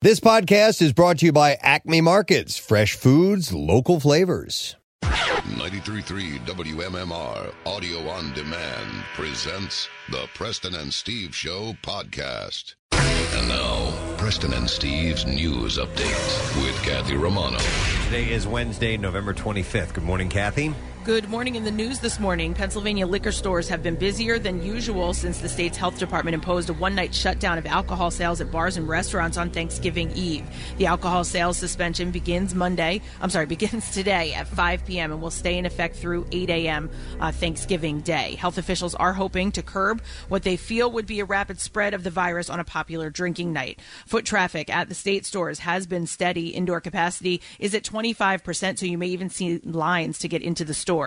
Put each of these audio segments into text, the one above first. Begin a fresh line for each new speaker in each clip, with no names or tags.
This podcast is brought to you by Acme Markets, fresh foods, local flavors.
933 WMMR Audio on Demand presents the Preston and Steve Show podcast. And now, Preston and Steve's news update with Kathy Romano.
Today is Wednesday, November 25th. Good morning, Kathy.
Good morning. In the news this morning, Pennsylvania liquor stores have been busier than usual since the state's health department imposed a one night shutdown of alcohol sales at bars and restaurants on Thanksgiving Eve. The alcohol sales suspension begins Monday, I'm sorry, begins today at 5 p.m. and will stay in effect through 8 a.m. Uh, Thanksgiving Day. Health officials are hoping to curb what they feel would be a rapid spread of the virus on a popular drinking night. Foot traffic at the state stores has been steady. Indoor capacity is at 25%, so you may even see lines to get into the stores.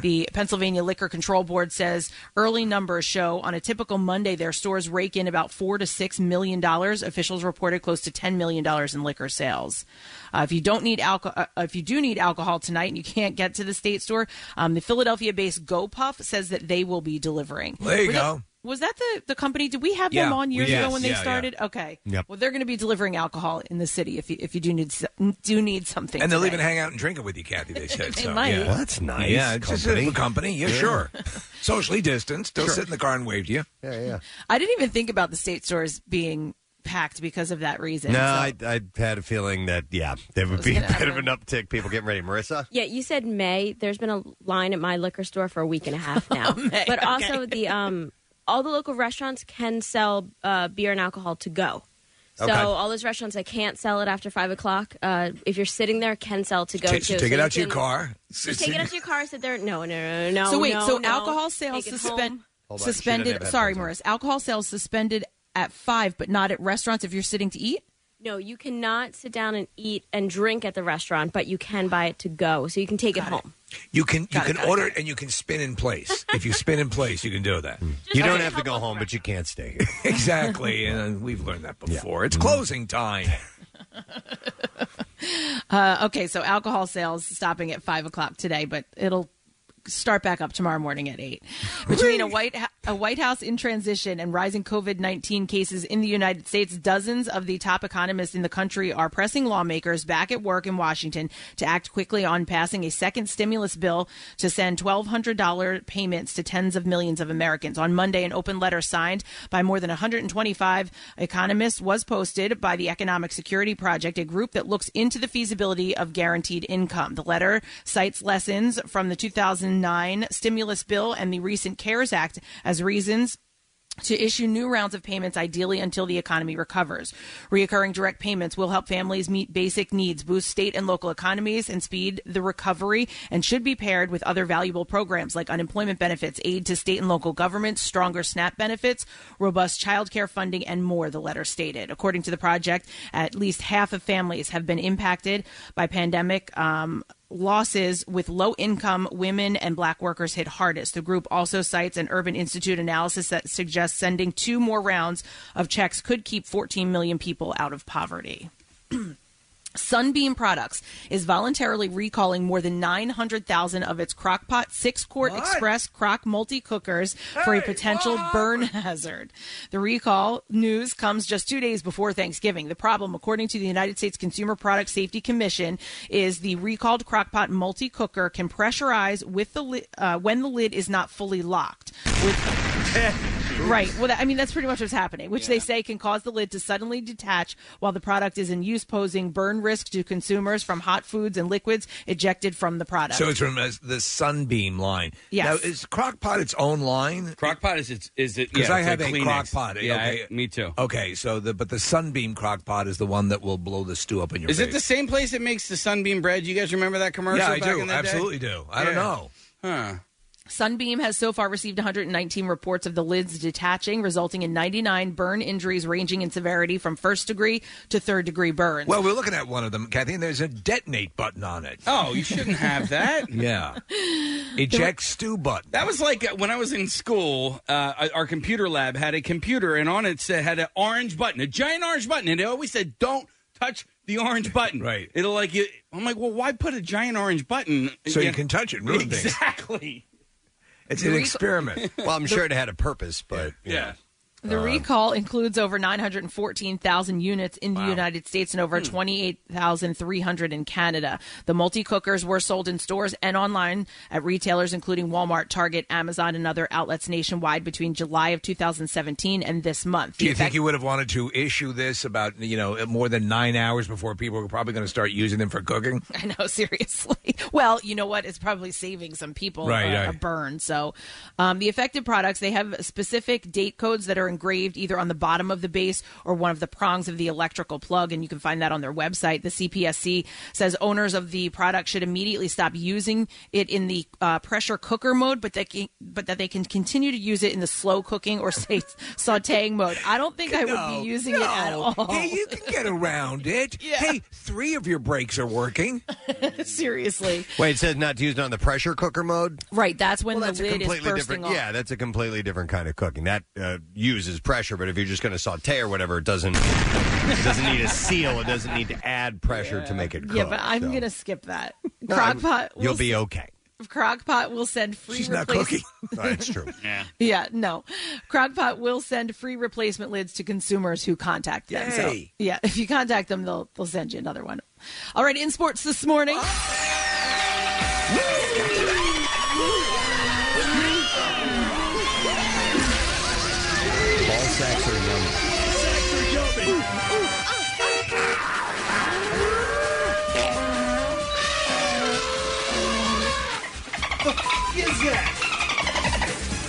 the Pennsylvania Liquor Control Board says early numbers show on a typical Monday their stores rake in about four to six million dollars. Officials reported close to ten million dollars in liquor sales. Uh, if you don't need alcohol, uh, if you do need alcohol tonight and you can't get to the state store, um, the Philadelphia-based GoPuff says that they will be delivering.
There you
Were the-
go.
was that the, the company? Did we have
Yeah,
them on years
we-
ago when they
yes, yeah,
started? Okay.
Yep.
Well, they're going to be delivering alcohol in the city if you, if you do need s- do need something.
And they'll
tonight.
even hang out and drink it with you, Kathy. They said
They
so.
might.
Yeah.
Well,
that's nice
Yeah, it's just a
company.
little company. Yeah,
Yeah.
sure. Socially distanced. They'll sit in the car and wave to you.
Yeah, yeah.
I didn't even think about the state stores being packed because of that reason.
No,
So-
I, I had a feeling that, yeah, there would be a bit of an uptick. People getting ready. Marissa?
Yeah, you said May. There's been a line at my liquor store for a week and a half
Oh,
now. but also the um, all the local restaurants can sell uh, beer and alcohol to go. So
Okay.
all those restaurants that can't sell it after five o'clock, uh, if you're sitting there, can sell to go.
Take,
too.
take
So
it
you
out to your
can-
car.
Just take it out to your car. Sit there. No, no, no, no.
so wait,
no,
so
no.
alcohol sales
Take it
suspend
home.
Hold on, shouldn't
suspended.
have
Sorry,
headphones
Morris. Alcohol sales suspended at five, but not at restaurants if you're sitting to eat.
No, you cannot sit down and eat and drink at the restaurant, but you can buy it to go. So you can take it home.
You can you
Got it,
can
got it,
order
got
it, and you can spin in place. if you spin in place, you can do that.
Mm. you
like
don't
a
have to go
couple
home, but you can't stay here. Mm.
exactly. And uh, we've learned that before. It's closing time.
Uh, okay, so alcohol sales stopping at five o'clock today, but it'll start back up tomorrow morning at eight. Between a white Ho- a White House in transition and rising COVID nineteen cases in the United States, dozens of the top economists in the country are pressing lawmakers back at work in Washington to act quickly on passing a second stimulus bill to send twelve hundred dollar payments to tens of millions of Americans. On Monday, an open letter signed by more than one hundred and twenty five economists was posted by the Economic Security Project, a group that looks into the feasibility of guaranteed income. The letter cites lessons from the 2009 stimulus bill and the recent CARES Act as reasons to issue new rounds of payments, ideally until the economy recovers. Reoccurring direct payments will help families meet basic needs, boost state and local economies, and speed the recovery, and should be paired with other valuable programs like unemployment benefits, aid to state and local governments, stronger SNAP benefits, robust child care funding, and more, the letter stated. According to the project, at least half of families have been impacted by pandemic. Um, losses with low income women and black workers hit hardest. The group also cites an Urban Institute analysis that suggests sending two more rounds of checks could keep 14 million people out of poverty. Sunbeam Products is voluntarily recalling more than 900,000 of its crockpot six-quart express crock multi-cookers for a potential burn hazard. The recall news comes just 2 days before Thanksgiving. The problem, according to the United States Consumer Product Safety Commission, is the recalled crockpot multi-cooker can pressurize with the li- uh, when the lid is not fully locked. With Right. Well, that, I mean, that's pretty much what's happening, which they say can cause the lid to suddenly detach while the product is in use, posing burn risk to consumers from hot foods and liquids ejected from the product.
So it's from uh, the Sunbeam line.
Yes.
Now is Crock-Pot its own line?
Crockpot is it's is it?
Because
yeah,
I
it's
have a
like Kleenex.
crock pot.
Yeah, I-
okay.
me too.
Okay, so the but the Sunbeam crock pot is the one that will blow the stew up in your
Is
face.
it the same place that makes the sunbeam bread? You guys remember that commercial?
Yeah, I
back
do.
In the
Absolutely
Day?
do. I don't
Yeah.
know.
Huh.
Sunbeam has so far received 119 reports of the lids detaching, resulting in 99 burn injuries ranging in severity from first degree to third degree burns.
Well, we're looking at one of them, Kathy, and there's a detonate button on it.
Oh, you shouldn't have that.
Yeah. Eject stew button.
That was like uh, when I was in school. Uh, our computer lab had a computer, and on it said, had an orange button, a giant orange button, and it always said, "Don't touch the orange button."
Right.
It'll like you. I'm like, well, why put a giant orange button?
So you can touch it and ruin things.
exactly.
It's an experiment.
Well, I'm sure it had a purpose, but. you
Yeah.
know.
The
Uh,
recall includes over 914,000 units in the United States and
Hmm.
over 28,300 in Canada. The multi cookers were sold in stores and online at retailers including Walmart, Target, Amazon, and other outlets nationwide between July of 2017 and this month.
Do you think he would have wanted to issue this about you know more than nine hours before people were probably going to start using them for cooking?
I know, seriously. Well, you know what? It's probably saving some people
Right,
a,
right.
a burn. So, um, the affected products they have specific date codes that are engraved either on the bottom of the base or one of the prongs of the electrical plug, and you can find that on their website. The CPSC says owners of the product should immediately stop using it in the uh, pressure cooker mode, but they can, but that they can continue to use it in the slow cooking or say, sautéing mode. I don't think I would be using it at
no.
all.
Hey, you can get around it. Hey, three of your brakes are working.
Seriously,
Wait, it says not to use it on the pressure cooker mode.
right? That's when
Well,
the lid is bursting
different.
off.
Yeah, that's a completely different kind of cooking. That uh, uses pressure, but if you're just going to saute or whatever, it doesn't it doesn't need a seal. It doesn't need to add pressure to make it cook.
Yeah, but I'm
so.
gonna skip that.
No, I'm-
Crockpot.
You'll
will,
be okay.
Crockpot will send free.
She's not
replace-
cooking.
That's true.
Yeah.
Yeah, no. Crockpot will send free replacement lids to consumers who contact them. So,
Yay.
yeah, if you contact them, they'll they'll send you another one. All right, in sports this morning.
All sacks are numbered.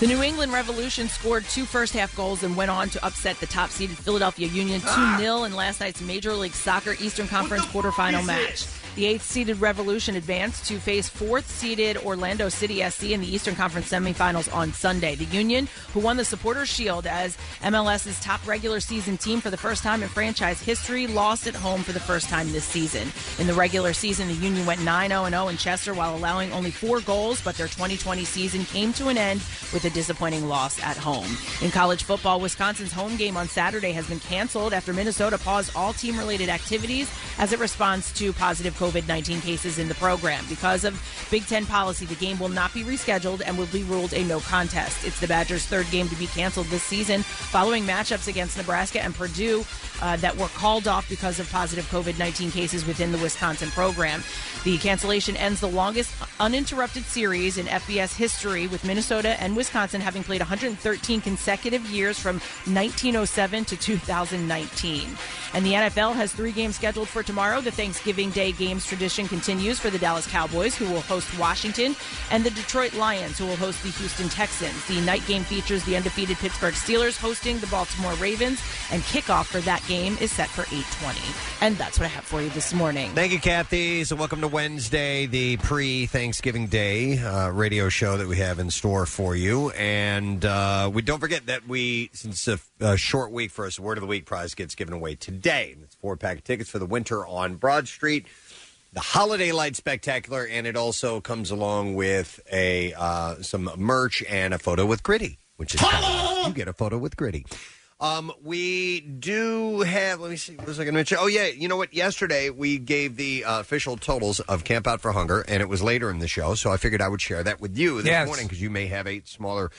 The New England Revolution scored two first half goals and went on to upset the top seeded Philadelphia Union
Ah.
2 0 in last night's Major League Soccer Eastern Conference quarterfinal match. The eighth seeded Revolution advanced to face fourth seeded Orlando City SC in the Eastern Conference semifinals on Sunday. The Union, who won the Supporters' Shield as MLS's top regular season team for the first time in franchise history, lost at home for the first time this season. In the regular season, the Union went 9 0 0 in Chester while allowing only four goals, but their 2020 season came to an end with a disappointing loss at home. In college football, Wisconsin's home game on Saturday has been canceled after Minnesota paused all team related activities as it responds to positive COVID 19 cases in the program. Because of Big Ten policy, the game will not be rescheduled and will be ruled a no contest. It's the Badgers' third game to be canceled this season following matchups against Nebraska and Purdue uh, that were called off because of positive COVID 19 cases within the Wisconsin program. The cancellation ends the longest uninterrupted series in FBS history, with Minnesota and Wisconsin having played 113 consecutive years from 1907 to 2019. And the NFL has three games scheduled for tomorrow. The Thanksgiving Day games tradition continues for the Dallas Cowboys, who will host Washington, and the Detroit Lions, who will host the Houston Texans. The night game features the undefeated Pittsburgh Steelers hosting the Baltimore Ravens, and kickoff for that game is set for 8:20. And that's what I have for you this morning.
Thank you, Kathy. So, welcome to Wednesday, the pre Thanksgiving Day uh, radio show that we have in store for you. And uh, we don't forget that we, since a, a short week for us, Word of the Week prize gets given away today. And It's four pack of tickets for the winter on Broad Street, the Holiday Light Spectacular, and it also comes along with a uh, some merch and a photo with Gritty, which is you get a photo with Gritty. Um, we do have. Let me see. What was I going to mention? Oh yeah, you know what? Yesterday we gave the uh, official totals of Camp Out for Hunger, and it was later in the show, so I figured I would share that with you this
Yes.
morning because you may have a smaller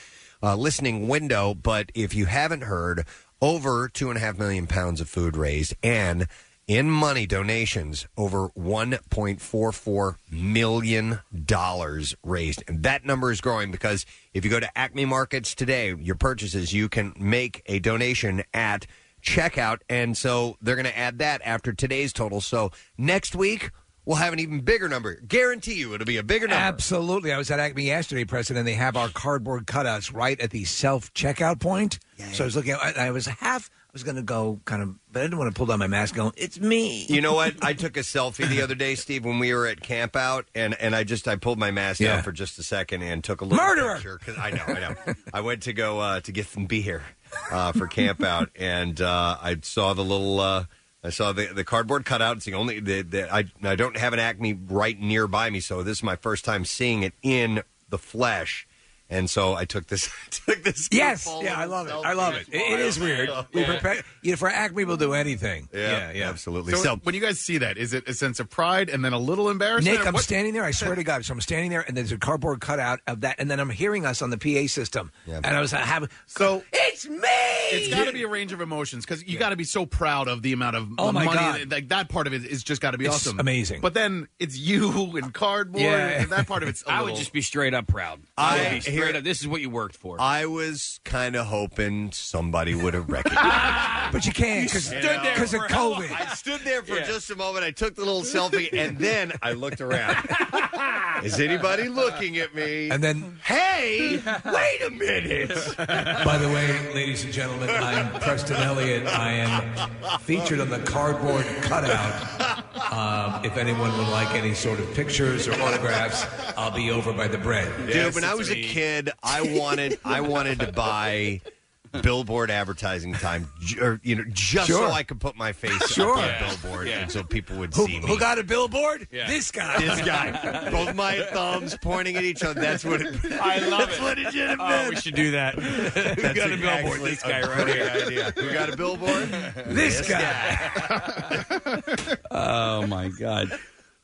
uh, listening window. But if you haven't heard, over two and a half million pounds of food raised, and in money donations, over one point four four million dollars raised, and that number is growing because if you go to Acme Markets today, your purchases, you can make a donation at checkout, and so they're going to add that after today's total. So next week. We'll have an even bigger number. Guarantee you, it'll be a bigger number.
Absolutely. I was at Acme yesterday, President. and They have our cardboard cutouts right at the self checkout point. So I was looking, at, I was half, I was going to go kind of, but I didn't want to pull down my mask going, it's me.
You know what? I took a selfie the other day, Steve, when we were at camp out, and, and I just I pulled my mask
Yeah.
down for just a second and took a little
Murderer!
picture 'cause I know I know I went to go uh, to get some beer uh, for camp out, and uh, I saw the little uh, I saw the, the cardboard cutout. It's the only the, the, I I don't have an Acme right nearby me, so this is my first time seeing it in the flesh. And so I took this. took this.
Yes, yeah, I love it. I love it. It- it is weird. We
Yeah.
prepare you know, for Acme. We'll E, do anything.
Yeah,
yeah,
absolutely.
So, when you guys see that, is it a sense of pride and then a little embarrassment?
Nick, I'm standing there. I swear to God. So I'm standing there, and there's a cardboard cutout of that, and then I'm hearing us on the PA system, and I was like, having so it's me.
It's got to be a range of emotions because you got to be so proud of the amount of
Oh, my
money.
God.
Like that part of it is just got to be
It's
awesome,
amazing.
But then it's you and cardboard.
Yeah.
and that part of it's. I
I would just be straight up proud.
I-
I would be
here-
straight up. This is what you worked for.
I was kind of hoping somebody would have recognized.
but you can't because
You know.
of COVID.
I stood there for just a moment. I took the little selfie, and then I looked around. Is anybody looking at me?
And then,
hey, wait a minute.
by the way, ladies and gentlemen, I'm Preston Elliott. I am featured on the cardboard cutout. Um, if anyone would like any sort of pictures or autographs, I'll be over by the bread.
Dude, when I was a kid, I wanted I wanted to buy billboard advertising time, j- or you know, just
Sure.
so I could put my face
Sure.
up on
Yeah.
a billboard, and so people would
Who,
see me.
who got a billboard? This guy.
this guy, both my thumbs pointing at each other. That's what it.
I love
that's what it should have
Um,
Oh,
been.
we should do that. we got a billboard. This guy right here.
idea. We got a billboard.
This guy.
Oh my god.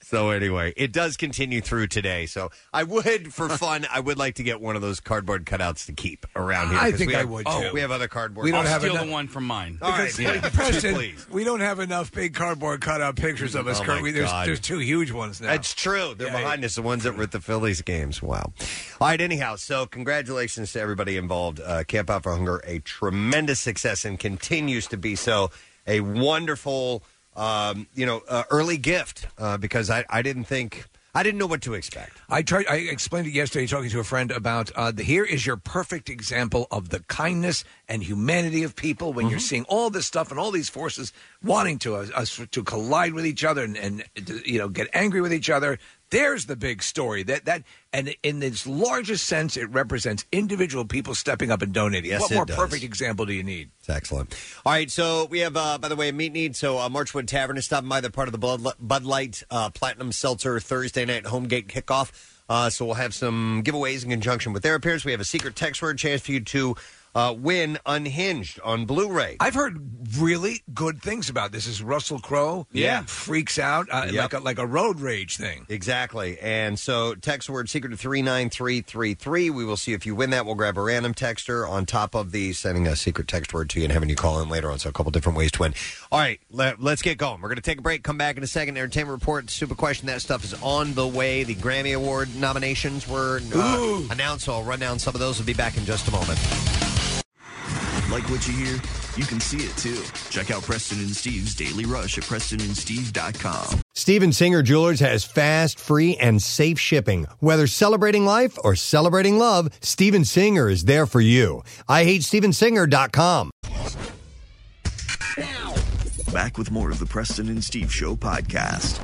So anyway, it does continue through today. So I would, for fun, I would like to get one of those cardboard cutouts to keep around here.
I
'cause
think
we
I
have-
would,
Oh,
too.
we have other cardboard.
We don't
I'll
have
steal
enough-
the one from mine.
All right,
Because
yeah.
Preston,
please.
we don't have enough big cardboard cutout pictures of us.
Oh,
Kurt.
my
We- there's,
God.
there's two huge ones now.
That's true. They're
Yeah,
behind us, the ones that were at the Phillies games. Wow. All right, anyhow, so congratulations to everybody involved. Uh, Camp Out for Hunger, a tremendous success and continues to be so. A wonderful, um, you know, uh, early gift uh, because I, I didn't think, I didn't know what to expect.
I tried. I explained it yesterday, talking to a friend about uh, the. Here is your perfect example of the kindness and humanity of people
Mm-hmm.
when you're seeing all this stuff and all these forces wanting to us, us to collide with each other and, and you know get angry with each other. There's the big story that that and in its largest sense, it represents individual people stepping up and donating.
Yes,
what
it
more
does.
perfect example do you need?
It's excellent. All right, so we have, uh, by the way, a meet need. So uh, Marchwood Tavern is stopping by. They're part of the Bud, Bud Light uh, Platinum Seltzer Thursday night home gate kickoff. Uh, so we'll have some giveaways in conjunction with their appearance. We have a secret text word chance for you to uh, win Unhinged on Blu-ray.
I've heard really good things about this. Is Russell Crowe?
Yeah.
freaks out uh,
Yep.
like a, like a road rage thing.
Exactly. And so text word secret to 39333. We will see if you win that. We'll grab a random texter on top of the sending a secret text word to you and having you call in later on. So a couple different ways to win. All right, let, us get going. We're going to take a break, come back in a second. Entertainment Report, Super Question, that stuff is on the way. The Grammy Award nominations were uh, announced, so I'll run down some of those. We'll be back in just a moment.
Like what you hear? You can see it too. Check out Preston and Steve's Daily Rush at PrestonandSteve.com.
Steven Singer Jewelers has fast, free, and safe shipping. Whether celebrating life or celebrating love, Steven Singer is there for you. I hate stevensinger.com.
Back with more of the Preston and Steve Show podcast.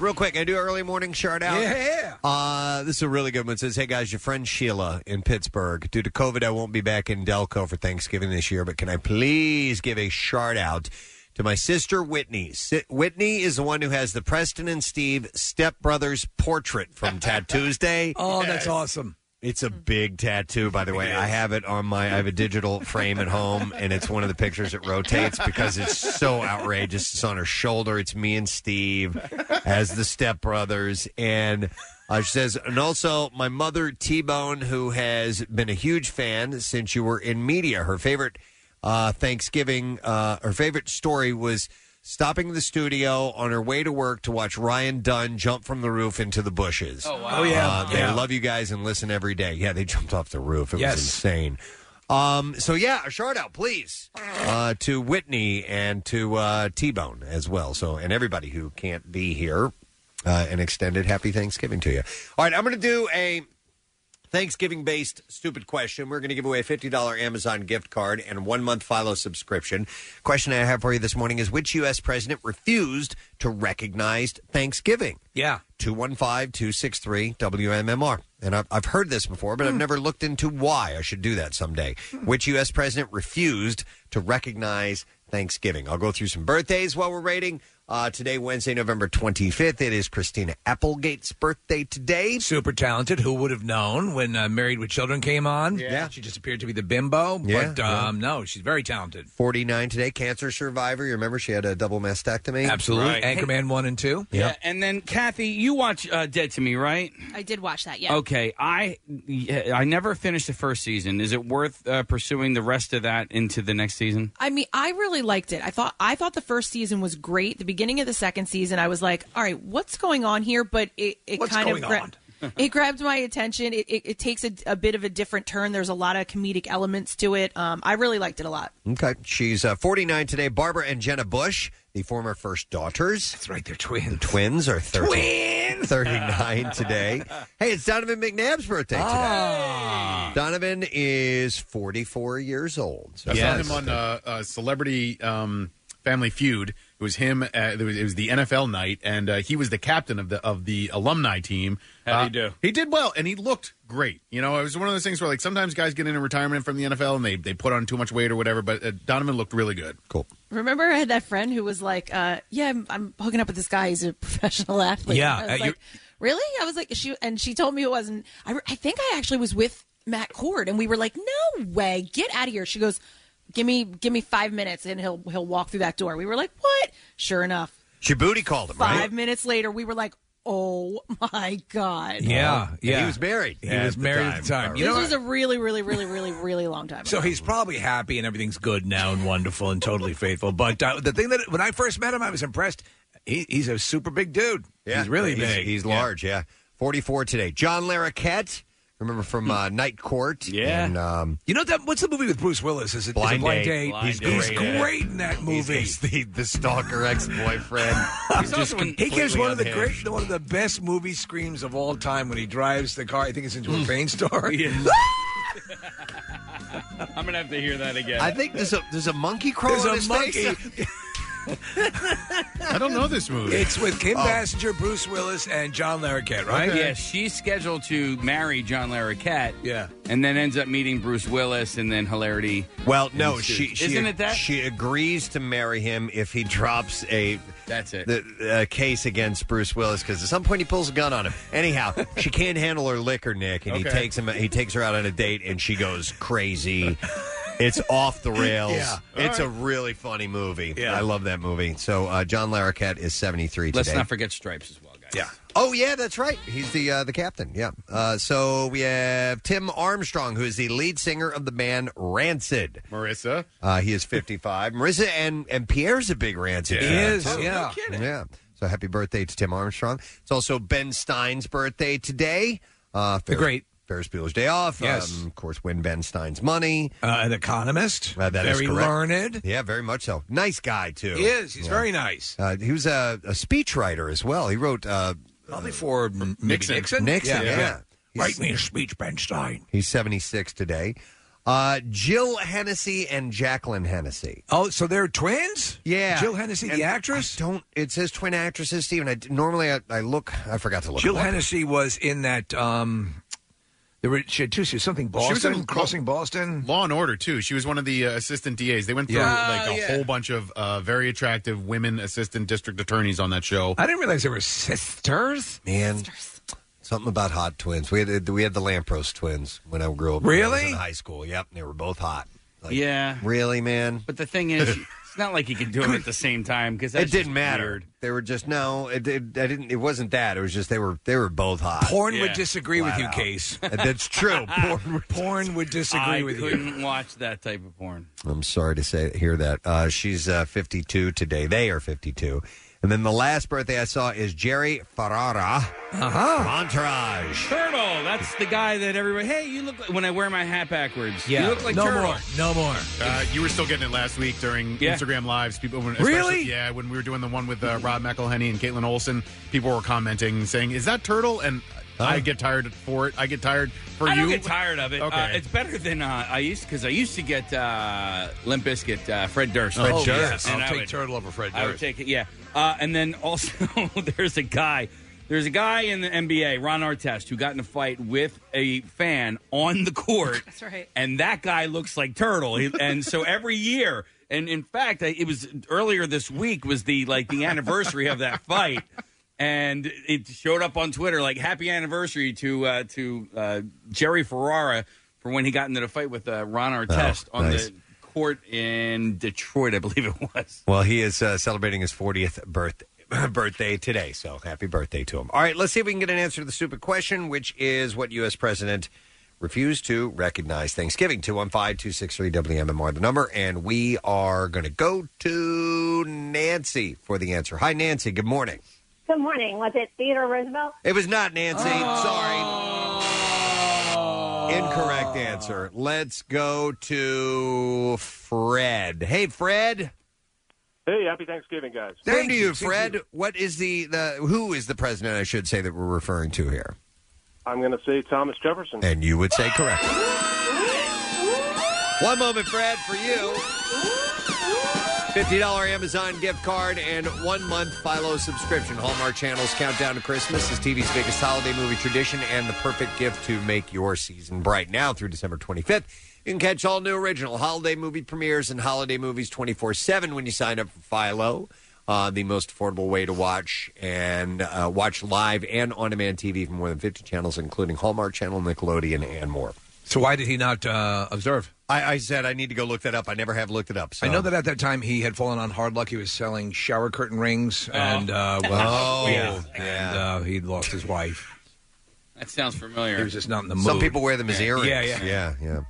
Real quick, I do early morning shout out.
Yeah.
Uh, this is a really good one. It says, Hey guys, your friend Sheila in Pittsburgh. Due to COVID, I won't be back in Delco for Thanksgiving this year, but can I please give a shout out to my sister Whitney? Si- Whitney is the one who has the Preston and Steve stepbrothers portrait from Tattoos Day.
Oh, that's awesome.
It's a big tattoo, by the way. I have it on my. I have a digital frame at home, and it's one of the pictures that rotates because it's so outrageous. It's on her shoulder. It's me and Steve as the stepbrothers, and uh, she says, and also my mother T Bone, who has been a huge fan since you were in media. Her favorite uh, Thanksgiving, uh, her favorite story was. Stopping the studio on her way to work to watch Ryan Dunn jump from the roof into the bushes. Oh,
wow. Oh, yeah.
they
Yeah.
love you guys and listen every day. Yeah, they jumped off the roof. It
Yes.
was insane. Um, so yeah, a shout out, please, uh, to Whitney and to uh, T Bone as well. So and everybody who can't be here, uh, an extended happy Thanksgiving to you. All right, I'm going to do a Thanksgiving based stupid question. We're going to give away a $50 Amazon gift card and one month Philo subscription. Question I have for you this morning is which U.S. president refused to recognize Thanksgiving?
Yeah.
215 263 WMMR. And I've, I've heard this before, but I've never looked into why I should do that someday. Which U.S. president refused to recognize Thanksgiving. I'll go through some birthdays while we're rating. Uh, today, Wednesday, November 25th, it is Christina Applegate's birthday today.
Super talented. Who would have known when uh, Married with Children came on?
Yeah.
She just appeared to be the bimbo.
Yeah,
But um, no, she's very talented.
49 today, cancer survivor. You remember she had a double mastectomy?
Absolutely. Anchorman 1 and 2.
Yeah.
Yeah, and then Kathy, you watch uh, Dead to Me, right?
I did watch that. Yeah.
Okay, I yeah, I never finished the first season. Is it worth uh, pursuing the rest of that into the next season?
I mean, I really liked it. I thought I thought the first season was great. The beginning of the second season, I was like, "All right, what's going on here?" But it, it
What's
kind
going
of gra-
on?
it grabbed my attention. It, it, it takes a, a bit of a different turn. There's a lot of comedic elements to it. Um, I really liked it a lot.
Okay. She's uh, 49 today. Barbara and Jenna Bush, the former first daughters. That's
right. They're twins.
Twins are 30, 39 today. Hey, it's Donovan McNabb's birthday today.
Ah!
Donovan is 44 years old.
I saw him on uh, uh, Celebrity um, Family Feud. It was him. Uh, it, was, it was the NFL night, and uh, he was the captain of the of the alumni team.
How'd
he do? He did well, and he looked great. You know, it was one of those things where like sometimes guys get into retirement from the NFL and they they put on too much weight or whatever. But uh, Donovan looked really good.
Cool.
Remember, I had that friend who was like, uh, "Yeah, I'm, I'm hooking up with this guy. He's a professional athlete."
Yeah,
And I
uh,
was
you're-
like, "Really?" I was like, "She," and she told me it wasn't. I, re- I think I actually was with Matt Cord, and we were like, "No way, get out of here." She goes, "Give me, give me five minutes, and he'll he'll walk through that door." We were like, "What?" Sure enough,
She booty called him,
five
right?
minutes later, we were like, "Oh my god!"
Yeah,
And
yeah.
He was married.
He was married at the time. You
This
know
was a really, really, really, really, really long time.
So
ago.
he's probably happy and everything's good now and wonderful and totally faithful. But uh, the thing that when I first met him, I was impressed. He, he's a super big dude. he's really
he's,
big.
He's large, yeah. 44 today. John Larroquette, remember from uh, Night Court?
Hmm. Yeah.
And, um,
You know that? What's the movie with Bruce Willis? Is it is it
Blind
Blind
Date.
Date?
Blind
he's,
Date.
he's
Great, yeah.
great in that movie.
he's the, the stalker ex boyfriend.
also in-
he gives
completely
one of the
unhinged.
great, one of the best movie screams of all time when he drives the car. I think it's into
Hmm.
a paint store.
I'm gonna have to hear that again.
I think there's a there's a monkey crawling
There's
on
a
his
monkey.
face.
I don't know this movie.
It's with Kim Bassinger, Bruce Willis, and John Larroquette, right?
Yeah, she's scheduled to marry John Larroquette.
Yeah.
and then ends up meeting Bruce Willis, and then hilarity.
Well, no, she,
Isn't
she
it that?
she agrees to marry him if he drops a
That's it.
the a case against Bruce Willis because at some point he pulls a gun on him. Anyhow, she can't handle her liquor, Nick, and he
Okay.
takes him he takes her out on a date, and she goes crazy. It's off the rails.
Yeah.
It's a really funny movie.
Yeah.
I love that movie. So uh, John Larroquette is seventy three today.
Let's not forget Stripes as well, guys.
Yeah.
Oh yeah, that's right. He's the uh, the captain. Yeah. Uh, so we have Tim Armstrong, who is the lead singer of the band Rancid.
Marissa.
Uh, he is 55. Marissa and, and Pierre's a big Rancid.
He
fan,
is,
too.
yeah.
Yeah. So happy birthday to Tim Armstrong. It's also Ben Stein's birthday today. Uh, Ferris,
great.
Ferris Bueller's Day Off. Um,
Yes.
of course, win Ben Stein's money.
Uh, an economist.
Uh, that is
very
correct.
learned.
Yeah, very much so. Nice guy, too.
He is. He's very nice.
Uh, he was a, a speechwriter as well. He wrote uh,
Probably for m- maybe
Nixon.
Nixon.
Nixon. Yeah.
Write me a speech, Ben Stein.
He's 76 today. Uh, Jill Hennessy and Jacqueline Hennessy.
Oh, so they're twins?
Yeah,
Jill Hennessy,
And
the actress.
I don't it says twin actresses, Stephen? I normally I, I look. I forgot to look.
Jill
them up.
Hennessy was in that. um there were, she had two. She was something
was
Boston,
in-
crossing Boston.
Law and Order too. She was one of the uh, assistant DAs. They went through
Yeah.
like a whole bunch of uh, very attractive women assistant district attorneys on that show.
I didn't realize they were sisters.
Man, something about hot twins. We had we had the Lampros twins when I grew up. when I was
Really?
in high school. Yep, they were both hot. Like,
Yeah.
really, man.
But the thing is, it's not like you can do them at the same time because
It didn't matter. They were just no. It, it I didn't. It wasn't that. It was just they were they were both hot.
Porn would
Yeah.
disagree with
Flat
you,
out.
Case.
That's true. Porn.
Porn would disagree
I
with you.
couldn't watch that type of porn.
I'm sorry to say hear that. Uh, she's uh, 52 today. They are 52. And then the last birthday I saw is Jerry Ferrara.
Uh-huh.
from Entourage.
Turtle. That's the guy that everybody. Hey, you look like when I wear my hat backwards.
Yeah.
you look like
no
Turtle.
more. No more.
Uh, you were still getting it last week during
Yeah.
Instagram lives. People when,
Really?
especially- Yeah, when we were doing the one with uh, Rob McElhenney and Caitlin Olsen, people were commenting saying, "Is that turtle?" And I get tired for it. I get tired for
I
you.
don't get tired of it.
Okay.
Uh, it's better than uh, I used because I used to get uh, Limp Bizkit, uh, Fred Durst.
Fred
Oh,
Durst.
yes.
I'll
And I
take
would-
Turtle over Fred
I would
Durst.
take it. Yeah. Uh, and then also, there's a guy. There's a guy in the NBA, Ron Artest, who got in a fight with a fan on the court.
That's right.
And that guy looks like Turtle. He- and so every year And in fact, I, it was earlier this week was the like the anniversary of that fight, and it showed up on Twitter like "Happy anniversary to uh, to uh, Jerry Ferrara for when he got into the fight with uh, Ron Artest on
nice.
the court in Detroit, I believe it was.
Well, he is uh, celebrating his 40th birthday. Birthday today, so happy birthday to him. All right, let's see if we can get an answer to the stupid question, which is what U.S. president refused to recognize Thanksgiving. 215 263 WMMR, the number. And we are going to go to Nancy for the answer. Hi, Nancy. Good morning.
Good morning. Was it Theodore Roosevelt?
It was not Nancy.
Uh,
Sorry. Incorrect answer. Let's go to Fred. Hey, Fred.
Hey, happy Thanksgiving, guys.
Same to you, Fred. What is the, the who is the president? I should say that we're referring to here,
I'm going to say Thomas Jefferson.
and you would say correct. One moment, Fred, for you. Fifty dollar Amazon gift card and one month Philo subscription. Hallmark Channel's Countdown to Christmas is TV's biggest holiday movie tradition and the perfect gift to make your season bright. Now through December twenty fifth, you can catch all new original holiday movie premieres and holiday movies twenty four seven when you sign up for Philo. Uh, the most affordable way to watch and uh, watch live and on demand TV from more than 50 channels, including Hallmark Channel, Nickelodeon, and more.
So why did he not uh, observe?
I, I said I need to go look that up. I never have looked it up. So.
I know that at that time he had fallen on hard luck. He was selling shower curtain rings, and uh,
Oh, yeah.
and uh, he'd lost his wife.
That sounds familiar.
He was just not in the mood.
Some people wear them as
Yeah.
earrings.
Yeah, yeah,
yeah, yeah.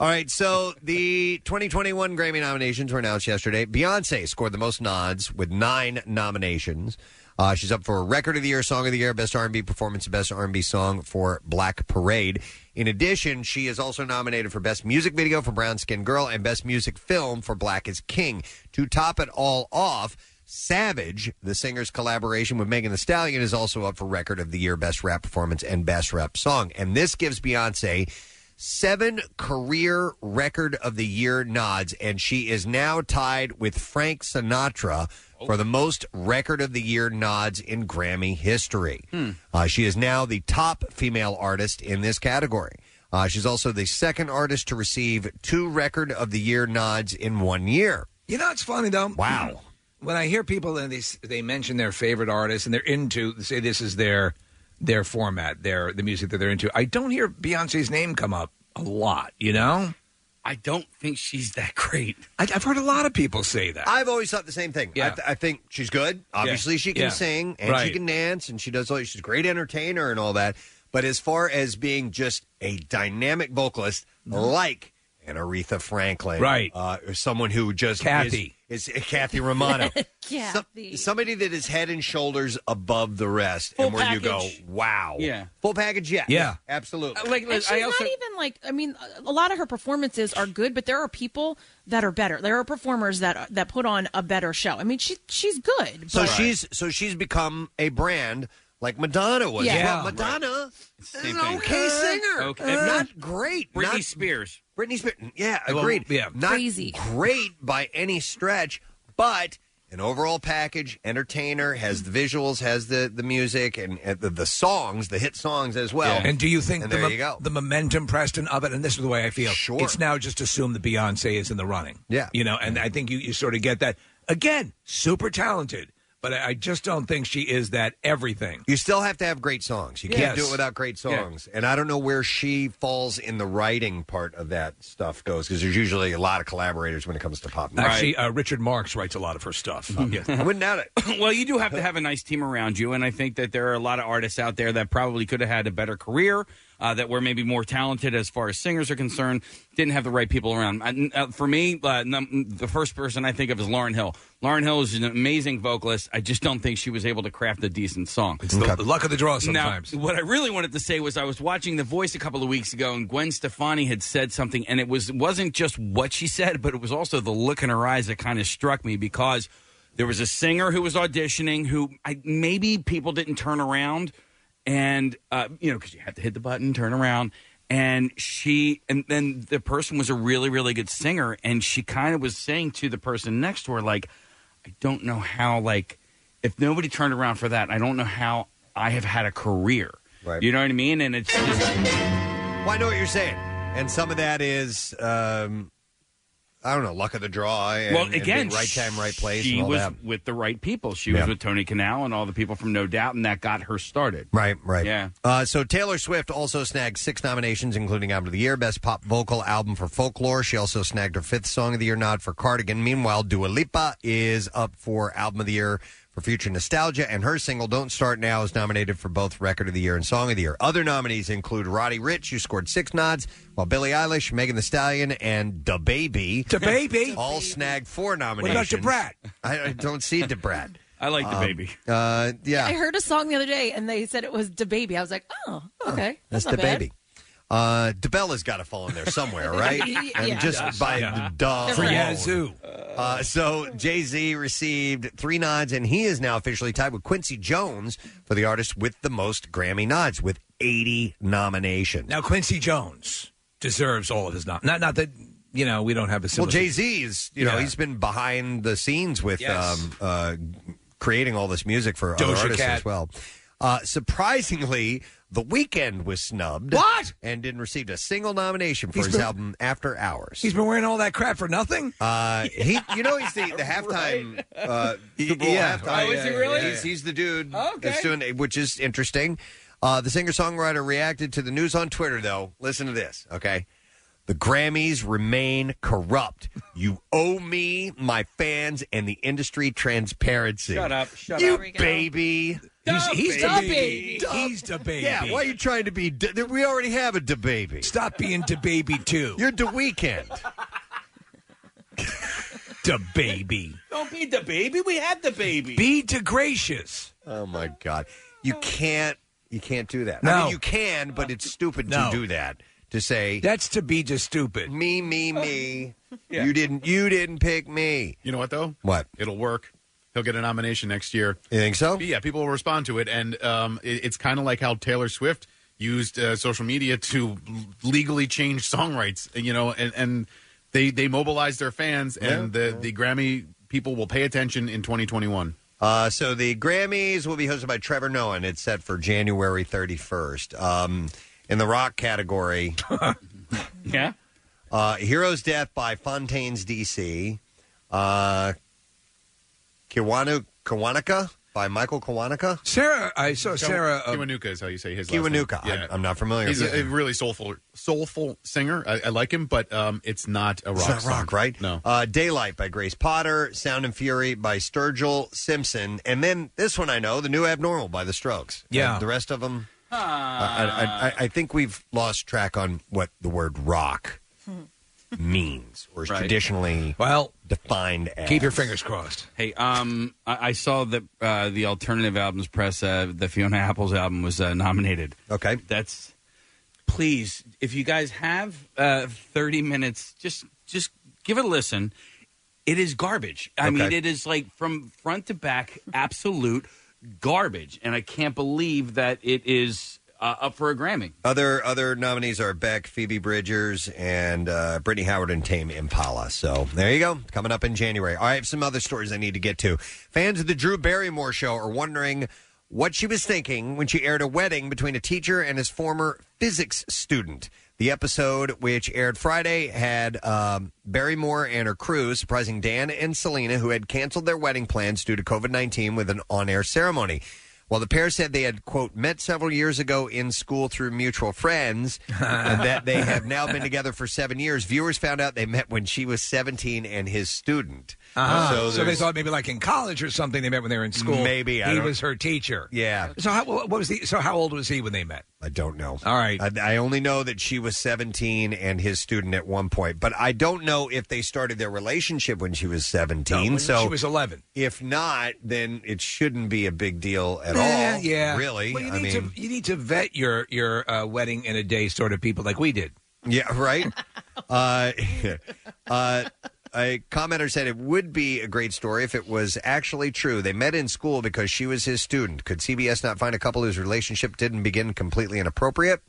All right, so the 2021 Grammy nominations were announced yesterday. Beyonce scored the most nods with nine nominations. Uh, she's up for Record of the Year, Song of the Year, Best R&B Performance, and Best R&B Song for Black Parade. In addition, she is also nominated for Best Music Video for Brown Skin Girl and Best Music Film for Black is King. To top it all off, Savage, the singer's collaboration with Megan Thee Stallion, is also up for Record of the Year, Best Rap Performance, and Best Rap Song. And this gives Beyonce seven career Record of the Year nods, and she is now tied with Frank Sinatra for the most Record of the Year nods in Grammy history.
Hmm.
Uh, she is now the top female artist in this category. Uh, she's also the second artist to receive two Record of the Year nods in one year.
You know, it's funny though.
Wow.
When I hear people and they s- they mention their favorite artists and they're into say this is their their format, their the music that they're into. I don't hear Beyonce's name come up a lot. You know,
I don't think she's that great.
I, I've heard a lot of people say that.
I've always thought the same thing. I, th- I think she's good. Obviously, she can
Yeah.
sing and she
Right.
can dance and she does all. She's a great entertainer and all that. But as far as being just a dynamic vocalist, like an Aretha Franklin,
Mm-hmm. Right.
uh, or someone who just
Kathy.
is, is Kathy Romano,
Yeah.
Some- somebody that is head and shoulders above the rest,
Full
and where
package.
you go, wow,
Yeah.
full package, yeah,
Yeah.
absolutely.
Uh, Like,
And she's
I also
not even like I mean, a lot of her performances are good, but there are people that are better. There are performers that that put on a better show. I mean, she she's good.
so
but-
she's so she's become a brand like Madonna was.
Yeah.
Well, Madonna. an
same thing.
Uh, okay singer.
Okay.
Not great.
Britney
not,
Spears.
Britney Spears. Mm, Yeah,
Uh, Well,
agreed.
yeah.
Not
Crazy.
great by any stretch, but an overall package, entertainer, has the visuals, has the, the music, and, and the, the songs, the hit songs as well.
And do you think
And
the,
there
mo-
you go.
the momentum, Preston, of it? And this is the way I feel.
Sure.
It's now just assumed that Beyonce is in the running.
Yeah.
You know, and I think you, you sort of get that. Again, super talented, but I, I just don't think she is that everything.
You still have to have great songs. You can't
Yes.
do it without great
Yeah.
songs. And I don't know where she falls in the writing part of that stuff goes because there's usually a lot of collaborators when it comes to pop music.
Actually, uh, Richard Marx writes a lot of her stuff. Um, yeah.
I wouldn't doubt it.
well, you do have to have a nice team around you, and I think that there are a lot of artists out there that probably could have had a better career, uh, that were maybe more talented as far as singers are concerned, didn't have the right people around. I, uh, for me, uh, num- the first person I think of is Lauren Hill. Lauren Hill is an amazing vocalist. I just don't think she was able to craft a decent song.
It's the, the luck of the draw sometimes.
Now, what I really wanted to say was I was watching The Voice a couple of weeks ago, and Gwen Stefani had said something, and it was wasn't just what she said, but it was also the look in her eyes that kind of struck me because there was a singer who was auditioning who I, maybe people didn't turn around, and uh, you know because you have to hit the button, turn around. And she, and then the person was a really, really good singer, and she kind of was saying to the person next to her, like, I don't know how, like, if nobody turned around for that, I don't know how I have had a career.
Right.
You know what I mean? And it's just,
Well, I know what you're saying, and some of that is um, I don't know, luck of the draw. And,
well,
and
again,
being right time, right place.
She
and all
was
that.
with the right people. She
Yeah.
was with Tony Canal and all the people from No Doubt, and that got her started.
Right, right.
Yeah.
Uh, so Taylor Swift also snagged six nominations, including Album of the Year, Best Pop Vocal Album for Folklore. She also snagged her fifth Song of the Year nod for Cardigan. Meanwhile, Dua Lipa is up for Album of the Year for Future Nostalgia, and her single Don't Start Now is nominated for both Record of the Year and Song of the Year. Other nominees include Roddy Rich, who scored six nods, while Billie Eilish, Megan The Stallion, and Da Baby,
Da Baby.
all snagged four
about
nominations.
DaBrat?
I, I don't see DeBrat.
I like
the
DaBaby.
Uh, yeah,
I heard a song the other day, and they said it was the baby. I was like, oh, okay,
That's,
not
the
bad.
baby. Uh, DeBella's got to fall in there somewhere, right?
Yeah.
And
Yes.
just by
Yeah.
duh.
For
alone.
Yazoo.
Uh, so Jay Z received three nods, and he is now officially tied with Quincy Jones for the artist with the most Grammy nods, with 80 nominations.
Now Quincy Jones deserves all of his nom- not not that you know we don't have a
Well,
similar
Jay Z is, you know,
Yeah.
he's been behind the scenes with
Yes.
um, uh, creating all this music for other
Doja
artists
Cat.
as well. Uh, surprisingly, The Weeknd was snubbed. What? And didn't receive a single nomination for
He's
his
been-
album After Hours.
He's been wearing all that crap for nothing.
Uh, he, you know, he's the, the halftime. Uh, Super Bowl
Yeah.
halftime.
Oh, is he really?
He's, he's the dude
Okay.
that's doing it, which is interesting. Uh, the singer songwriter reacted to the news on Twitter, though. Listen to this, okay? The Grammys remain corrupt. You owe me, my fans, and the industry transparency.
Shut up, shut
you
up. There we go.
baby.
He's- he's Da the baby. baby.
Da-
He's the baby.
Yeah, why are you trying to be? Da- we already have a da baby.
Stop being da baby too.
You're da weekend.
da baby.
Don't be the baby. We had the baby.
Be da gracious.
Oh my God, you can't you can't do that. I
No.
mean, you can, but it's stupid
No.
to do that. To say
that's to be just stupid.
Me, me, me. You didn't. You didn't pick me.
You know what though?
What?
It'll work. He'll get a nomination next year.
You think so?
Yeah, people will respond to it, and um, it, it's kind of like how Taylor Swift used uh, social media to l- legally change song rights. You know, and, and they they mobilize their fans, and the the Grammy people will pay attention in 2021.
Uh, so the Grammys will be hosted by Trevor Noah, and it's set for January 31st. Um, in the rock category,
yeah,
uh, Hero's Death by Fontaines DC, uh, Kiwanu Kawanaka by Michael Kawanaka.
Sarah, I saw
So-
Sarah. uh,
Kiwanuka is how you say his
Kiwanuka.
last name.
I'm- I'm not familiar
He's
with
a, a
him.
really soulful, soulful singer. I, I like him, but um, it's not a rock.
It's not
song.
rock, right? No. Uh, Daylight by Grace Potter, Sound and Fury by Sturgill Simpson, and then this one I know, The New Abnormal by The Strokes.
Yeah.
And the rest of them,
Uh,
I, I, I, I think we've lost track on what the word rock means or is traditionally
well
defined as.
keep your fingers crossed.
Hey, um, I, I saw that uh, the alternative albums press, uh, the Fiona Apple's album was uh, nominated.
Okay,
that's. Please, if you guys have uh, thirty minutes, just just give it a listen. It is garbage. I mean,
Okay.
it is like from front to back, absolute garbage, and I can't believe that it is uh, up for a Grammy.
Other other nominees are Beck, Phoebe Bridgers, and uh, Brittany Howard and Tame Impala. So there you go. Coming up in January. All right, I have some other stories I need to get to. Fans of the Drew Barrymore show are wondering what she was thinking when she aired a wedding between a teacher and his former physics student. The episode, which aired Friday, had um, Barrymore and her crew surprising Dan and Selena, who had canceled their wedding plans due to COVID 19, with an on air ceremony. While the pair said they had, quote, met several years ago in school through mutual friends, and that they have now been together for seven years, viewers found out they met when she was 17 and his student.
Uh-huh. So, they
there's-
thought maybe like in college or something they met when they were in school.
Maybe, I
he
don't-
was her teacher.
Yeah.
So how what was he? So how old was he when they met?
I don't know.
All right.
I, I only know that she was 17 and his student at one point, but I don't know if they started their relationship when she was 17.
When
so
she was eleven.
if not, then it shouldn't be a big deal at
Eh,
all.
yeah.
Really?
Well, you
I
need
mean-
to you need to vet your your uh, wedding in a day sort of people like we did.
Yeah, right. uh, uh, a commenter said it would be a great story if it was actually true. They met in school because she was his student. Could CBS not find a couple whose relationship didn't begin completely inappropriate?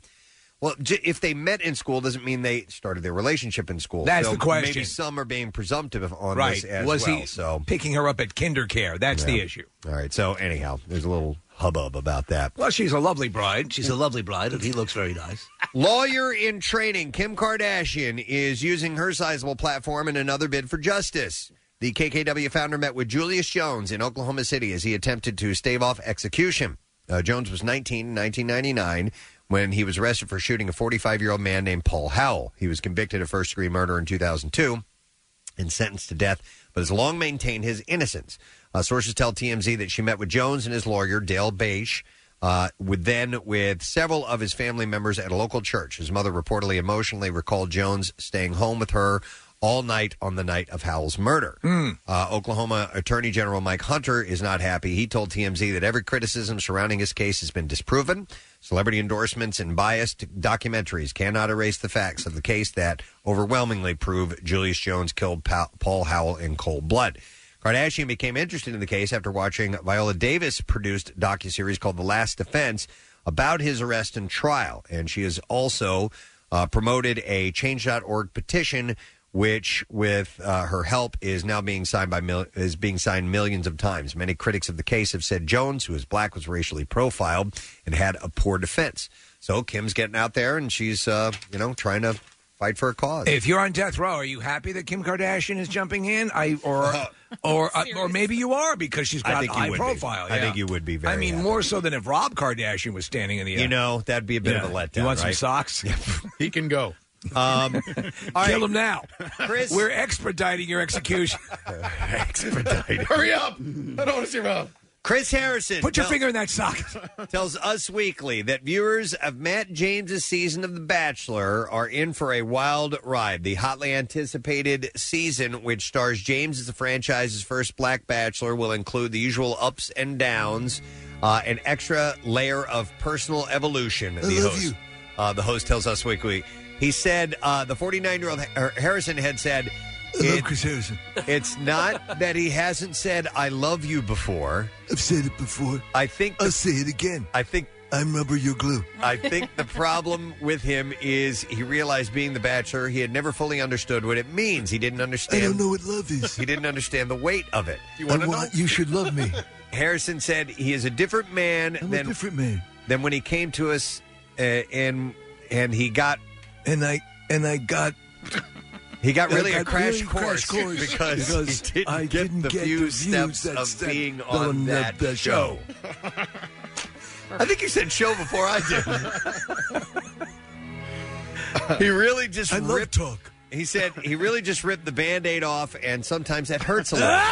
Well, j- if they met in school, doesn't mean they started their relationship in school.
That's
So
the question.
Maybe some are being presumptive on
right?
this as
was
well.
he
so
picking her up at kinder care? That's the
Yeah.
issue.
all right. So anyhow, there's a little hubbub about that.
Well, she's a lovely bride. She's a lovely bride, and he looks very nice.
Lawyer in training, Kim Kardashian, is using her sizable platform in another bid for justice. The KKW founder met with Julius Jones in Oklahoma City as he attempted to stave off execution. Uh, Jones was 19 in 1999 when he was arrested for shooting a 45 year old man named Paul Howell. He was convicted of first degree murder in 2002 and sentenced to death, but has long maintained his innocence. Uh, sources tell TMZ that she met with Jones and his lawyer, Dale Bache, uh, with then with several of his family members at a local church. His mother reportedly emotionally recalled Jones staying home with her all night on the night of Howell's murder.
Hmm.
Uh, Oklahoma Attorney General Mike Hunter is not happy. He told TMZ that every criticism surrounding his case has been disproven. Celebrity endorsements and biased documentaries cannot erase the facts of the case that overwhelmingly prove Julius Jones killed Pa- Paul Howell in cold blood. Kardashian became interested in the case after watching Viola Davis produced docuseries called The Last Defense about his arrest and trial. And she has also uh, promoted a change.org petition which with uh, her help is now being signed by mil- is being signed millions of times. Many critics of the case have said Jones, who is black, was racially profiled and had a poor defense. So Kim's getting out there and she's uh, you know trying to fight for a cause.
If you're on death row, are you happy that Kim Kardashian is jumping in? I or or uh, or maybe you are because she's
I
got
think you
high
would be.
profile.
I think you would be very
I mean, more so than if Rob Kardashian was standing in the.
You know, that'd be a bit of a letdown,
You want some
right?
socks?
he can go.
Um,
Kill him now,
Chris.
We're expediting your execution.
expediting.
Hurry up! I don't want to see Rob.
Chris Harrison.
Put your
tell-
finger in that socket.
tells Us Weekly that viewers of Matt James's season of The Bachelor are in for a wild ride. The hotly anticipated season, which stars James as the franchise's first black bachelor, will include the usual ups and downs, uh, an extra layer of personal evolution. the host. Uh, the host tells Us Weekly. He said uh, the 49 year old Harrison had said, it- It's not that he hasn't said "I love you" before.
I've said it before.
I think
I'll say it again.
I think
I'm rubber, you're glue.
I think the problem with him is he realized being the bachelor, he had never fully understood what it means. He didn't understand.
I don't know what love is.
He didn't understand the weight of it.
You want I want you should love me.
Harrison said he is a different man
I'm a
than
different man.
than when he came to us, uh, and and he got
and I and I got
he got
I
really a
got
crash,
really crash
course,
course
because,
because
he didn't
I
get
didn't
the
get
few
the views
steps
that
of
step
being
on
on, that,
that- that
show.
show.
I think you said show before I did. he really just
I love
ripped
talk.
He said he really just ripped the band-aid off and sometimes that hurts a lot.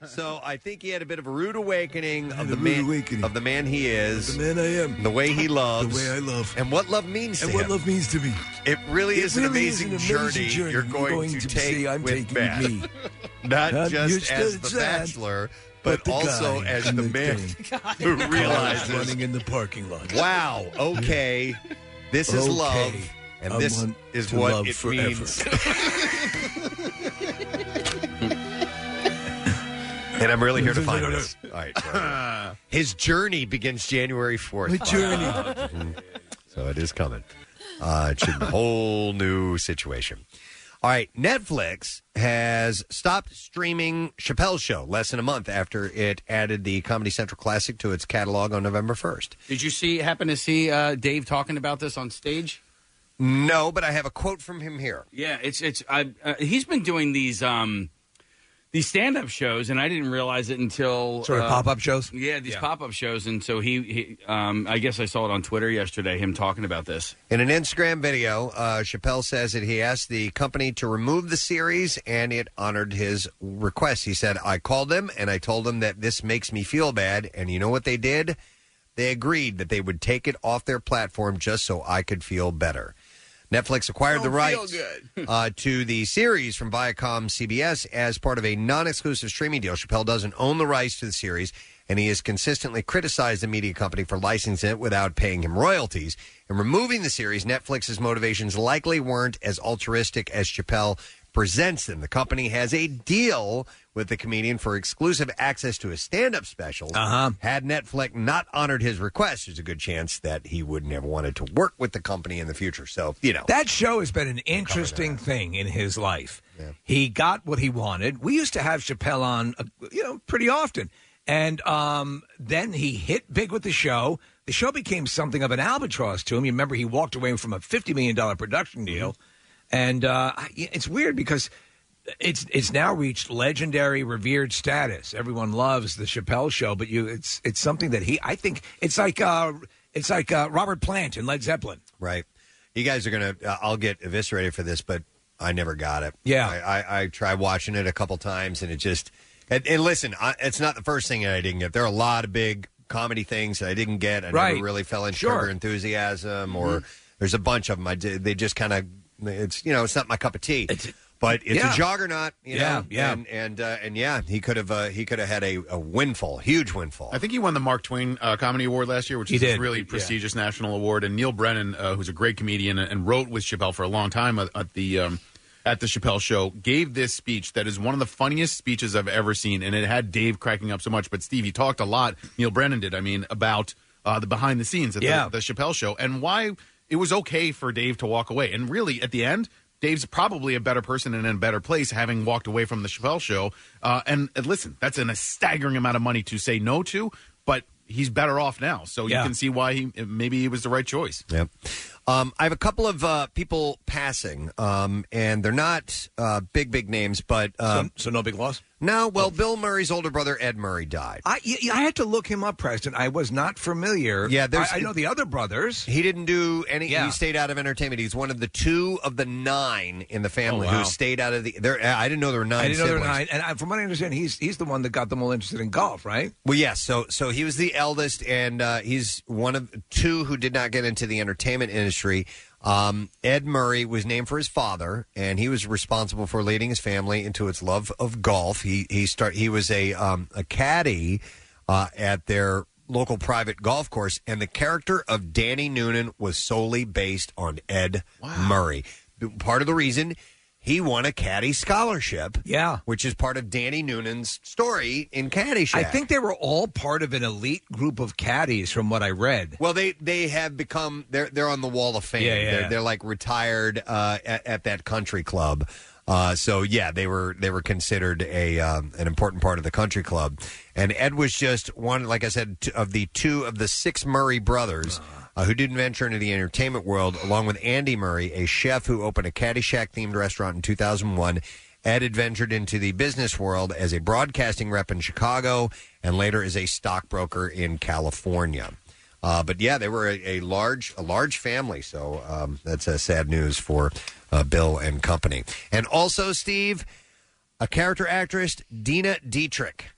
so I think he had a bit of a rude awakening of the man of the man he is. The
man I am.
The way he loves.
The way I love.
And what love means
and
to
what
him.
love means to me.
It really
It
is an
really is
amazing,
an amazing
journey,
journey
you're going, to, take
say I'm
with
taking
Matt.
me.
Not
I'm
just
used
as
to
the
that,
bachelor, but,
but the
also
guy
as
in
the
the
man
thing.
who
Cars
realizes,
running in the parking lot.
wow, okay, this is
Okay,
love, and
I
this
want
is
to
what
love
it
forever.
means. and I'm really here to find this. All right. so- His journey begins January 4th.
My journey.
Mhm. so it is coming. Uh, it should be a whole new situation. All right, Netflix has stopped streaming Chappelle's show less than a month after it added the Comedy Central Classic to its catalog on November 1st.
Did you see happen to see uh, Dave talking about this on stage?
No, but I have a quote from him here.
Yeah, it's it's I, uh, he's been doing these um these stand up shows, and I didn't realize it until
Sort of
uh,
pop-up shows?
Yeah, these pop up shows, and so he, he um I guess I saw it on Twitter yesterday. Him talking about this.
In an Instagram video, uh, Chappelle says that he asked the company to remove the series and it honored his request. He said, I called them and I told them that this makes me feel bad. And you know what they did? They agreed that they would take it off their platform just so I could feel better. Netflix acquired the rights uh, to the series from Viacom CBS as part of a non exclusive streaming deal. Chappelle doesn't own the rights to the series, and he has consistently criticized the media company for licensing it without paying him royalties. In removing the series, Netflix's motivations likely weren't as altruistic as Chappelle presents them. The company has a deal with the comedian for exclusive access to his stand up special. Uh-huh. Had Netflix not honored his request, there's a good chance that he wouldn't have wanted to work with the company in the future. So, you know.
That show has been an interesting thing in his life. He got what he wanted. We used to have Chappelle on, uh, you know, pretty often. And um, then he hit big with the show. The show became something of an albatross to him. You remember he walked away from a $50 million production
Mm-hmm.
deal. And uh, I- it's weird because it's it's now reached legendary revered status. Everyone loves the Chappelle show, but you it's it's something that he I think it's like uh it's like uh, Robert Plant in Led Zeppelin.
Right. You guys are gonna. Uh, I'll get eviscerated for this, but I never got it.
Yeah.
I, I, I tried watching it a couple times, and it just. And, and listen, I, it's not the first thing that I didn't get. There are a lot of big comedy things that I didn't get. I
Right.
never really fell into
Sure. Mm-hmm.
Curb Your enthusiasm, or there's a bunch of them. I did, they just kind of. It's you know, it's not my cup of tea. but it's
Yeah.
a juggernaut. You
Yeah,
Know?
yeah.
And and uh, and yeah, he could have. Uh, he could have had a, a windfall, huge windfall.
I think he won the Mark Twain uh, Comedy Award last year, which
He
is
did.
a really
Yeah.
prestigious national award. And Neil Brennan, uh, who's a great comedian and, and wrote with Chappelle for a long time at, at the um, at the Chappelle Show, gave this speech that is one of the funniest speeches I've ever seen, and it had Dave cracking up so much. But Steve, he talked a lot. Neil Brennan did. I mean, about uh, the behind the scenes at
Yeah.
the, the Chappelle Show and why it was okay for Dave to walk away. And really, at the end. Dave's probably a better person and in a better place having walked away from the Chappelle show. Uh, and, and listen, that's an, a staggering amount of money to say no to, but he's better off now. So
Yeah.
you can see why he maybe it was the right choice.
Yep. Um, I have a couple of uh, people passing, um, and they're not uh, big, big names, but uh,
so, so no big loss. Oh.
No, well, Bill Murray's older brother Ed Murray died.
I y- I had to look him up, Preston. I was not familiar.
Yeah, there's-
I, I know the other brothers.
He didn't do any.
Yeah.
He stayed out of entertainment. He's one of the two of the nine in the family
Oh, wow.
who stayed out of the. There, I didn't know there were nine.
I didn't know there were
siblings.
nine. And I, from what I understand, he's he's the one that got them all interested in golf, right?
Well, yes. So, so he was the eldest, and uh, he's one of two who did not get into the entertainment industry. Um, Ed Murray was named for his father, and he was responsible for leading his family into its love of golf. He he start he was a um, a caddy uh, at their local private golf course, and the character of Danny Noonan was solely based on Ed Murray. Part of the reason he won a caddy scholarship,
yeah,
which is part of Danny Noonan's story in Caddyshack.
I think they were all part of an elite group of caddies, from what I read.
Well, they they have become they're they're on the wall of fame.
Yeah, yeah.
They're, they're like retired uh, at, at that country club. Uh, so yeah, they were they were considered a um, an important part of the country club. And Ed was just one, like I said, t- of the two of the six Murray brothers. Uh, who didn't venture into the entertainment world, along with Andy Murray, a chef who opened a Caddyshack themed restaurant in 2001. Ed had ventured into the business world as a broadcasting rep in Chicago and later as a stockbroker in California. Uh, but yeah, they were a, a large, a large family. So um, that's uh, sad news for uh, Bill and company. And also, Steve, a character actress, Dina Dietrich,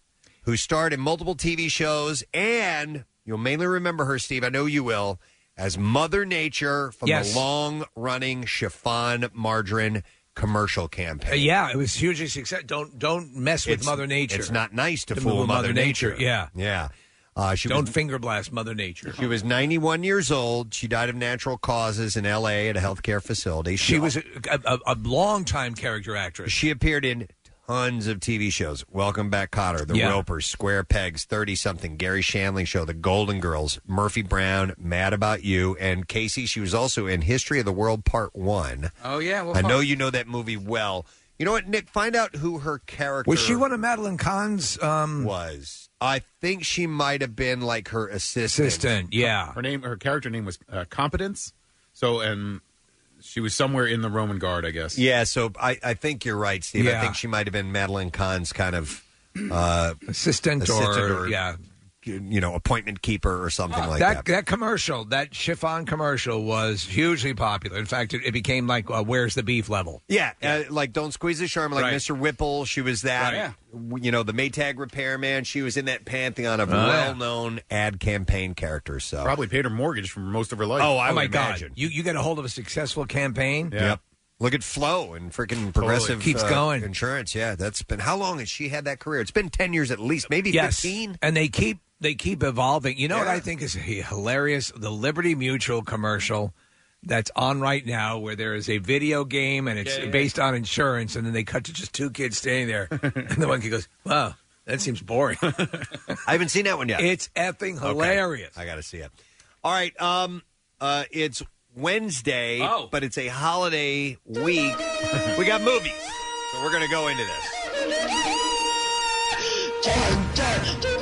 who starred in multiple TV shows, and you'll mainly remember her, Steve. I know you will, as Mother Nature from
Yes.
the long-running chiffon margarine commercial campaign.
Uh, yeah, it was hugely successful. Don't don't mess with
It's-
Mother Nature.
It's not nice to,
To
fool
fool
Mother,
Mother
Nature.
Nature, yeah.
yeah. Uh, she
don't
was,
finger blast Mother Nature.
She was 91 years old. She died of natural causes in L.A. at a healthcare facility.
She was a, a, a long time character actress.
She appeared in tons of TV shows. Welcome Back, Cotter, The
Yeah.
Ropers, Square Pegs, 30 Something, Gary Shanley Show, The Golden Girls, Murphy Brown, Mad About You, and Casey. She was also in History of the World Part 1.
Oh yeah, well,
I know
fuck.
you know that movie well. You know what, Nick? Find out who her character
Was she one of Madeline Kahn's? Um,
was. I think she might have been like her assistant.
Assistant,
Her, name, her character name was uh, Competence. So, and she was somewhere in the Roman Guard, I guess.
Yeah, so I, I think you're right, Steve. I
Yeah.
think she might have been Madeline Kahn's kind of uh,
Assistant or- yeah. Oh,
you know, appointment keeper or something like that.
that, that commercial, that chiffon commercial, was hugely popular. In fact, it, it became like uh, "Where's the Beef" level.
Yeah, Uh, like don't squeeze the charm, like
Right.
Mr. Whipple. She was that.
Right. Yeah.
w- You know, the Maytag repairman. She was in that pantheon of
Oh, yeah.
well-known ad campaign characters. So
Probably paid her mortgage for most of her life.
Oh, I
my
would imagine.
God! You you get a hold of a successful campaign.
Yep. Look at Flo and freaking progressive
keeps
uh,
going.
insurance. Yeah, that's been how long has she had that career? It's been ten years at least, maybe
Yes.
fifteen.
And they keep they keep evolving. You know what I think is h- hilarious? The Liberty Mutual commercial that's on right now where there is a video game and it's
Yeah, yeah.
based on insurance and then they cut to just two kids standing there and the one kid goes, "Wow, that seems boring."
I haven't seen that one yet.
It's effing
Okay.
hilarious.
I got to see it. All right. Um, uh, it's Wednesday, but it's a holiday week. we got movies, so we're going to go into this.
Dun, dun, dun, dun.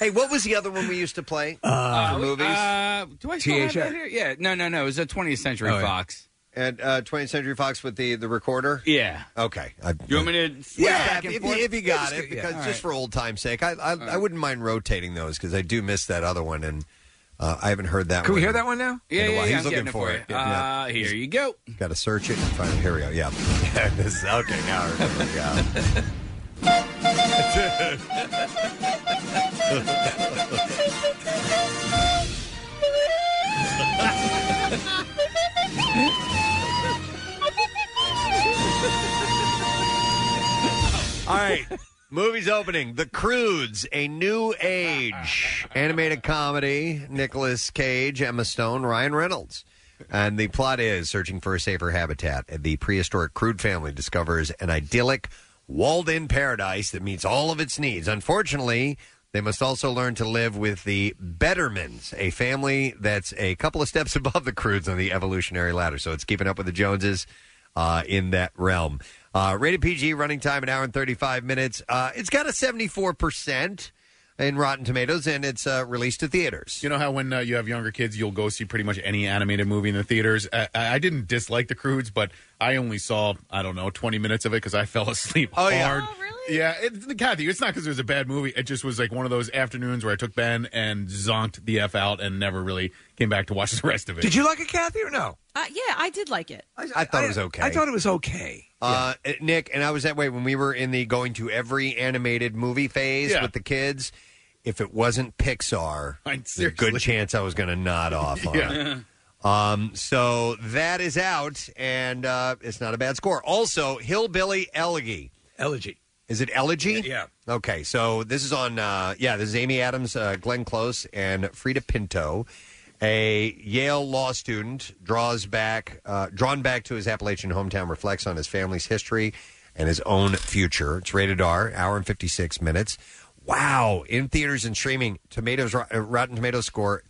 hey, what was the other one we used to play?
Uh,
for movies?
uh, do I still have that here? Yeah, no, no, no. It was a 20th Century
Oh, yeah.
Fox.
And uh, 20th Century Fox with the, the recorder?
Yeah.
Okay. I,
You want me to? switch
yeah,
back and
if,
forth?
if you got
Yeah,
it,
just-
because
yeah. All
just
right.
for old time's sake, I I, I wouldn't mind rotating those because I do miss that other one, and uh, I haven't heard that.
Can
one
we hear that one now?
in a
Yeah, yeah,
while.
yeah,
He's
I'm
looking
getting it
for
for
it.
you. Uh, here you go.
Got to search it and find it. Here we go. Yeah. Yeah, this is- okay, now I remember. Yeah. All right. Movies opening The Crudes, A New Age. Animated comedy, Nicolas Cage, Emma Stone, Ryan Reynolds. And the plot is searching for a safer habitat. And the prehistoric Crude family discovers an idyllic, walled in paradise that meets all of its needs. Unfortunately, they must also learn to live with the Bettermans, a family that's a couple of steps above the Crudes on the evolutionary ladder. So it's keeping up with the Joneses uh, in that realm. Uh, rated PG, running time an hour and 35 minutes. Uh, it's got a 74% in Rotten Tomatoes, and it's uh, released to theaters.
You know how when uh, you have younger kids, you'll go see pretty much any animated movie in the theaters. I, I I didn't dislike The Crudes, but I only saw I don't know twenty minutes of it because I fell asleep
Oh,
hard.
yeah.
really? Yeah, it, Kathy, it's not because it was a bad movie. It just was like one of those afternoons where I took Ben and zonked the f out and never really came back to watch the rest of it.
Did you like it, Kathy, or no?
Uh, yeah, I did like it.
I thought it was okay.
I thought it was okay.
Uh, Nick and I was that way when we were in the going to every animated movie phase
Yeah.
with the kids. If it wasn't Pixar, there's a good
seriously.
chance I was going to nod off on it.
Yeah.
Um, so that is out, and uh, it's not a bad score. Also, Hillbilly Elegy.
Elegy.
Is it Elegy?
Yeah.
Okay, so this is on, uh, yeah, this is Amy Adams, uh, Glenn Close, and Frida Pinto. A Yale law student draws back, uh, drawn back to his Appalachian hometown, reflects on his family's history and his own future. It's rated R, hour and 56 minutes. Wow, in theaters and streaming, tomatoes, Rot- uh, Rotten Tomatoes score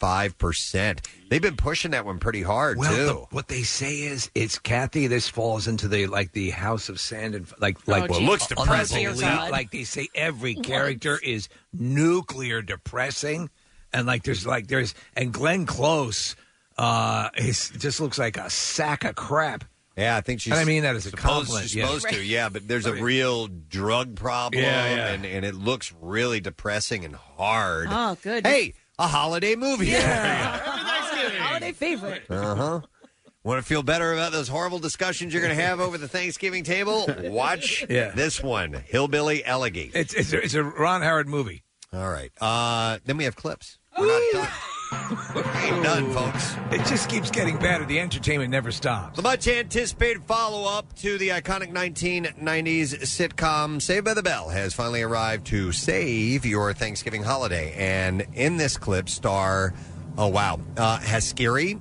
25%. They've been pushing that one pretty hard,
Well,
too.
the- what they say is it's Kathy. This falls into the like the House of Sand and like like
geez. looks depressing.
Unbelievable.
Oh, Dear God.
Like they say, every character is nuclear depressing, and like there's like there's and Glenn Close uh is just looks like a sack of crap.
Yeah, I think she's.
And I mean that as a
supposed,
compliment.
She's supposed to, yeah, but there's a real drug problem,
Yeah, yeah.
And, and it looks really depressing and hard.
Oh, good.
Hey, a holiday movie.
Oh, Holiday favorite.
uh huh. Want to feel better about those horrible discussions you're going to have over the Thanksgiving table? Watch
Yeah.
this one, Hillbilly Elegy.
It's it's a, it's a Ron Howard movie.
All right. Uh, then we have clips. We're not done. We're done, folks.
It just keeps getting better. The entertainment never stops.
The much anticipated follow up to the iconic 1990s sitcom Saved by the Bell has finally arrived to save your Thanksgiving holiday. And in this clip, star, oh wow, uh, Haskiri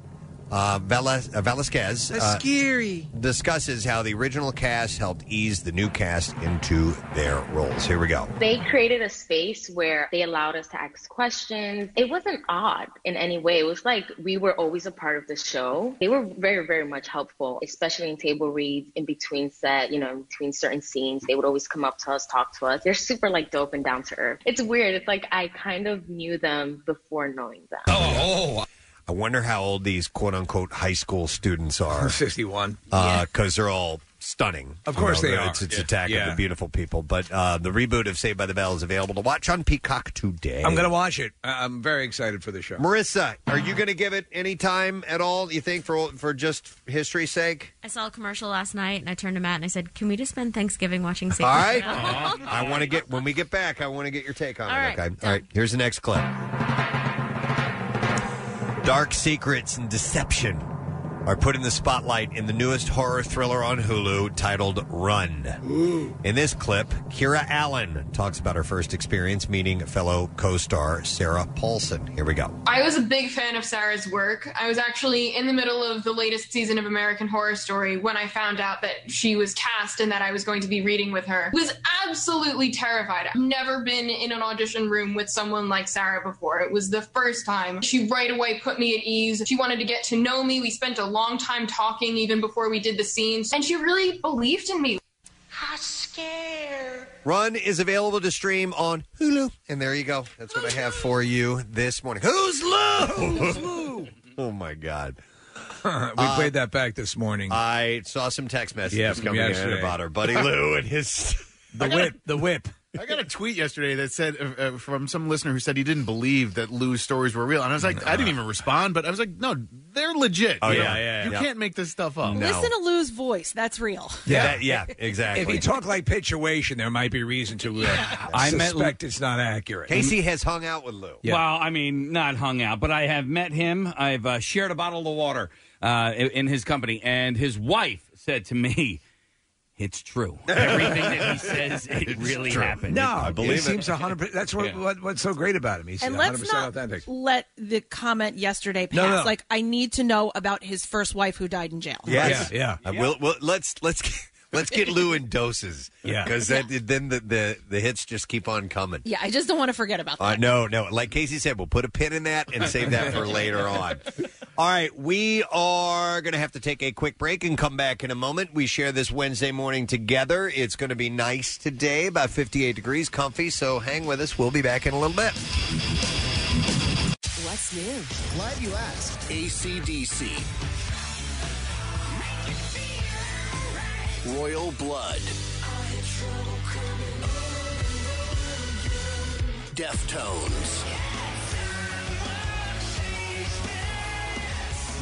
uh, Velas- uh, Velasquez. uh,
Scary.
Discusses how the original cast helped ease the new cast into their roles. Here we go.
They created a space where they allowed us to ask questions. It wasn't odd in any way. It was like we were always a part of the show. They were very, very much helpful, especially in table reads, in between set, you know, in between certain scenes. They would always come up to us, talk to us. They're super like dope and down to earth. It's weird. It's like I kind of knew them before knowing them.
Oh. I wonder how old these quote unquote high school students are.
51.
Because they're all stunning.
Of course they are.
It's, it's
Yeah.
Attack of
Yeah.
the Beautiful People. But uh, the reboot of Saved by the Bell is available to watch on Peacock today.
I'm gonna watch it. I- I'm very excited for the show.
Marissa, are you going to give it any time at all, you think, for for just history's sake?
I saw a commercial last night and I turned to Matt and I said, "Can we just spend Thanksgiving watching Saved
All
by the
right.
Bell?"
I want to get, when we get back, I want to get your take on
All
it.
right,
okay. All right. Here's the next clip Dark secrets and deception are put in the spotlight in the newest horror thriller on Hulu titled Run. In this clip, Kira Allen talks about her first experience meeting fellow co star Sarah Paulson. Here we go.
I was a big fan of Sarah's work. I was actually in the middle of the latest season of American Horror Story when I found out that she was cast and that I was going to be reading with her. It was absolutely terrified. I've never been in an audition room with someone like Sarah before. It was the first time. She right away put me at ease. She wanted to get to know me. We spent a long time talking even before we did the scenes, and she really believed in me. How scared.
Run is available to stream on Hulu. And there you go. That's what I have for you this morning. Who's Lou? Who's Lou? oh, my Uh, God.
we played that back this morning.
I saw some text messages
Yeah, from
coming in
yesterday.
about our buddy Lou and his.
The whip. The whip.
I got a tweet yesterday that said uh, uh, from some listener who said he didn't believe that Lou's stories were real, and I was like, I didn't even respond, but I was like, no, they're legit.
Oh,
you
yeah,
know?
yeah, yeah,
you
yeah.
can't make this stuff up.
Listen to Lou's voice. That's real.
Oh, Yeah, that- yeah, exactly.
If you talk like pituation, there might be reason to uh,
I met-
suspect it's not accurate.
Casey has hung out with Lou.
Well, I mean, not hung out, but I have met him. I've uh, shared a bottle of water uh, in- in his company, and his wife said to me, "It's true. Everything that he says, it really happened."
No, it seems 100%. That's what, what, what's so great about him. He's
and
100%
let's not
authentic.
let the comment yesterday pass.
No, no.
Like, I need to know about his first wife who died in jail.
Yes.
Yeah,
Uh, we'll, we'll- let's let's get- let's get Lou in doses.
Yeah.
because then the, the the hits just keep on coming.
Yeah, I just don't want to forget about that.
Uh, no, no. Like Casey said, we'll put a pin in that and save that for later on. All right, we are going to have to take a quick break and come back in a moment. We share this Wednesday morning together. It's going to be nice today, about 58 degrees, comfy. So hang with us. We'll be back in a little bit.
What's new? Glad you asked.
ACDC. Royal Blood. Deftones.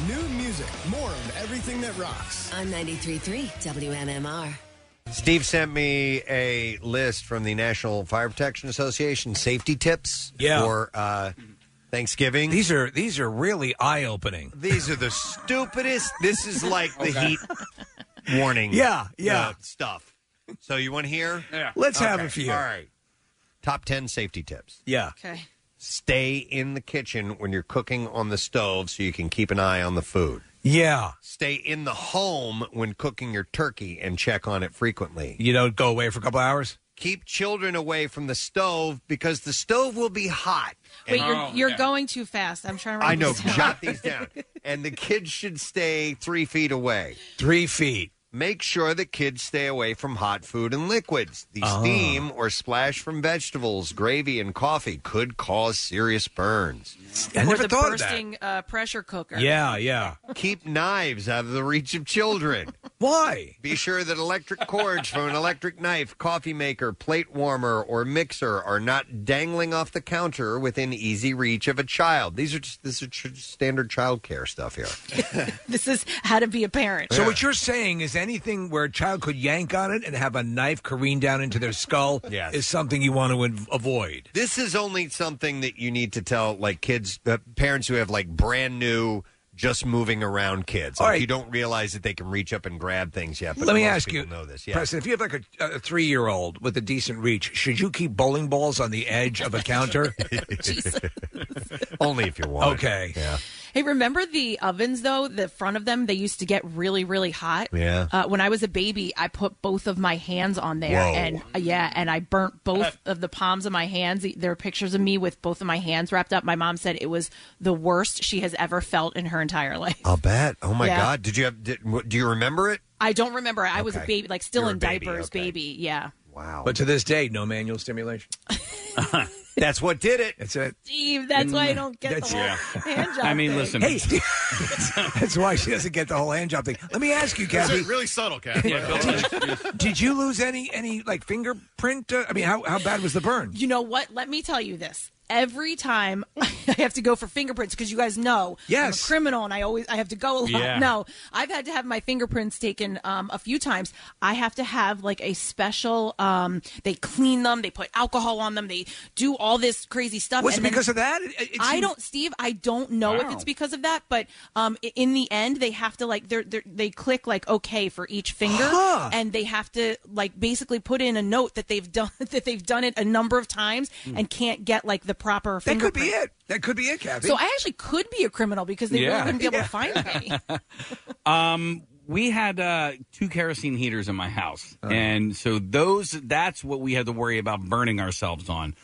New music, more of everything that rocks. On 93.3 WMMR.
Steve sent me a list from the National Fire Protection Association safety tips
Yeah.
for uh, Thanksgiving.
These are these are really eye opening.
These are the stupidest. This is like the
Okay.
heat warning.
Yeah, yeah.
uh, stuff. So you want to hear? Yeah.
Let's have a few.
All right. Top 10 safety tips.
Yeah.
Okay.
Stay in the kitchen when you're cooking on the stove so you can keep an eye on the food.
Yeah.
Stay in the home when cooking your turkey and check on it frequently.
You don't go away for a couple hours?
Keep children away from the stove because the stove will be hot.
Wait,
And-
you're,
Oh,
you're going too fast. I'm trying to.
I
write
know.
this down.
Jot these down. And the kids should stay three feet away.
Three feet.
Make sure that kids stay away from hot food and liquids. The
Oh.
steam or splash from vegetables, gravy, and coffee could cause serious burns.
or the bursting, Uh, pressure cooker.
Yeah, yeah.
Keep knives out of the reach of children.
Why?
Be sure that electric cords from an electric knife, coffee maker, plate warmer, or mixer are not dangling off the counter within easy reach of a child. These are just this is tr- standard childcare stuff here.
This is how to be a parent.
So what you're saying is anything where a child could yank on it and have a knife careen down into their skull is something you want to av- avoid.
This is only something that you need to tell like kids, uh, parents who have like brand new, just moving around kids. Like, You don't realize that they can reach up and grab things yet. But
Let me
most
ask
people
you,
know this. Yeah.
Preston, if you have like a, a three-year-old with a decent reach, should you keep bowling balls on the edge of a counter?
Only if you want.
Okay.
Yeah.
Hey, remember the ovens though? The front of them, they used to get really, really hot.
Yeah.
Uh, when I was a baby, I put both of my hands on there,
Whoa.
and uh, yeah, and I burnt both of the palms of my hands. There are pictures of me with both of my hands wrapped up. My mom said it was the worst she has ever felt in her entire life.
I'll bet. Oh my
Yeah.
God! Did you have? Did, what- do you remember it?
I don't remember. I was a
Okay.
baby, like still
You're a
in
baby,
diapers, baby. Yeah.
Wow.
But to this day, no manual stimulation.
That's what did it.
That's it.
Steve, that's why I don't get the whole hand job. thing.
Hey, Steve. that's why she doesn't get the whole hand job thing. Let me ask you,
It's
Kathy.
really subtle, Kathy.
Did you lose any any like fingerprint? Uh, I mean, how how bad was the burn?
You know what? Let me tell you this. Every time I have to go for fingerprints because you guys know I'm a
Yes.
criminal and I always I have to go a lot.
Yeah.
No, I've had to have my fingerprints taken um, a few times. I have to have like a special. Um, they clean them. They put alcohol on them. They do all this crazy stuff.
Was
and
it
then-
because of that? It- it
I
seems-
don't, Steve. I don't know if
Wow.
it's because of that, but um, i- in the end, they have to like they're, they're, they click like okay for each finger,
Huh.
and they have to like basically put in a note that they've done that they've done it a number of times
Hmm.
and can't get like the proper.
That could be
fingerprint.
it. That could be it, Kathy.
So I actually could be a criminal because they
Yeah.
really wouldn't be able
Yeah.
to find me.
Um, we had uh, two kerosene heaters in my house, and so those that's what we had to worry about burning ourselves on.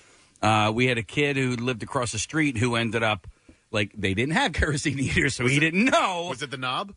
Uh, we had a kid who lived across the street who ended up like they didn't have kerosene heaters, so he didn't know.
Was it the knob?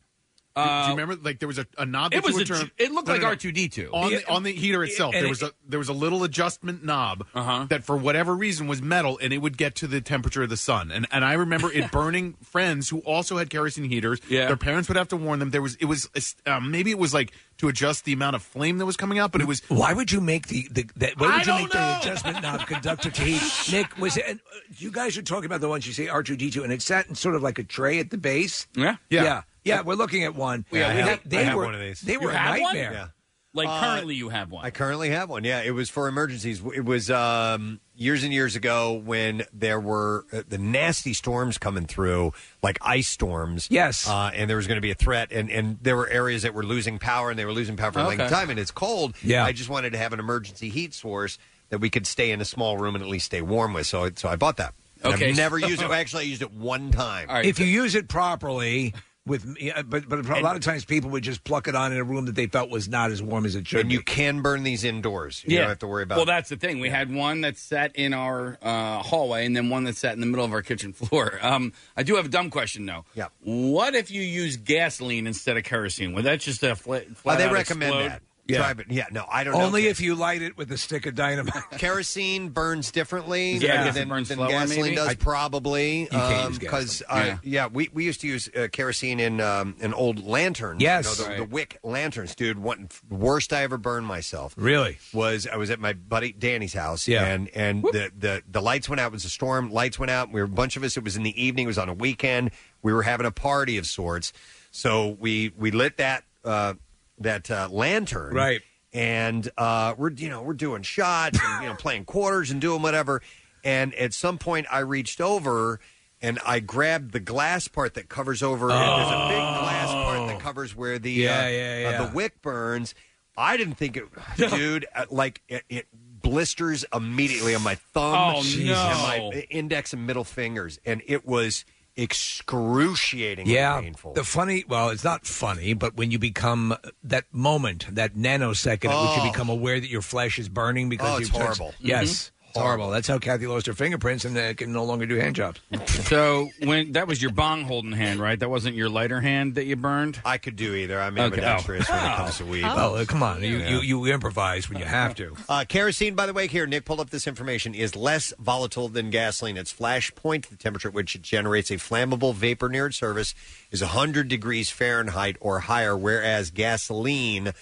Uh,
Do you remember? Like there was a, a knob.
it
that you
was
would
a-
turn-
it looked like R2D2.
on
Yeah.
the, on the heater itself.
And
there
it- Uh-huh.
was a there was a little adjustment knob that for whatever reason was metal, and it would get to the temperature of the sun. And and I remember it burning friends who also had kerosene heaters.
Yeah.
their parents would have to warn them. There was it was uh, maybe it was like to adjust the amount of flame that was coming out, but it was
why would you make the the that, Why would
I
you
don't
make
know.
the adjustment knob conductor to heat? Nick, was it? And, uh, you guys are talking about the ones you say R two D two, and it sat in sort of like a tray at the base.
Yeah,
yeah, yeah. we're looking at one.
Yeah, I
They-
have-
they
I have
were
one of these.
they
You
were a
have one?
nightmare.
Yeah.
Like
Uh,
currently, you have one.
I currently have one. Yeah, it was for emergencies. It was um, years and years ago when there were uh, the nasty storms coming through, like ice storms.
Yes,
uh, and there was going to be a threat, and and there were areas that were losing power, and they were losing power for a length of
Okay.
time, and it's cold.
Yeah.
I just wanted to have an emergency heat source that we could stay in a small room and at least stay warm with. So I- so I bought that. And
Okay.
I've never used it. Actually, I used it one time.
If you use it properly. With yeah, but but a lot of times people would just pluck it on in a room that they felt was not as warm as it should.
and you can burn these indoors, you don't have to worry about.
Well, that's the thing. We had one that sat in our uh, hallway, and then one that sat in the middle of our kitchen floor. Um, I do have a dumb question though. Yeah. What if you use gasoline instead of kerosene? Would that just a flat?
Well,
flat
Oh, they
out
recommend
explode?
that. Yeah. Try, but yeah, no, I don't know.
Only if you light it with a stick of dynamite.
kerosene burns differently
Yeah, I guess it
than,
burns
than
slower,
gasoline
maybe.
does
I-
probably
can't use
because
gasoline.
uh, yeah. we, we used to use uh, kerosene in um, in old lanterns you
Yes.
know, the, the
Right.
wick lanterns dude one worst I ever burned myself
Really?
was I was at my buddy Danny's house
Yeah.
and and the, the the lights went out it was a storm lights went out we were a bunch of us it was in the evening it was on a weekend we were having a party of sorts so we we lit that uh, that uh, lantern
Right.
and uh, we're you know we're doing shots and you know playing quarters and doing whatever and at some point i reached over and i grabbed the glass part that covers over and there's a big glass part that covers where the
Oh. Yeah,
uh,
yeah,
uh,
yeah.
the wick burns i didn't think it dude uh, like it, it blisters immediately on my thumb
Oh,
and
no.
my index and middle fingers and it was excruciating
yeah,
painful
the funny. Well, it's not funny, but when you become uh, that moment, that nanosecond, at which
Oh.
you become aware that your flesh is burning because
Oh,
you
it's
touched-
horrible.
Yes, horrible. That's how Kathy lost her fingerprints and uh, can no longer do hand jobs.
So when that was your bong holding hand, right? That wasn't your lighter hand that you burned.
I could do either. I'm
ambidextrous
when it comes to weed.
Oh, uh, come on, you,
Yeah.
you you improvise when you have to.
Uh, kerosene, by the way, here, Nick pulled up this information, is less volatile than gasoline. Its flash point, the temperature at which it generates a flammable vapor near its surface, is 100 degrees Fahrenheit or higher, whereas gasoline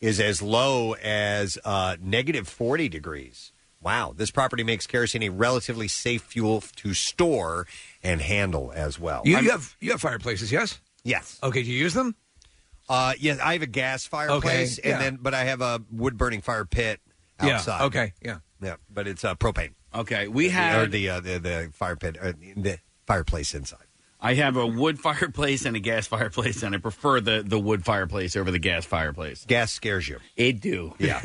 is as low as uh, negative 40 degrees. Wow. This property makes kerosene a relatively safe fuel to store and handle as well.
You,
I'm-
you have you have fireplaces, yes?
Yes.
Okay, do you use them?
Uh, yes, I have a gas fireplace,
yeah.
and then but I have a wood burning fire pit
Yeah,
outside.
okay, yeah.
yeah, but it's uh, propane.
Okay, we
The-
had-
or the, uh, the the fire pit uh, the fireplace inside.
I have a wood fireplace and a gas fireplace, and I prefer the, the wood fireplace over the gas fireplace.
Gas scares you.
It do.
Yeah.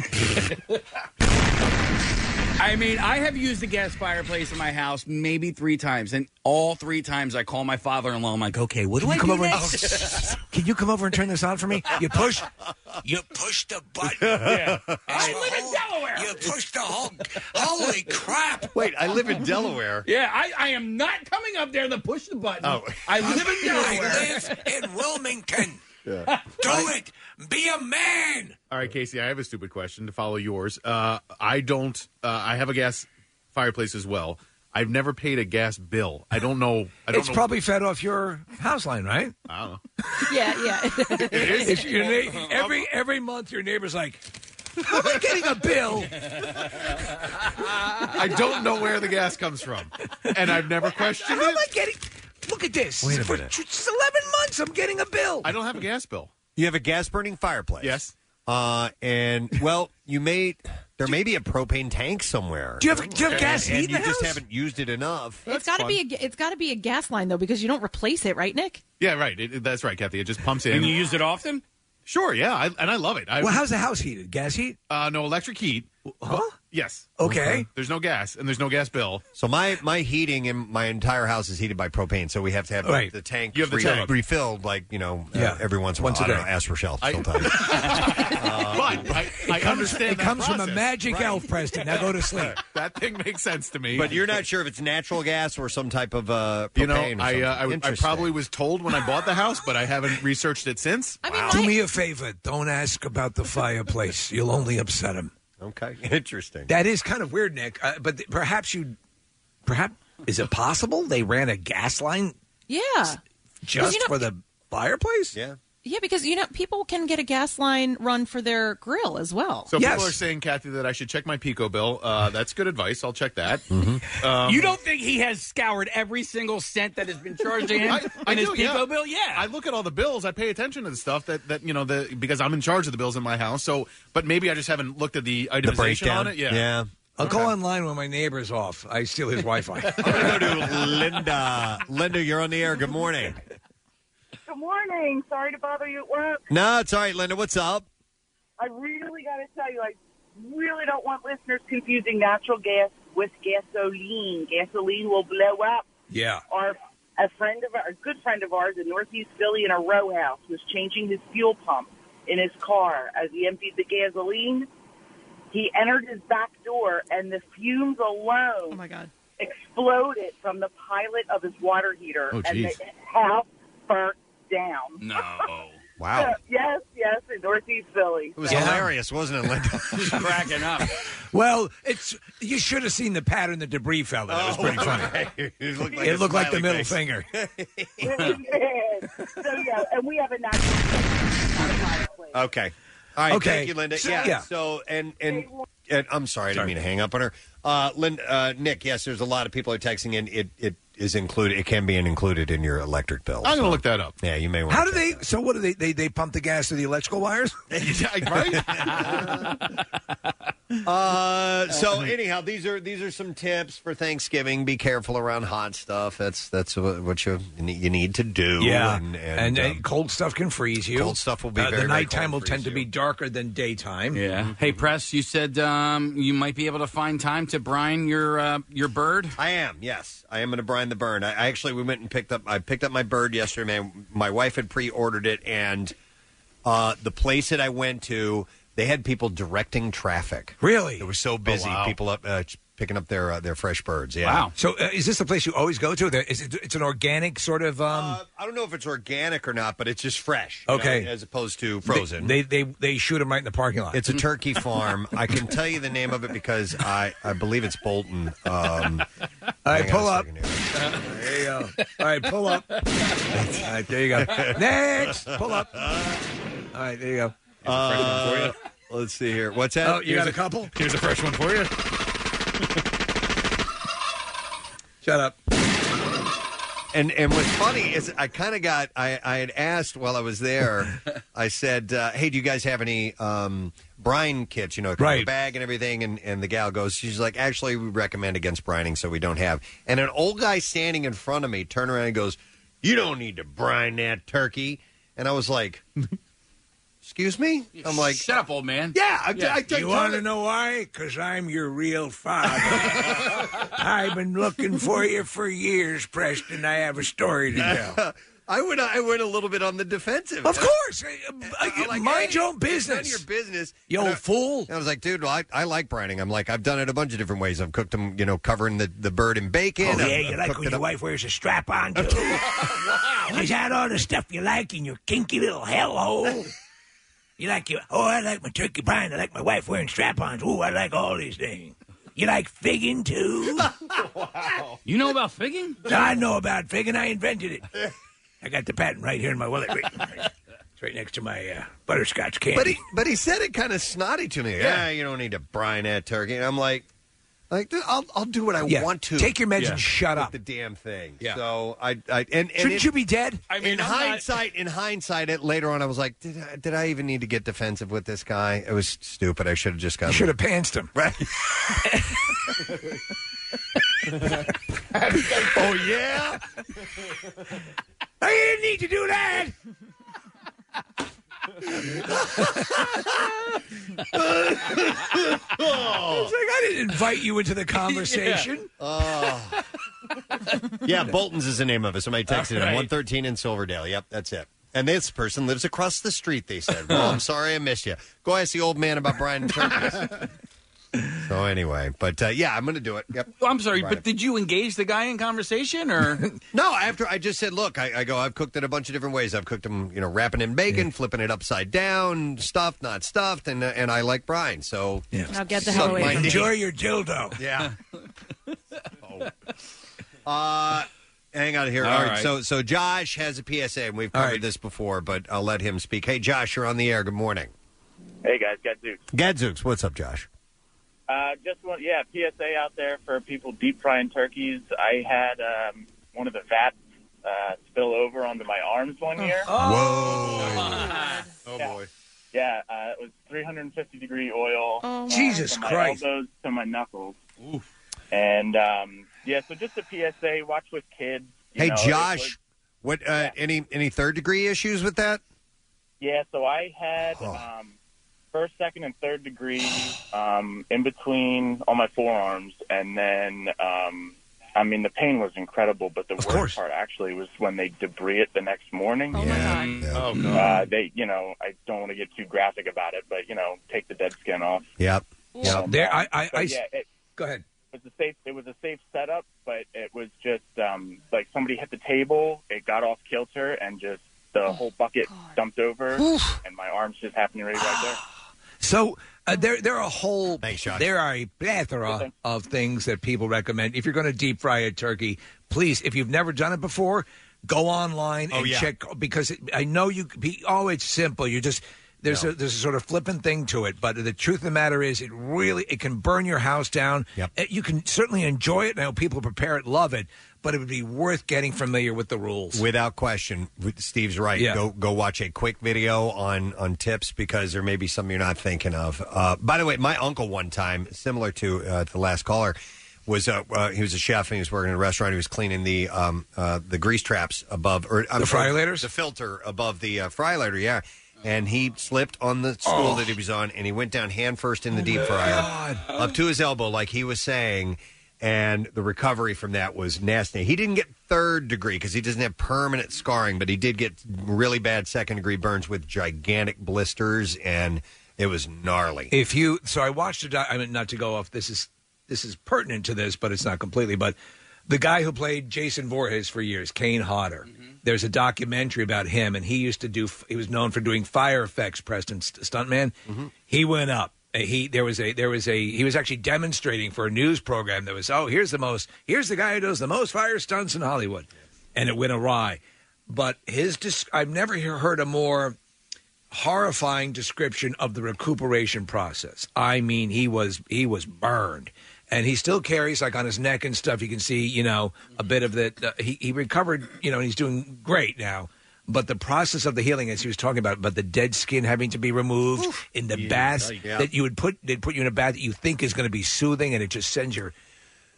I mean, I have used the gas fireplace in my house maybe three times, and all three times I call my father-in-law. I'm like, okay, what do I
come
do
over and-
next?
Can you come over and turn this on for me? You push, you push the button.
Yeah.
I live in Delaware. You push the whole. Holy crap!
Wait, I live in Delaware.
yeah, I, I am not coming up there to push the button.
Oh.
I live in Delaware.
in Wilmington. Do it. Be a man.
All right, Casey, I have a stupid question to follow yours. Uh, I don't. Uh, I have a gas fireplace as well. I've never paid a gas bill. I don't know. I don't
It's
know.
probably fed off your house line, right?
I don't know.
Yeah, yeah.
If your na- every every month, your neighbor's like, "How am I getting a bill?"
I don't know where the gas comes from, and I've never questioned
How am
it.
I getting? Look at this.
Wait a
For
minute.
t- it's eleven months, I'm getting a bill.
I don't have a gas bill.
You have a gas burning fireplace. Yes. Uh, and well, you may there may be a propane tank somewhere.
Do you have- do you have gas
And,
heat
and
in
you
the
just
house?
haven't used it enough.
it's got to be a, ga- it's got to be a gas line though because you don't replace it, right, Nick?
Yeah, right. It, it- that's right, Kathy. It just pumps in.
And you use it often?
Sure, yeah, I, and I love it. I,
Well, how's the house heated? Gas heat?
Uh, no, electric heat. Yes.
Okay.
There's no gas, and there's no gas bill.
So my my heating in my entire house is heated by propane, so we have to have
Right.
the tank,
You have the
re-
tank.
refilled, like you know, uh,
Yeah.
every once in a
Once
while.
a
I don't
day.
know, ask Rochelle
I-
sometimes.
but I, I
comes-
understand.
it comes from a magic elf, Preston. Now go to sleep.
that thing makes sense to me.
but you're not sure if it's natural gas or some type of uh, propane.
You know,
or
I, uh,
something.
I, I
Interesting.
probably was told when I bought the house, but I haven't researched it since. I
Do me a favor. Don't ask about the fireplace. You'll only upset him.
Okay. Interesting.
That is kind of weird, Nick. Uh, but th- perhaps you, perhaps is it possible they ran a gas line
Yeah.
just
you know-
for the fireplace?
Yeah.
Yeah, because you know people can get a gas line run for their grill as well.
So people are saying, Kathy, that I should check my Pico bill. Uh, that's good advice. I'll check that. Um,
you don't think he has scoured every single cent that has been charged to him
I, I
in his
do,
Pico
yeah.
bill? Yeah.
I look at all the bills. I pay attention to the stuff that, that you know the because I'm in charge of the bills in my house. So, but maybe I just haven't looked at the itemization on it. Yeah,
I'll go online when my neighbor's off. I steal his Wi-Fi.
Linda. Linda, you're on the air. Good morning.
Good morning. Sorry to bother you at work.
No, it's all right, Linda. What's up?
I really got to tell you, I really don't want listeners confusing natural gas with gasoline. Gasoline will blow up.
Yeah.
Oh,
Our a friend of our, a good friend of ours in Northeast Philly in a row house was changing his fuel pump in his car as he emptied the gasoline. He entered his back door, and the fumes alone oh my
God.
exploded from the pilot of his water heater,
Oh,
and the
geez.
house burnt down.
No.
Wow.
yes, yes, in Northeast Philly.
It was hilarious, wasn't it, Linda?
cracking up.
Well, it's you should have seen the pattern the debris fell in. It was pretty funny.
Oh, it looked
like
it
a
looked like the
smiley
middle
face.
finger.
so yeah, and we have a natural.
Okay. All right.
Okay.
Thank you, Linda.
So-
yeah,
yeah.
So and and. And I'm sorry, I didn't mean to hang up on her. Uh, Lynn, uh, Nick, yes, there's a lot of people are texting in. It it is included. It can be an included in your electric bill.
I'm gonna
so-
look
that up.
Yeah, you may want.
How do they? So what do they? They they pump the gas through the electrical wires?
Uh, so anyhow, these are these are some tips for Thanksgiving. Be careful around hot stuff. That's that's what what you you need to do.
Yeah,
and, um,
and, uh, cold stuff can freeze you.
Cold stuff will be
Uh,
very,
the
very cold
nighttime will
freeze Mm-hmm.
tend to be darker than daytime.
Yeah. Hey, press. You said um, you might be able to find time to brine your uh, your bird.
I am. Yes, I am going to brine the bird. I, I actually we went and picked up. I picked up my bird yesterday. My, my wife had pre-ordered it, and uh, the place that I went to, they had people directing traffic.
Really, Oh,
it was so busy.
wow.
People up uh, picking up their uh, their fresh birds. Yeah.
Wow. So uh, is this the place you always go to? There- Is it? It's an organic sort of. Um,
Uh, I don't know if it's organic or not, but it's just fresh. you
Okay.
know, as opposed to frozen.
They, they they they shoot them right in the parking lot.
It's a turkey farm. I can tell you the name of it because I, I believe it's Bolton. Um, All
right, pull up. There you go. All right, pull up. All right, there you go. Next, pull up. All right, there you go.
Uh, let's see here. What's that?
Oh, you got a couple?
Here's a fresh one for you.
Shut up.
And and what's funny is I kind of got I, I had asked while I was there. I said, uh, "Hey, do you guys have any um, brine kits? You know, a kind of
Right.
bag and everything." And and the gal goes, "She's like, actually, we recommend against brining, so we don't have." And an old guy standing in front of me turned around and goes, "You don't need to brine that turkey." And I was like. Excuse me? I'm like,
shut up, old man.
Yeah, I, I, I
you want to know why? Because I'm your real father. I've been looking for you for years, Preston. I have a story to tell.
I went. I went a little bit on the defensive.
Of course, Uh, you- mind your own business.
Mind your business,
You old fool.
And I was like, dude, well, I, I like brining. I'm like, I've done it a bunch of different ways. I've cooked them, you know, covering the, the bird in bacon.
Oh,
I've-
yeah, you
I've
like
cooked
when
it
your
up-
wife wears a strap on, too. Is that all the stuff you like in your kinky little hellhole? You like your, oh, I like my turkey brine. I like my wife wearing strap ons. Ooh, I like all these things. You like figging, too?
You know about figging?
I know about figging. I invented it. I got the patent right here in my wallet. Right- It's right next to my uh, butterscotch candy.
But he, but he said it kind of snotty to me. Yeah,
Yeah.
you don't need to brine that turkey. And I'm like, like dude, I'll, I'll do what I
Yeah.
want to.
Take your meds and shut
with
up.
The damn thing.
Yeah.
So I, I and, and
Shouldn't
it-
you be dead?
I
in hindsight, in hindsight, it later on, I was like, did I, did I even need to get defensive with this guy? It was stupid. I should have just gotten.
should have pantsed him.
Right. oh yeah.
I didn't need to do that. It's like I didn't invite you into the conversation.
uh, yeah, Bolton's is the name of it. Somebody texted him.
All right.
113 in Silverdale. Yep, that's it. And this person lives across the street, they said. Well, I'm sorry I missed you. Go ask the old man about Brian and turkeys. so, anyway, but uh, yeah, I'm going to do it. Yep.
Oh, I'm sorry,
Right.
but did you engage the guy in conversation or?
no, after I just said, look, I, I go, I've cooked it a bunch of different ways. I've cooked them, you know, wrapping in bacon, flipping it upside down, stuffed, not stuffed, and uh, and I like brine. So yeah.
Now get the hell away from me.
Enjoy
your dildo.
Yeah. Uh, hang on here.
All
All right.
right.
So so Josh has a PSA, and we've covered this before, but I'll let him speak. Hey, Josh, you're on the air. Good morning.
Hey guys, Gadzooks.
Gadzooks, what's up, Josh?
Uh, just want, yeah, PSA out there for people deep frying turkeys. I had um, one of the vats uh, spill over onto my arms one year.
Oh. Whoa!
Oh boy. Yeah, uh, it was 350 degree oil.
Oh, my. Jesus
from my
Christ.
elbows to my knuckles. And um, yeah, so just a PSA: watch with kids. You
hey,
know, it
Josh,
was-
what uh, any any third degree issues with that?
yeah, so I had um, first, second, and third degree um, in between on my forearms, and then um, I mean the pain was incredible. But the worst part actually was when they debris it the next morning. Oh
my god!
Oh no! Uh, they, you know, I don't want to get too graphic about it, but you know, take the dead skin off.
Yep. Yep.
There, I, I,
But,
I
yeah, it,
go ahead.
It was a safe. It was a safe setup, but it was just um, like somebody hit the table. It got off kilter, and just the whole bucket dumped over,
Oh, Oof.
and my arms just happened right, right there.
So uh, there, there are a whole, there are a plethora of things that people recommend. If you're going to deep fry a turkey, please, if you've never done it before, go online
Oh,
and
yeah.
check because it, I know you. Be, oh, it's simple. You just there's a there's a sort of flippant thing to it, but the truth of the matter is, it really it can burn your house down. Uh, You can certainly enjoy it. I know people who prepare it love it, but it would be worth getting familiar with the rules.
Without question, with- Steve's right.
Yeah.
Go go watch a quick video on on tips because there may be something you're not thinking of. Uh, by the way, my uncle one time, similar to uh, the last caller, was uh, uh, he was a chef and he was working in a restaurant. He was cleaning the um, uh, the grease traps above or
The fry laders?
the filter above the uh, fry later, yeah. And he slipped on the stool that he was on, and he went down hand first in the deep fryer, up to his elbow, like he was saying. And the recovery from that was nasty. He didn't get third degree because he doesn't have permanent scarring, but he did get really bad second degree burns with gigantic blisters, and it was gnarly.
If you so, I watched a. doc- I mean, not to go off. This is this is pertinent to this, but it's not completely. But the guy who played Jason Voorhees for years, Kane Hodder. There's a documentary about him, and he used to do. He was known for doing fire effects. Preston st- stuntman. He went up. Uh, He there was a there was a he was actually demonstrating for a news program that was oh here's the most here's the guy who does the most fire stunts in Hollywood, and it went awry. But his dis- I've never he- heard a more horrifying description of the recuperation process. I mean, he was he was burned, and he still carries like on his neck and stuff. You can see, you know, a bit of that. Uh, he he recovered, you know, and he's doing great now. But the process of the healing, as he was talking about, but the dead skin having to be removed in the
Yeah,
bath
yeah.
that you would put, they'd put you in a bath that you think is going to be soothing, and it just sends your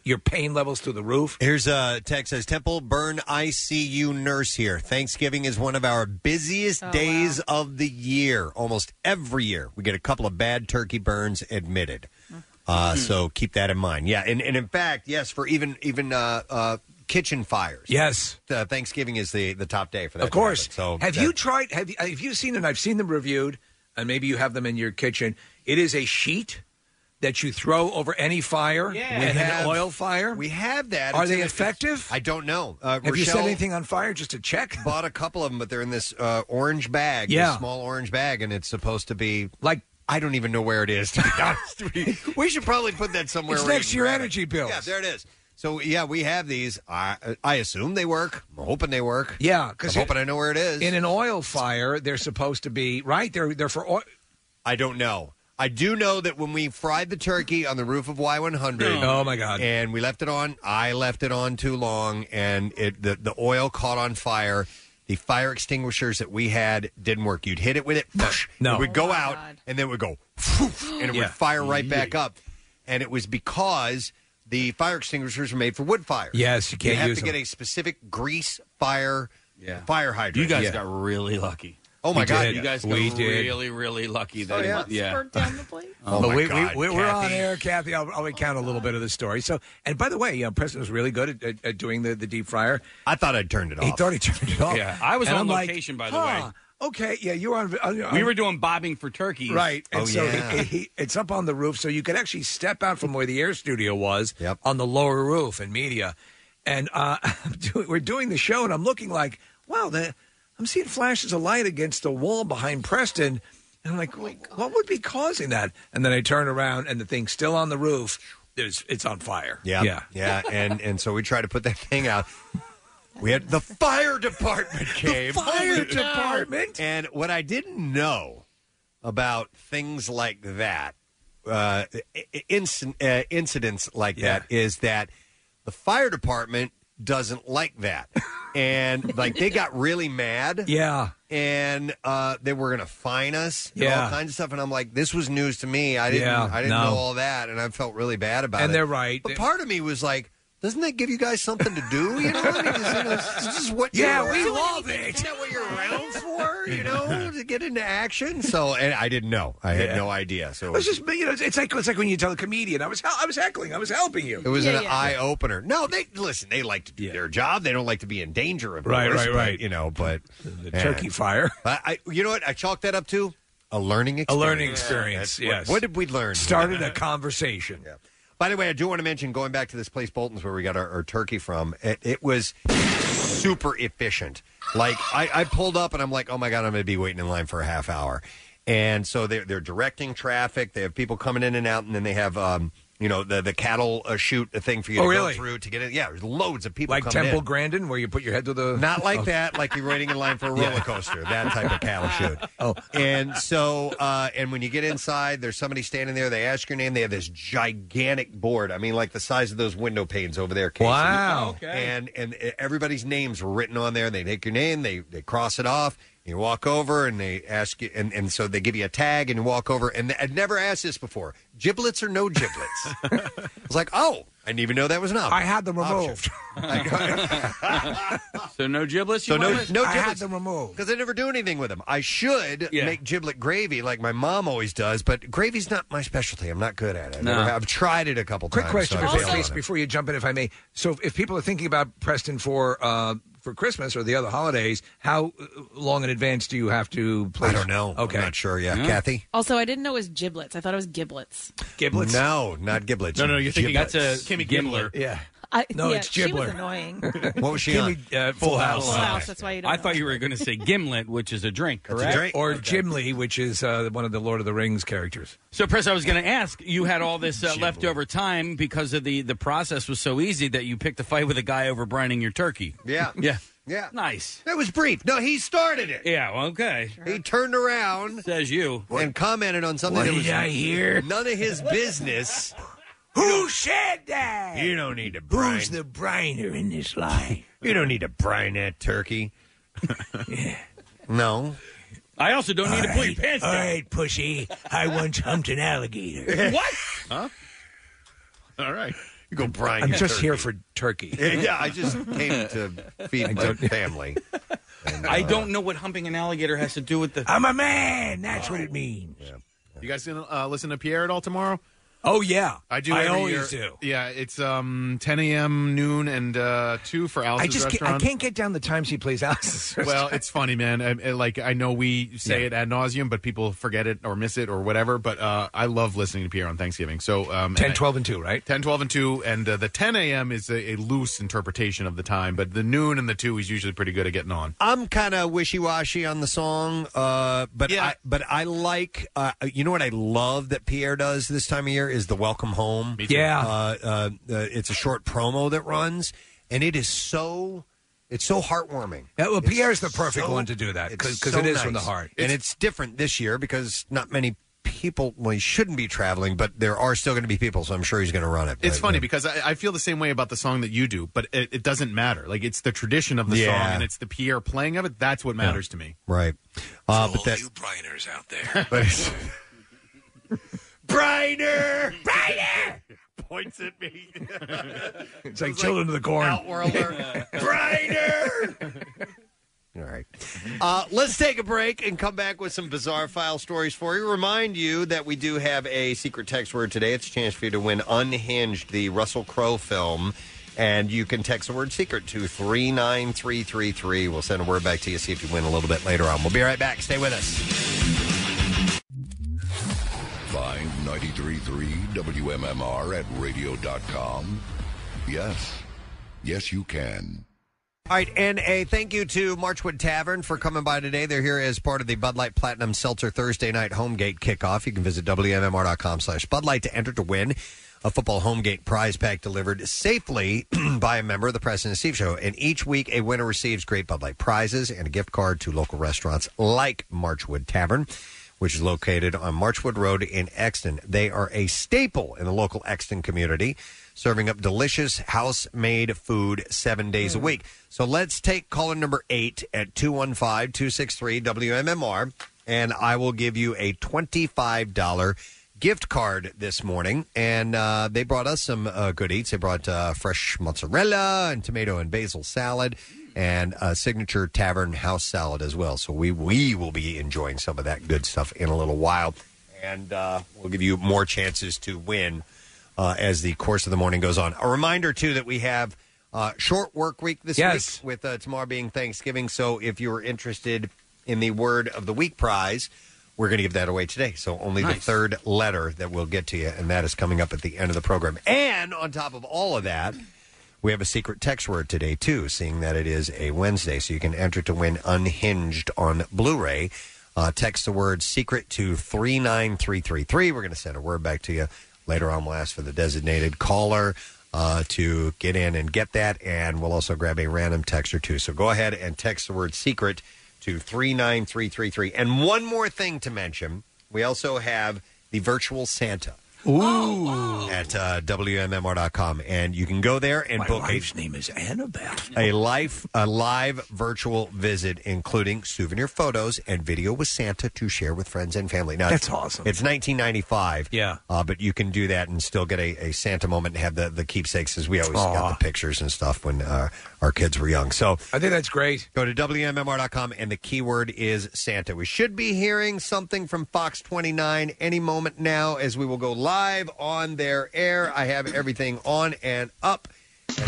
your pain levels through the roof.
Here's a text says Temple Burn ICU nurse here. Thanksgiving is one of our busiest days of the year. Almost every year, we get a couple of bad turkey burns admitted. Uh, So keep that in mind. Yeah, and, and in fact, yes, for even even uh, uh, kitchen fires.
Yes,
uh, Thanksgiving is the the top day for that.
Of course.
to happen. So
have
that-
you tried? Have you, have you seen? And I've seen them reviewed, and maybe you have them in your kitchen. It is a sheet that you throw over any fire
Yeah. We
and
have-
an oil fire.
We have that.
Are
It's
they
in a-
effective?
I don't know. Uh,
have you set
Rochelle-
anything on fire just to check?
Bought a couple of them, but they're in this uh, orange bag, this
Yeah.
small orange bag, and it's supposed to be
like
I don't even know where it is. To be honest, we, we should probably put that somewhere.
It's
where you
next
can
to your
grab it.
energy bills.
Yeah, there it is. So yeah, we have these. I I assume they work. I'm hoping they work.
Yeah, because
I'm hoping I know where it is.
In an oil fire, they're supposed to be right. They're they're for oil.
I don't know. I do know that when we fried the turkey on the roof of Y100,
Oh, my God.
And we left it on. I left it on too long, and it the, the oil caught on fire. The fire extinguishers that we had didn't work. You'd hit it with it,
No.
it would go out, and then it would go, and it
Yeah.
would fire right back up. And it was because the fire extinguishers were made for wood fires.
Yes, you can't
have
use
to
them.
get a specific grease fire fire hydrant.
You guys
Yeah.
got
really lucky.
Oh my
We
God!
did. You guys got
We did.
really, really lucky. That
yeah.
it- yeah.
Oh,
but
my
we,
God,
we, we, we're on
Kathy.
air, Kathy. I'll, I'll recount a little bit of the story. So, and by the way, uh, Preston was really good at, at, at doing the, the deep fryer.
I thought I'd turned it
He
off.
thought he turned it off.
Yeah, I was
And
on
I'm like,
location, by the
huh, Okay, yeah, you were on.
way. We were uh, doing bobbing for turkeys. Oh,
Right.
Oh,
And so he- he- it's up on the roof, so you could actually step out from where the air studio was on the lower roof in media. And uh, I'm doing- we're doing the show, and I'm looking like, wow, the, I'm seeing flashes of light against the wall behind Preston. And I'm like, what would be causing that? And then I turn around, and the thing's still on the roof. There's, it's on fire.
Yeah, yeah, yeah. And and so we tried to put that thing out. We had the fire department came.
fire department.
And what I didn't know about things like that, uh, i- i- inc- uh, incidents like that, is that the fire department doesn't like that, and like they got really mad.
Yeah.
And uh, they were going to fine us. and
Yeah.
all kinds of stuff. And I'm like, this was news to me. I didn't.
Yeah,
I didn't
no.
know all that, and I felt really bad about it.
And they're right.
But part of me was like, doesn't that give you guys something to do? You know what I mean? Is, you know, this
Mm-hmm.
is what
Yeah,
you're
we
around-
love
Isn't that what you're around for? You know, to get into action. So, and I didn't know. I had
Yeah.
no idea. So
It
it
was
was,
just, you know, it's like it's like when you tell a comedian, I was, hel- I was heckling, I was helping you.
it was an eye opener. No, they listen. They like to do their job. They don't like to be in danger. Of
Right,
course,
right,
but,
right.
you know, but
the turkey fire.
I, I, you know what? I chalked that up to a learning
A
experience.
learning
That's
experience.
what-
yes.
What, did we learn?
Started a conversation.
By the way, I do want to mention going back to this place, Bolton's, where we got our, our turkey from. It, it was super efficient. Like I, I pulled up and I'm like, oh my god, I'm going to be waiting in line for a half hour. And so they're they're directing traffic. They have people coming in and out, and then they have um, you know the the cattle uh, shoot thing for you
Oh,
to
really?
go through to get in. Yeah, there's loads of people
Like
coming
Temple
in.
Grandin, where you put your head to the.
Not like
Oh.
that, like you're waiting in line for a roller coaster, that type of cattle shoot. Oh. And so, uh, and when you get inside, there's somebody standing there. They ask your name. They have this gigantic board. I mean, like the size of those window panes over there. Casey.
Wow. Okay.
And and e, everybody's names were written on there. They take your name. They they cross it off. You walk over and they ask you, and, and so they give you a tag and you walk over. And I'd never asked this before giblets or no giblets? I was like, oh, I didn't even know that was an option.
I had them removed.
so no giblets.
So
You
no,
went
no
with?
giblets. because I never do anything with them. I should
Yeah.
make giblet gravy like my mom always does, but gravy's not my specialty. I'm not good at it. I've,
No.
never- I've tried it a couple
Quick
times.
question,
so
for
I
you,
failed
Elise,
on it.
before you jump in, if I may. So, if people are thinking about Preston for uh, for Christmas or the other holidays, how uh, long in advance do you have to? Place? I don't
know.
Okay,
not sure. Yeah, Kathy.
Also, I didn't know it was giblets. I thought it was giblets.
Giblets?
No, not giblets.
No, no, you're thinking
Giblets.
that's a Kimmy Gibbler.
Yeah.
I,
No,
yeah,
it's
She was
Gibbler.
annoying.
What was she
Kimmy,
on?
uh, Full Full House. House.
Full House, that's why you don't
I
know.
thought you were going to say gimlet, which is a drink, correct?
Or Gimli, which is uh, one of the Lord of the Rings characters.
So, Press, I was going to ask. You had all this uh, leftover time because of the the process was so easy that you picked a fight with a guy over brining your turkey.
Yeah.
yeah.
Yeah.
Nice.
That was brief. No, he started it.
Yeah. well, okay.
He turned around.
Says you.
And commented on something
What
that was
did I hear?
none of his business.
Who said that?
You don't need to brine. Who's
the briner in this line?
you don't need to brine that turkey. No.
I also don't need to pull your pants
all
down.
right, pussy. I once humped an alligator.
What?
Huh? All right.
You go brine.
I'm
your
just
turkey.
here for turkey.
Yeah, yeah, I just came to feed my family.
I don't know what humping an alligator has to do with the.
I'm a man. That's what it means.
You guys gonna uh, listen to Pierre at all tomorrow?
Oh yeah,
I do.
I
every
always
year.
do.
Yeah, it's um 10 a.m., noon, and uh, two for Alice's
I just can't, I
restaurant.
can't get down the times he plays Alice's
well, it's funny, man. I, I- like I know we say it ad nauseum, but people forget it or miss it or whatever. But uh, I love listening to Pierre on Thanksgiving. So um,
10,
I-
12, and 2, right?
10, 12, and 2. And uh, the 10 a.m. is a, a loose interpretation of the time, but the noon and the 2 is usually pretty good at getting on.
I'm kind of wishy washy on the song, uh, but I, but I like uh, you know what I love that Pierre does this time of year is the welcome home.
too. Yeah.
uh, uh, uh, it's a short promo that runs, and it is so it's so heartwarming.
Yeah, well, Pierre's the perfect
so-
one to do that because
It's so
it is from the
nice.
heart.
and it's different this year because not many people well you shouldn't be traveling, but there are still going to be people, so I'm sure he's going to run it.
It's
but-
funny because I, I feel the same way about the song that you do, but it, it doesn't matter. Like it's the tradition of the
Yeah.
song and it's the Pierre playing of it. That's what matters to me.
right? Uh, but that
Briners out there.
but it's-
Briner! Briner!
Points at me.
It's like children of the corn.
Outworlder. Briner!
All right. Uh, let's take a break and come back with some bizarre file stories for you. Remind you that we do have a secret text word today. It's a chance for you to win Unhinged, the Russell Crowe film. And you can text the word secret to 39333. We'll send a word back to you, see if you win a little bit later on. We'll be right back. Stay with us.
Find 93.3 WMMR at radio.com. Yes. Yes, you can.
All right, and a thank you to Marchwood Tavern for coming by today. They're here as part of the Bud Light Platinum Seltzer Thursday night home gate kickoff. You can visit WMMR.com slash Bud Light to enter to win a football home gate prize pack delivered safely by a member of the President and Steve Show. And each week, a winner receives great Bud Light prizes and a gift card to local restaurants like Marchwood Tavern which is located on Marchwood Road in Exton. They are a staple in the local Exton community, serving up delicious house made food seven days a week. So let's take caller number eight at 215 263 WMMR, and I will give you a $25 gift card this morning. And uh, they brought us some uh, good eats. They brought uh, fresh mozzarella and tomato and basil salad. And a signature tavern house salad as well. So we we will be enjoying some of that good stuff in a little while, and uh, we'll give you more chances to win uh, as the course of the morning goes on. A reminder too that we have uh, short work week this
Yes.
week, with uh, tomorrow being Thanksgiving. So if you are interested in the word of the week prize, we're going to give that away today. So only the
Nice.
third letter that we'll get to you, and that is coming up at the end of the program. And on top of all of that. We have a secret text word today, too, seeing that it is a Wednesday. So you can enter to win Unhinged on Blu ray. Uh, text the word secret to 39333. We're going to send a word back to you. Later on, we'll ask for the designated caller uh, to get in and get that. And we'll also grab a random text or two. So go ahead and text the word secret to 39333. And one more thing to mention we also have the virtual Santa.
Ooh. Oh,
At uh, WMMR.com. And you can go there and
My
book a
wife's name is Annabelle.
a life a live virtual visit including souvenir photos and video with santa to share with friends and family now
That's
it's-
awesome.
it's 1995
Yeah.
uh, but you can do that and still get a, a santa moment and have the, the keepsakes as we always
Aw.
got the pictures and stuff when uh, our kids were young so
I think that's great.
Go to WMMR.com and the keyword is Santa. We should be hearing something from Fox 29 any moment now as we will go live on their air. I have everything on and up. How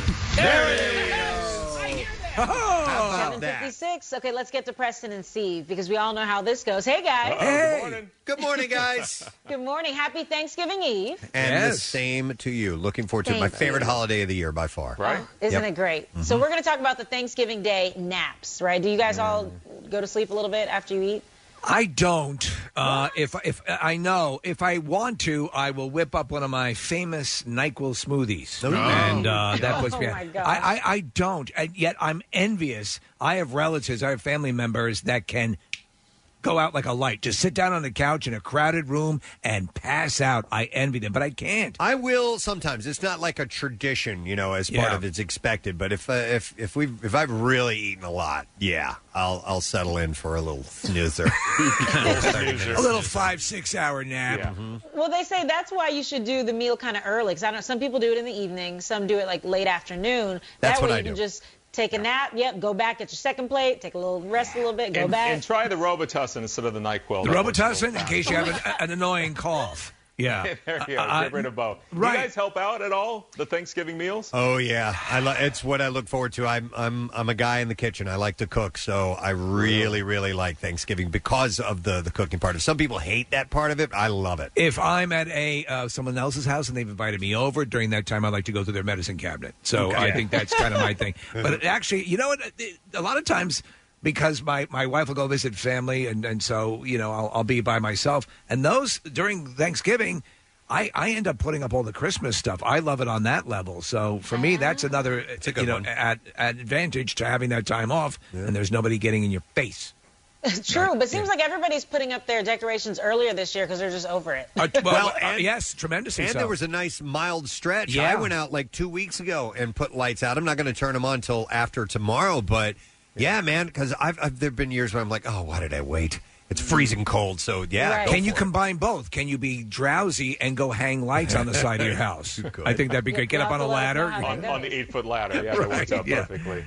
about that?
756. Okay, let's get to Preston and Steve because we all know how this goes. Hey, guys.
Uh-oh, good Hey. morning. Good morning, guys.
good morning. Happy Thanksgiving Eve.
And the same to you. Looking forward to it. my
Thank
favorite
you. Oh,
holiday of the year by far. Right?
Isn't it great? So we're going to talk about the Thanksgiving Day naps, right? Do you guys all go to sleep a little bit after you eat?
I don't. Uh, if if I know if I want to, I will whip up one of my famous Nyquil smoothies,
Oh.
and uh, that
Oh,
puts me.
my
I,
gosh.
I I don't, and yet I'm envious. I have relatives, I have family members that can go out like a light, just sit down on the couch in a crowded room and pass out. I envy them, but I can't.
I will sometimes. It's not like a tradition, you know, as part
Yeah.
of it's expected. But if uh, if if we if I've really eaten a lot, yeah, I'll I'll settle in for a little snoozer,
A little five six hour nap.
Mm-hmm.
Well, they say that's why you should do the meal kind of early because I know some people do it in the evening, some do it like late afternoon.
That's
that
what
way
I
you can
do.
just take a nap. Yep, go back, get your second plate, take a little rest a little bit, go
and,
back.
and try the Robitussin instead of the NyQuil.
The
That works a little
Robitussin, in case you
Oh,
have an, an annoying cough. Yeah.
there you go.
I-
Get rid of both.
right.
You guys help out at all? The Thanksgiving meals?
Oh yeah, I lo- it's what I look forward to. I'm I'm I'm a guy in the kitchen. I like to cook, so I really really like Thanksgiving because of the the cooking part. If some people hate that part of it, I love it.
If I'm at a uh, someone else's house and they've invited me over during that time, I like to go through their medicine cabinet. So
Okay.
I
Yeah.
think that's kind of my thing. But it actually, you know what? It- A lot of times, because my, my wife will go visit family, and, and so you know I'll, I'll be by myself. And those during Thanksgiving, I, I end up putting up all the Christmas stuff. I love it on that level. So for me, that's another you know at, at advantage to having that time off, and there's nobody getting in your face.
True, but it seems like everybody's putting up their decorations earlier this year because they're just over it.
Uh, well,
Well,
uh, yes, tremendously.
And
so.
there was a nice mild stretch.
Yeah.
I went out like two weeks ago and put lights out. I'm not going to turn them on until after tomorrow, but yeah, man, because I've, I've there've been years where I'm like, oh, why did I wait? It's freezing cold, so yeah. go
Can you
for it.
combine both? Can you be drowsy and go hang lights on the side of your house?
Good.
I think that'd be great. Get up on a ladder.
on, on the eight foot ladder. Yeah, that works
Right,
out
yeah.
perfectly.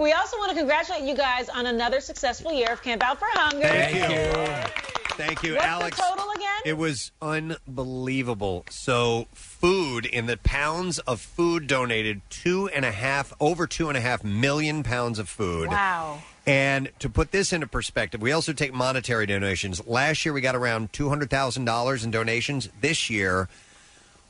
We also want to congratulate you guys on another successful year of Camp Out for Hunger.
Thank you,
What's the
Alex.
total again?
It was unbelievable. So food in the pounds of food donated two and a half over two and a half million pounds of food.
Wow.
And to put this into perspective, we also take monetary donations. Last year we got around two hundred thousand dollars in donations. This year,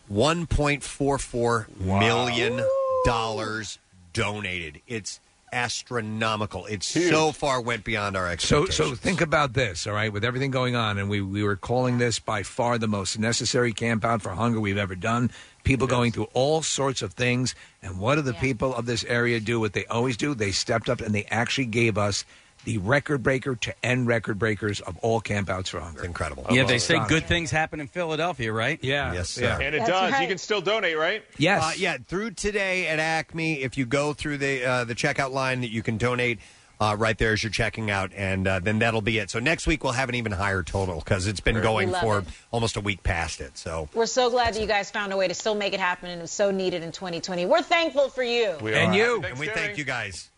one point four four million dollars donated. It's astronomical. It so far went beyond our
So,
expectations.
so think about this, all right? With everything going on, and we, we were calling this by far the most necessary camp out for hunger we've ever done. People going through all sorts of things. And what do the people of this area do? What they always do? They stepped up and they actually gave us the record breaker to end record breakers of all campouts for hunger.
incredible.
Yeah, they say good things happen in Philadelphia, right?
Yeah.
Yes, sir.
Yeah.
And it
That's
does. You
right.
can still donate, right?
Uh, yeah. Through today at Acme, if you go through the uh, the checkout line, that you can donate uh, right there as you're checking out, and uh, then that'll be it. So next week we'll have an even higher total because it's been
Right.
going
We love
for
it.
almost a week past it. So
We're so glad that you guys found a way to still make it happen and it was so needed in 2020. We're thankful for you.
and you and we thank you guys.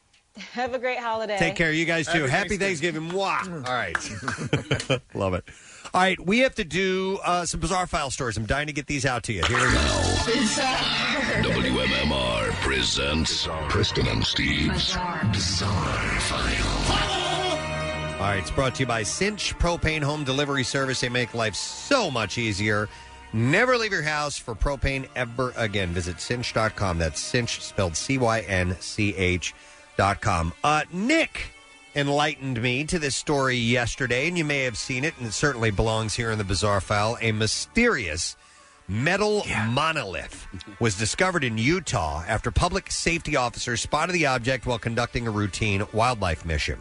Have a great holiday.
Take care, you guys too. Happy Thanksgiving. Mwah. All right, love it. All right, we have to do uh, some bizarre file stories. I'm dying to get these out to you. Here we go.
Hmm.
WMMR presents Preston and Steve's Bizarre, File.
All right, it's brought to you by Cinch Propane Home Delivery Service. They make life so much easier. Never leave your house for propane ever again. Visit cinch.com. That's cinch spelled C Y N C H dot com. Uh, Nick enlightened me to this story yesterday, and you may have seen it, and it certainly belongs here in the Bizarre File. A mysterious metal monolith was discovered in Utah after public safety officers spotted the object while conducting a routine wildlife mission.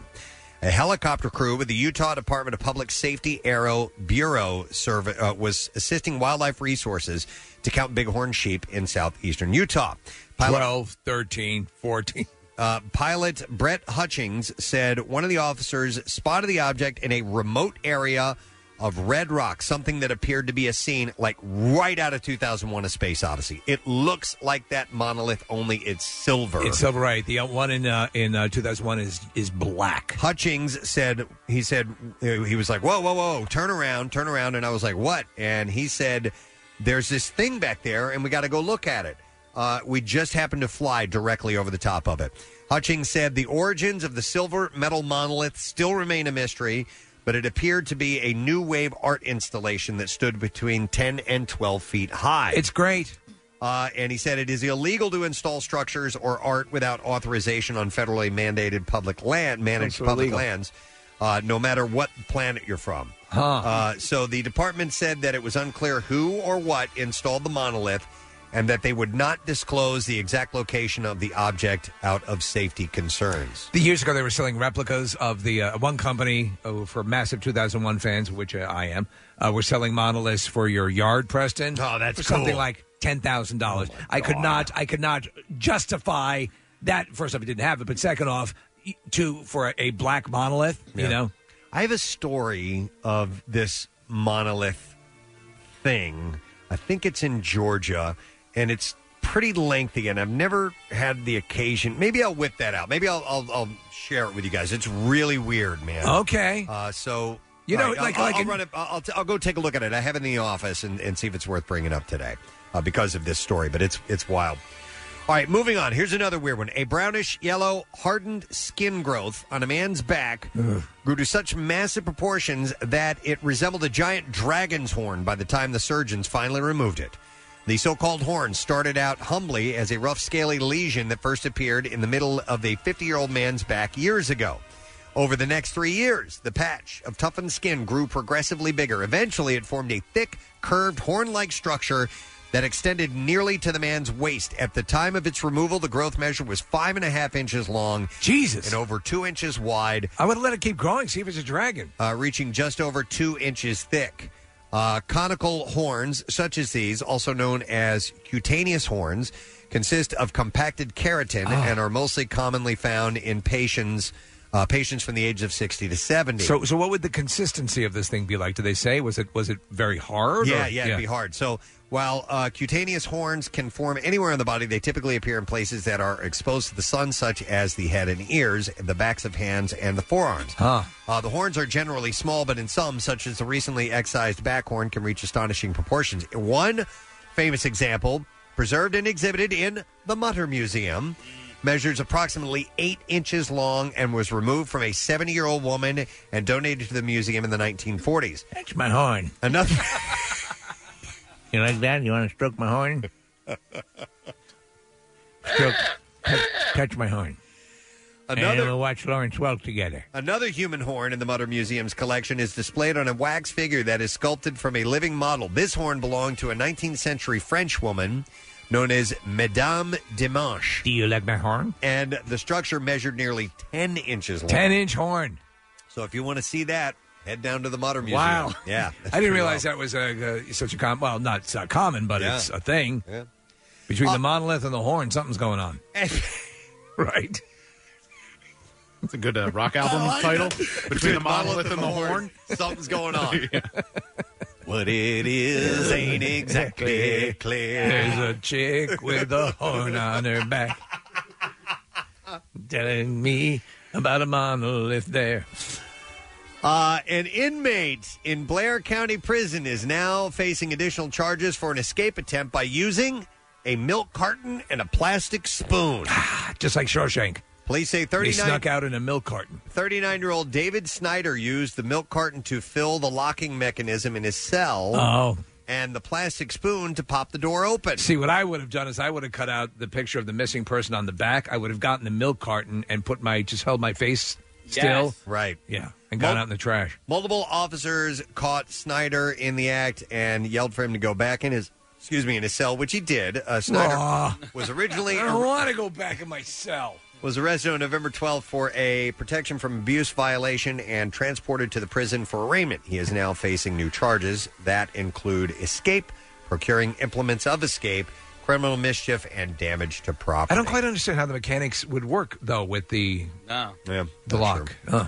A helicopter crew with the Utah Department of Public Safety Aero Bureau serv- uh, was assisting wildlife resources to count bighorn sheep in southeastern Utah. Pilot-
12, 13, 14.
uh, pilot Brett Hutchings said one of the officers spotted the object in a remote area of Red Rock, something that appeared to be a scene like right out of 2001 A Space Odyssey. It looks like that monolith, only it's silver.
It's silver, right? The uh, one in uh, in uh, 2001 is is black.
Hutchings said he said he was like, "Whoa, whoa, whoa, turn around, turn around," and I was like, "What?" And he said, "There's this thing back there, and we got to go look at it." Uh, we just happened to fly directly over the top of it. Hutchings said the origins of the silver metal monolith still remain a mystery, but it appeared to be a new wave art installation that stood between 10 and 12 feet high. It's
great.
Uh, and he said it is illegal to install structures or art without authorization on federally mandated public land, managed
so
public
illegal.
lands, uh, no matter what planet you're from. Uh, so the department said that it was unclear who or what installed the monolith and that they would not disclose the exact location of the object out of safety concerns.
The years ago, they were selling replicas of the uh, one company uh, for massive 2001 fans, which uh, I am. Uh, were selling monoliths for your yard, Preston. Oh, that's for something
cool.
like ten thousand dollars.
Oh,
I could not, I could not justify that. First off, I didn't have it, but second off, y- to for a, a black monolith, you
Yeah.
know.
I have a story of this monolith thing. I think it's in Georgia, and it's pretty lengthy. And I've never had the occasion. Maybe I'll whip that out. Maybe I'll I'll, I'll share it with you guys. It's really weird, man.
Okay.
Uh, so
You know,
All right,
like-
I'll,
like
I'll
in-
run it. I'll, I'll, t- I'll go take a look at it. I have it in the office and, and see if it's worth bringing up today uh, because of this story. But it's it's wild. All right, moving on. Here's another weird one. A brownish yellow hardened skin growth on a man's back grew to such massive proportions that it resembled a giant dragon's horn by the time the surgeons finally removed it. The so called horn started out humbly as a rough, scaly lesion that first appeared in the middle of a 50 year old man's back years ago. Over the next three years, the patch of toughened skin grew progressively bigger. Eventually, it formed a thick, curved, horn like structure that extended nearly to the man's waist. At the time of its removal, the growth measure was five and a half inches long.
Jesus.
And over two inches wide.
I would have let it keep growing, see if it's a dragon.
Uh, reaching just over two inches thick. Uh, conical horns, such as these, also known as cutaneous horns,
Ah.
consist of compacted keratin and are mostly commonly found in patients uh, patients from the age of 60 to 70.
So, so what would the consistency of this thing be like? Do they say was it was it very hard?
Yeah,
or-
yeah, it'd be hard. So while uh, cutaneous horns can form anywhere on the body, they typically appear in places that are exposed to the sun, such as the head and ears, the backs of hands, and the forearms. Uh, the horns are generally small, but in some, such as the recently excised back horn, can reach astonishing proportions. One famous example, preserved and exhibited in the Mutter Museum, measures approximately eight inches long and was removed from a 70 year old woman and donated to the museum in the 1940s. That's
my horn.
Another.
You like that? You want to stroke my horn? stroke, touch, touch my horn. and
Another-
we'll watch Lawrence Welk together.
Another human horn in the Mutter Museum's collection is displayed on a wax figure that is sculpted from a living model. This horn belonged to a 19th century French woman known as Madame Dimanche. Do
you like my horn?
And the structure measured nearly 10 inches long.
10 inch horn.
So if you want to see that, head down to the Mutter Museum.
Wow.
Yeah.
I didn't realize that was a, uh such a com Well, not uh, common, but
Yeah.
it's a thing.
Yeah. Uh,
Between the monolith and the horn, something's going on. right.
It's a good uh, rock album
I like
title.
that.
Between, the monolith and the horn,
something's going on. What it is ain't exactly clear.
There's a chick with a horn on her back telling me about a monolith there.
Uh, an inmate in Blair County Prison is now facing additional charges for an escape attempt by using a milk carton and a plastic spoon.
Just like Shawshank.
Police say
He
39
snuck out in a milk carton.
39 year old David Snyder used the milk carton to fill the locking mechanism in his cell.
Oh.
And the plastic spoon to pop the door open.
See, what I would have done is I would have cut out the picture of the missing person on the back. I would have gotten the milk carton and put my, just held my face still.
Right.
Yeah. And gone
Mul-
out in the trash.
Multiple officers caught Snyder in the act and yelled for him to go back in his excuse me in his cell, which he did. Uh, Snyder
Aw.
was originally
I don't want to go back in my cell.
was arrested on November 12th for a protection from abuse violation and transported to the prison for arraignment. He is now facing new charges that include escape, procuring implements of escape, criminal mischief, and damage to property.
I don't quite understand how the mechanics would work, though, with the,
no.
yeah,
the lock. Huh.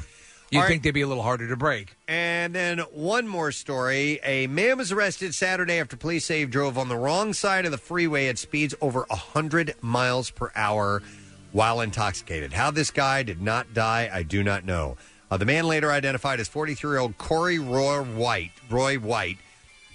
You'd
All right.
think they'd be a little harder to break.
And then one more story. A man was arrested Saturday after police say he drove on the wrong side of the freeway at speeds over 100 miles per hour while intoxicated. How this guy did not die, I do not know. Uh, the man later identified as 43 year old Corey Roy White. Roy White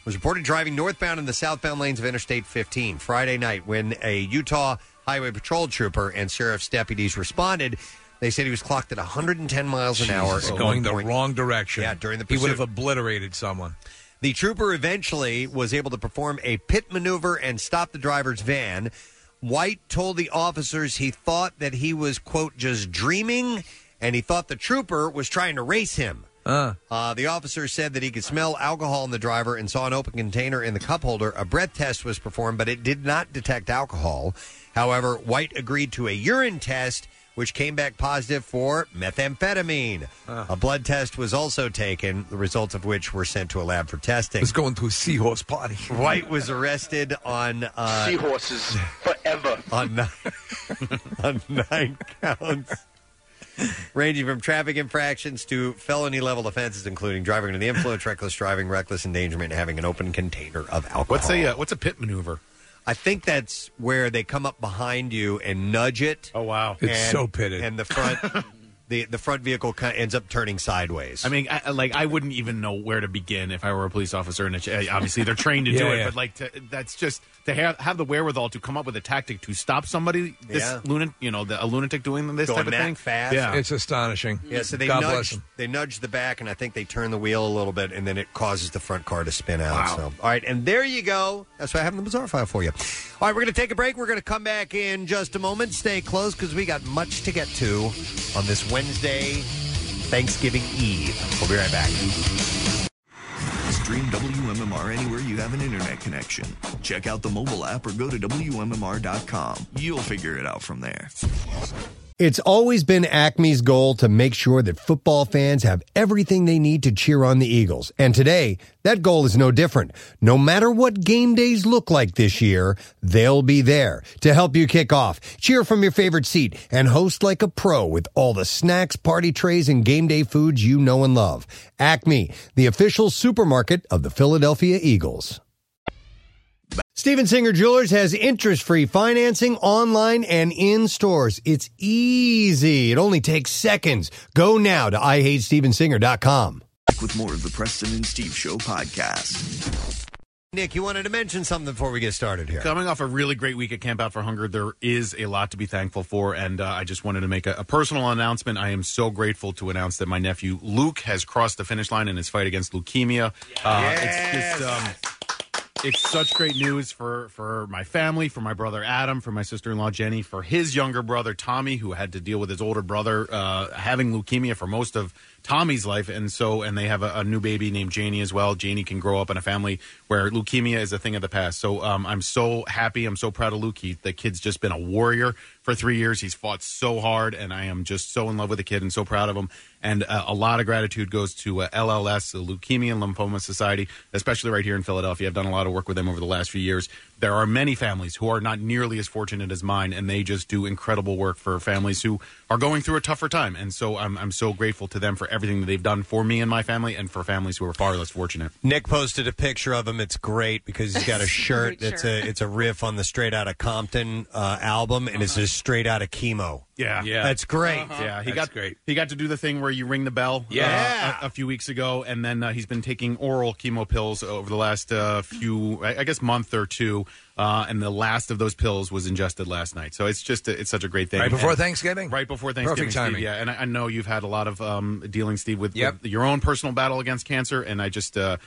was reported driving northbound in the southbound lanes of Interstate 15 Friday night when a Utah Highway Patrol trooper and sheriff's deputies responded. They said he was clocked at 110 miles an hour,
Jesus,
at
going
one
the
point.
wrong direction.
Yeah, during the
he would have
pursuit.
obliterated someone.
The trooper eventually was able to perform a pit maneuver and stop the driver's van. White told the officers he thought that he was, quote, just dreaming, and he thought the trooper was trying to race him.
Uh.
Uh, the officer said that he could smell alcohol in the driver and saw an open container in the cup holder. A breath test was performed, but it did not detect alcohol. However, White agreed to a urine test, which came back positive for methamphetamine.
Uh.
A blood test was also taken, the results of which were sent to a lab for testing.
It's going to a seahorse party.
White was arrested on uh,
Seahorses forever.
on nine, on nine counts, ranging from traffic infractions to felony level offenses, including driving under the influence, reckless driving, reckless endangerment, and having an open container of alcohol.
What's a uh, what's a pit maneuver?
I think that's where they come up behind you and nudge it. Oh
wow,
It's so pitted.
and the front. The, the front vehicle kind ends up turning sideways.
I mean, I, I- like I wouldn't even know where to begin if I were a police officer. And eh, obviously, they're trained to do
Yeah,
it,
yeah.
but like to, that's just to have, have the wherewithal to come up with a tactic to stop somebody. This
Yeah.
lunatic, you know, the, a lunatic doing this
Going
type of
that
thing
fast.
Yeah,
It's astonishing.
Yeah, so they
God bless
nudge
them.
they nudge the back, and I think they turn the wheel a little bit, and then it causes the front car to spin out. So, all right, and there you go. That's why I have in the bizarre file for you. All right, we're going to take a break. We're going to come back in just a moment. Stay close because we got much to get to on this Wednesday, Thanksgiving Eve. We'll be right back.
Stream WMMR anywhere you have an internet connection. Check out the mobile app or go to WMMR.com. You'll figure it out from there.
It's always been Acme's goal to make sure that football fans have everything they need to cheer on the Eagles. And today, that goal is no different. No matter what game days look like this year, they'll be there to help you kick off, cheer from your favorite seat, and host like a pro with all the snacks, party trays, and game day foods you know and love. Acme, the official supermarket of the Philadelphia Eagles. Steven Singer Jewelers has interest free financing online and in stores. It's easy. It only takes seconds. Go now to IHateStevenSinger.com.
Back with more of the Preston and Steve Show podcast.
Nick, you wanted to mention something before we get started here.
Coming off a really great week at Camp Out for Hunger, there is a lot to be thankful for, and uh, I just wanted to make a, a personal announcement. I am so grateful to announce that my nephew Luke has crossed the finish line in his fight against leukemia. Uh, It's just. Um, it's such great news for for my family, for my brother Adam, for my sister in law Jenny, for his younger brother Tommy, who had to deal with his older brother uh, having leukemia for most of Tommy's life, and so and they have a, a new baby named Janie as well. Janie can grow up in a family where leukemia is a thing of the past. So um, I'm so happy. I'm so proud of Luke. He, the kid's just been a warrior for three years. He's fought so hard, and I am just so in love with the kid and so proud of him. And uh, a lot of gratitude goes to uh, LLS, the Leukemia and Lymphoma Society, especially right here in Philadelphia. I've done a lot of work with them over the last few years. There are many families who are not nearly as fortunate as mine, and they just do incredible work for families who are going through a tougher time. And so I'm, I'm so grateful to them for everything that they've done for me and my family and for families who are far less fortunate.
Nick posted a picture of him. It's great because he's got a shirt that's a it's a riff on the Straight Outta Compton uh, album, and it's just Straight Outta Chemo.
Yeah,
Uh-huh. that's great.
Yeah, he got great. He got to do the thing where you ring the bell. uh,
Yeah.
a, a few weeks ago, and then uh, he's been taking oral chemo pills over the last uh, few, I I guess, month or two. Uh, and the last of those pills was ingested last night. So it's just a, it's such a great thing.
Right before
And-
Thanksgiving?
Right before Thanksgiving.
Perfect
Steve,
timing.
yeah, and I, I know you've had a lot of um, dealing, Steve, with, with your own personal battle against cancer, and I just. Uh,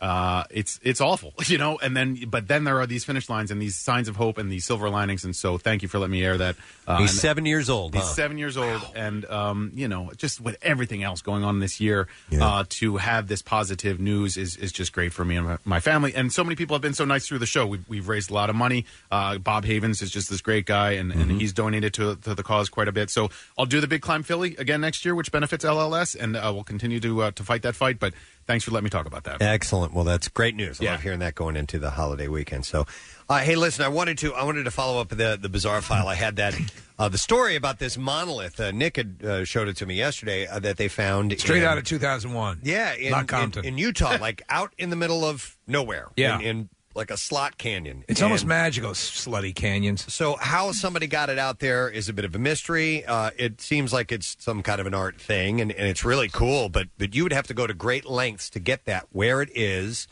uh, it's it's awful, you know. And then, but then there are these finish lines and these signs of hope and these silver linings. And so, thank you for letting me air that. Uh,
He's
and-
seven years old.
He's
huh?
seven years old, and um, you know, just with everything else going on this year, uh, to have this positive news is, is just great for me and my- my family. And so many people have been so nice through the show. We've, we've raised a lot of money. Uh, Bob Havens is just this great guy, and,
Mm-hmm.
and he's donated to, to the cause quite a bit. So I'll do the Big Climb Philly again next year, which benefits LLS, and uh, we'll continue to uh, to fight that fight. But thanks for letting me talk about that.
Excellent. Well, that's great news. I love hearing that going into the holiday weekend. So, uh, hey, listen, I wanted to I wanted to follow up the the bizarre file. I had that uh, the story about this monolith. Uh, Nick had uh, showed it to me yesterday uh, that they found
Straight
in-
out of 2001.
Yeah, in,
not Compton.
in, in Utah, like out in the middle of nowhere.
Yeah.
in, in like a slot canyon.
it's
And-
almost magical, slutty canyons.
So how somebody got it out there is a bit of a mystery. Uh, it seems like it's some kind of an art thing, and, and it's really cool. But but you would have to go to great lengths to get that where it is,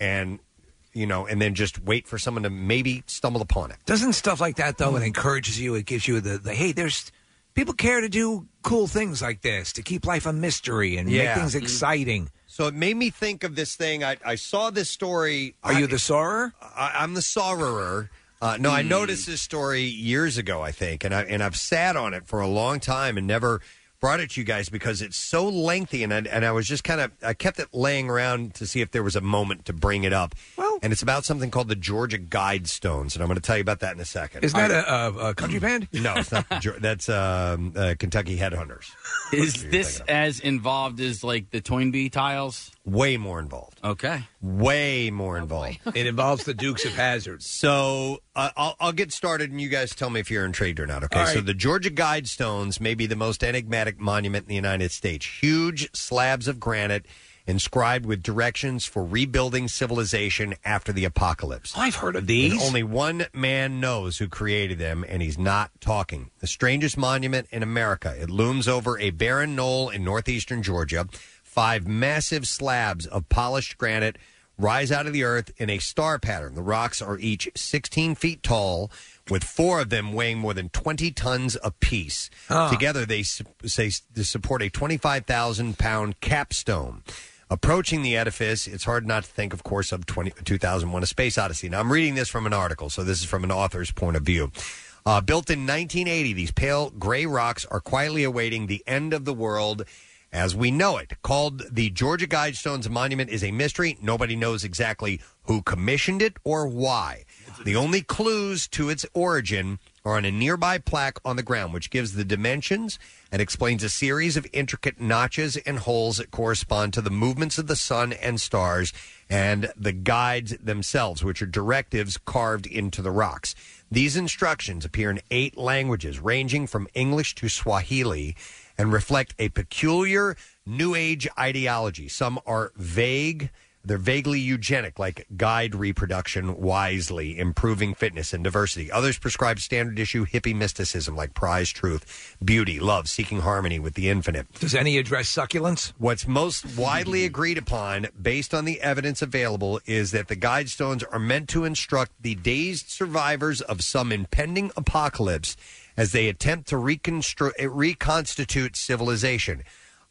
and you know, and then just wait for someone to maybe stumble upon it.
Doesn't stuff like that though? It
Hmm.
encourages you. It gives you the, the hey. There's people care to do cool things like this to keep life a mystery and
Yeah. Mm-hmm.
make things exciting.
So it made me think of this thing. I, I saw this story.
Are you the Hmm. sorrer?
I, I'm the sorrower. Uh, no, I noticed this story years ago, I think, and I and I've sat on it for a long time and never brought it to you guys because it's so lengthy, and I, and I was just kind of I kept it laying around to see if there was a moment to bring it up. Well, and it's about something called the Georgia Guidestones, and I'm going to tell you about that in a second.
Isn't that a, a, a Uh, country band?
no, it's not. the Geor- That's um, uh, Kentucky Headhunters.
Is this as involved as like the Toynbee tiles?
Way more involved.
Okay.
Way more involved.
it involves the Dukes of Hazard.
So uh, I'll, I'll get started, and you guys tell me if you're intrigued or not. Okay.
All
So
right.
the Georgia Guidestones may be the most enigmatic monument in the United States. Huge slabs of granite inscribed with directions for rebuilding civilization after the apocalypse.
I've heard of these.
And only one man knows who created them, and he's not talking. The strangest monument in America. It looms over a barren knoll in northeastern Georgia. Five massive slabs of polished granite rise out of the earth in a star pattern. The rocks are each 16 feet tall, with four of them weighing more than 20 tons apiece.
Huh.
Together, they su- say to support a 25,000 pound capstone. Approaching the edifice, it's hard not to think, of course, of 20, 2001 A Space Odyssey. Now, I'm reading this from an article, so this is from an author's point of view. Uh, built in 1980, these pale gray rocks are quietly awaiting the end of the world as we know it. Called the Georgia Guidestones Monument is a mystery. Nobody knows exactly who commissioned it or why. The only clues to its origin are on a nearby plaque on the ground, which gives the dimensions and explains a series of intricate notches and holes that correspond to the movements of the sun and stars and the guides themselves, which are directives carved into the rocks. These instructions appear in eight languages, ranging from English to Swahili, and reflect a peculiar New Age ideology. Some are vague. They're vaguely eugenic, like guide reproduction wisely, improving fitness and diversity. Others prescribe standard issue hippie mysticism, like prize truth, beauty, love, seeking harmony with the infinite.
Does any address succulents?
What's most widely agreed upon, based on the evidence available, is that the guide stones are meant to instruct the dazed survivors of some impending apocalypse as they attempt to reconstru- uh, reconstitute civilization.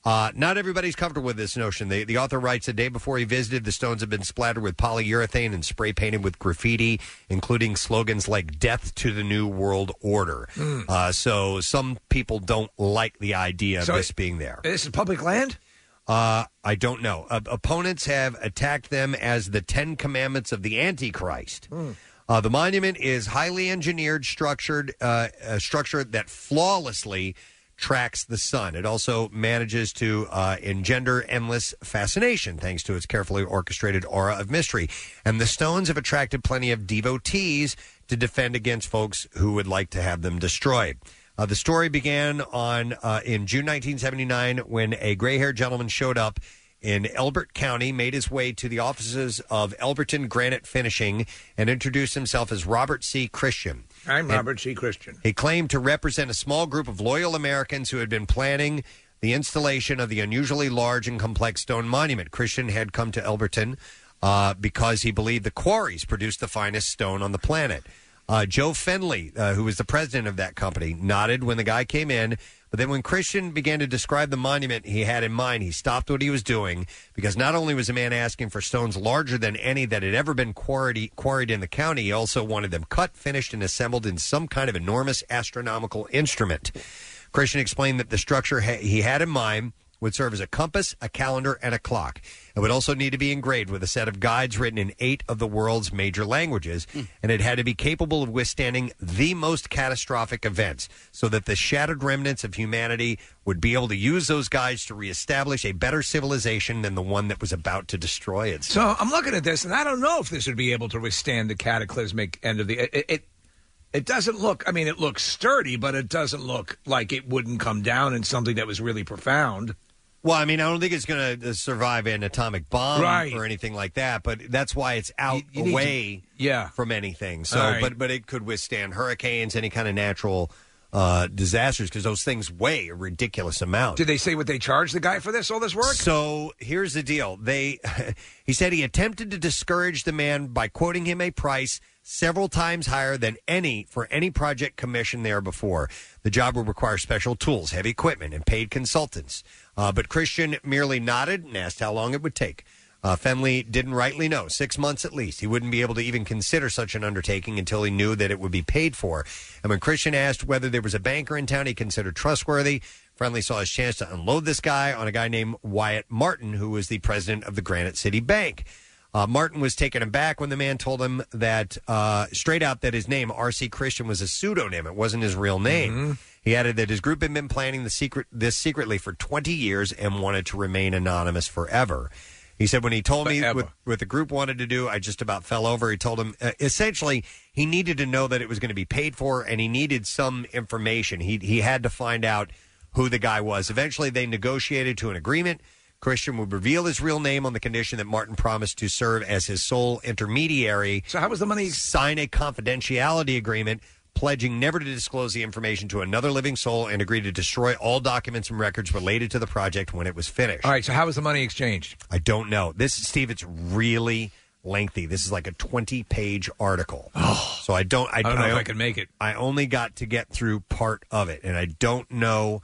Uh, not everybody's comfortable with this notion. The, the author writes the day before he visited, the stones had been splattered with polyurethane and spray painted with graffiti, including slogans like "Death to the New World Order."
Mm.
Uh, so some people don't like the idea
So
of this
it-
being there.
This is public land?
Uh, I don't know. Op- opponents have attacked them as the Ten Commandments of the Antichrist. Uh, the monument is highly engineered, structured, uh, a structure that flawlessly tracks the sun. It also manages to uh, engender endless fascination thanks to its carefully orchestrated aura of mystery. And the stones have attracted plenty of devotees to defend against folks who would like to have them destroyed. Uh, the story began on uh, in June 1979 when a gray-haired gentleman showed up in Elbert County, made his way to the offices of Elberton Granite Finishing, and introduced himself as Robert C. Christian.
I'm
And-
Robert C. Christian.
he claimed to represent a small group of loyal Americans who had been planning the installation of the unusually large and complex stone monument. Christian had come to Elberton uh, because he believed the quarries produced the finest stone on the planet. Uh, Joe Fenley, uh, who was the president of that company, nodded when the guy came in. But then, when Christian began to describe the monument he had in mind, he stopped what he was doing because not only was the man asking for stones larger than any that had ever been quarried, quarried in the county, he also wanted them cut, finished, and assembled in some kind of enormous astronomical instrument. Christian explained that the structure ha- he had in mind would serve as a compass, a calendar, and a clock. It would also need to be engraved with a set of guides written in eight of the world's major languages, and it had to be capable of withstanding the most catastrophic events so that the shattered remnants of humanity would be able to use those guides to reestablish a better civilization than the one that was about to destroy itself.
So I'm looking at this, and I don't know if this would be able to withstand the cataclysmic end of the. It, it it doesn't look. I mean, it looks sturdy, but it doesn't look like it wouldn't come down in something that was really profound.
Well, I mean, I don't think it's going to survive an atomic bomb
Right.
or anything like that, but that's why it's out
you need to-
away
yeah.
from anything. So,
All right.
but but it could withstand hurricanes, any kind of natural uh, disasters, because those things weigh a ridiculous amount.
Did they say what they charged the guy for this? All this work?
So here's the deal. They he said he attempted to discourage the man by quoting him a price several times higher than any for any project commissioned there before. The job would require special tools, heavy equipment, and paid consultants. Uh, but Christian merely nodded and asked how long it would take. Uh, Fenley didn't rightly know, six months at least. He wouldn't be able to even consider such an undertaking until he knew that it would be paid for. And when Christian asked whether there was a banker in town he considered trustworthy, Friendly saw his chance to unload this guy on a guy named Wyatt Martin, who was the president of the Granite City Bank. Uh, Martin was taken aback when the man told him that uh, straight out that his name, R.C. Christian, was a pseudonym. It wasn't his real name. He added that his group had been planning the secret this secretly for 20 years and wanted to remain anonymous forever. He said when he told me what, what the group wanted to do, I just about fell over. He told him uh, essentially he needed to know that it was going to be paid for, and he needed some information. He he had to find out who the guy was. Eventually, they negotiated to an agreement. Christian would reveal his real name on the condition that Martin promised to serve as his sole intermediary.
So, how was the money?
Sign a confidentiality agreement pledging never to disclose the information to another living soul and agree to destroy all documents and records related to the project when it was finished.
All right. So, how was the money exchanged?
I don't know. This, Steve, it's really lengthy. This is like a twenty-page article. so I don't. I,
Oh. I don't know if I can make it.
I only got to get through part of it, and I don't know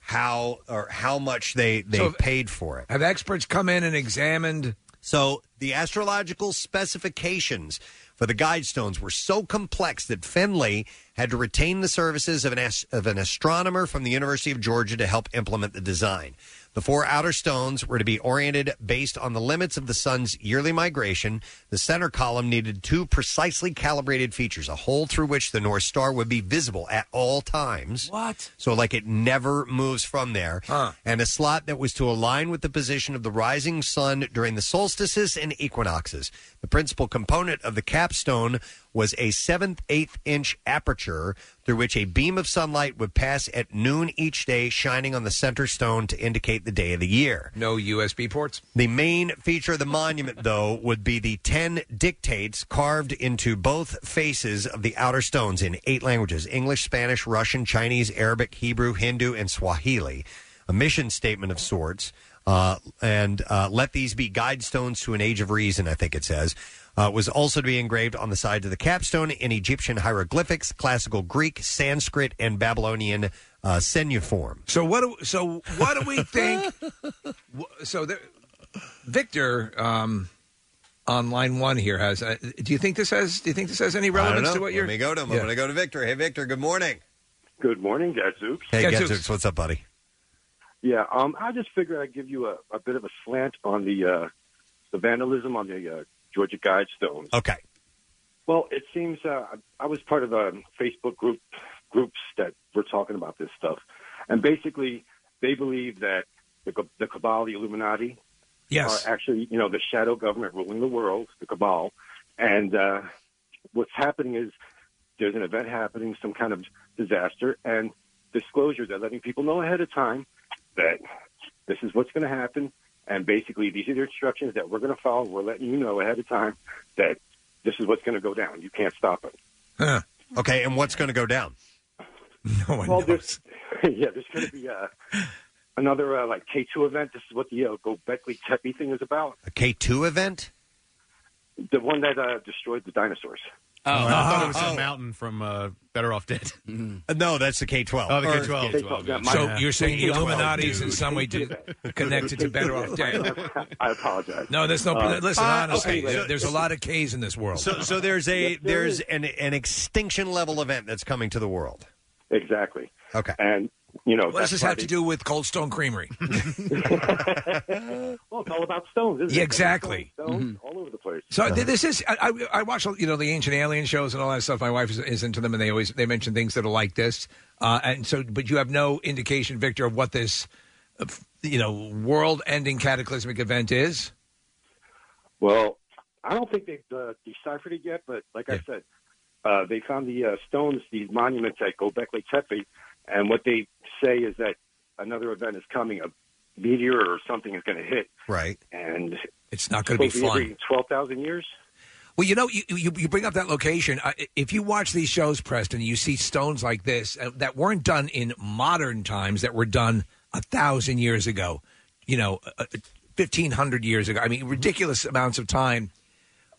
how or how much they they
So if-
paid for it.
Have experts come in and examined?
So the astrological specifications for the guide stones were so complex that Fenley had to retain the services of an, as- of an astronomer from the University of Georgia to help implement the design. The four outer stones were to be oriented based on the limits of the sun's yearly migration. The center column needed two precisely calibrated features a hole through which the North Star would be visible at all times. What? So, like, it never moves from there. And a slot that was to align with the position of the rising sun during the solstices and equinoxes. The principal component of the capstone was a seventh eighth inch aperture through which a beam of sunlight would pass at noon each day, shining on the center stone to indicate the day of the year.
No USB ports.
The main feature of the monument, though, would be the 10 dictates carved into both faces of the outer stones in eight languages English, Spanish, Russian, Chinese, Arabic, Hebrew, Hindu, and Swahili. A mission statement of sorts. Uh, and uh, let these be guide stones to an age of reason, I think it says. Uh, was also to be engraved on the sides of the capstone in Egyptian hieroglyphics, classical Greek, Sanskrit, and Babylonian uh, cuneiform.
So what do so what do we think? wh- so there, Victor um, on line one here has. Uh, do you think this has? Do you think this has any relevance
I don't know.
to what you're?
Let me go to him. I'm going to go to Victor. Hey, Victor. Good morning.
Good morning, Gadzooks.
Hey, Gadzooks, what's up, buddy?
Yeah, um, I just figured I'd give you a, a bit of a slant on the uh, the vandalism on the uh, Georgia Guidestones.
Okay.
Well, it seems uh, I was part of a Facebook group groups that were talking about this stuff, and basically they believe that the, ca- the cabal, the Illuminati,
Yes.
are Uh, actually you know the shadow government ruling the world, the cabal, and uh, what's happening is there's an event happening, some kind of disaster, and disclosure. They're letting people know ahead of time that this is what's going to happen, and basically these are the instructions that we're going to follow. We're letting you know ahead of time that this is what's going to go down. You can't stop it.
Okay, and what's going to go down?
No one
well, there's yeah, there's going to be uh, another uh, like K two event. This is what the uh, Gobekli Tepe thing is about.
A K two event?
The one that uh, destroyed the dinosaurs.
Oh, I thought it was a mountain from uh, Better Off Dead.
Uh, No, that's the K twelve.
Oh, the K-12.
So you're saying the Illuminati is in some way di- connected to Better Off Dead?
I apologize.
No, there's no.
Uh,
listen,
uh,
honestly,
okay,
there-
so-
there's a lot of K's in this world.
So, so there's a there's an an extinction level event that's coming to the world.
Exactly.
Okay.
And you know,
what does this have to do with Cold Stone Creamery?
well, it's all about stones, isn't
Yeah,
it?
exactly. Mm-hmm.
Stones, stones all over the place.
So th- this is I, I, I watch you know the ancient alien shows and all that stuff. My wife is, is into them, and they always they mention things that are like this. Uh, and so, but you have no indication, Victor, of what this uh, f- you know world-ending cataclysmic event is.
Well, I don't think they've uh, deciphered it yet, but like I said, uh, they found the uh, stones, these monuments at Gobekli Tepe, and what they say is that another event is coming, a meteor or something is going to hit,
Right.
and
It's not going to be
supposed
fun.
every Twelve thousand years.
Well, you know, you, you, you bring up that location. I- If you watch these shows, Preston, you see stones like this uh, that weren't done in modern times, that were done a thousand years ago, you know, uh, uh, 1,500 years ago. I mean, ridiculous amounts of time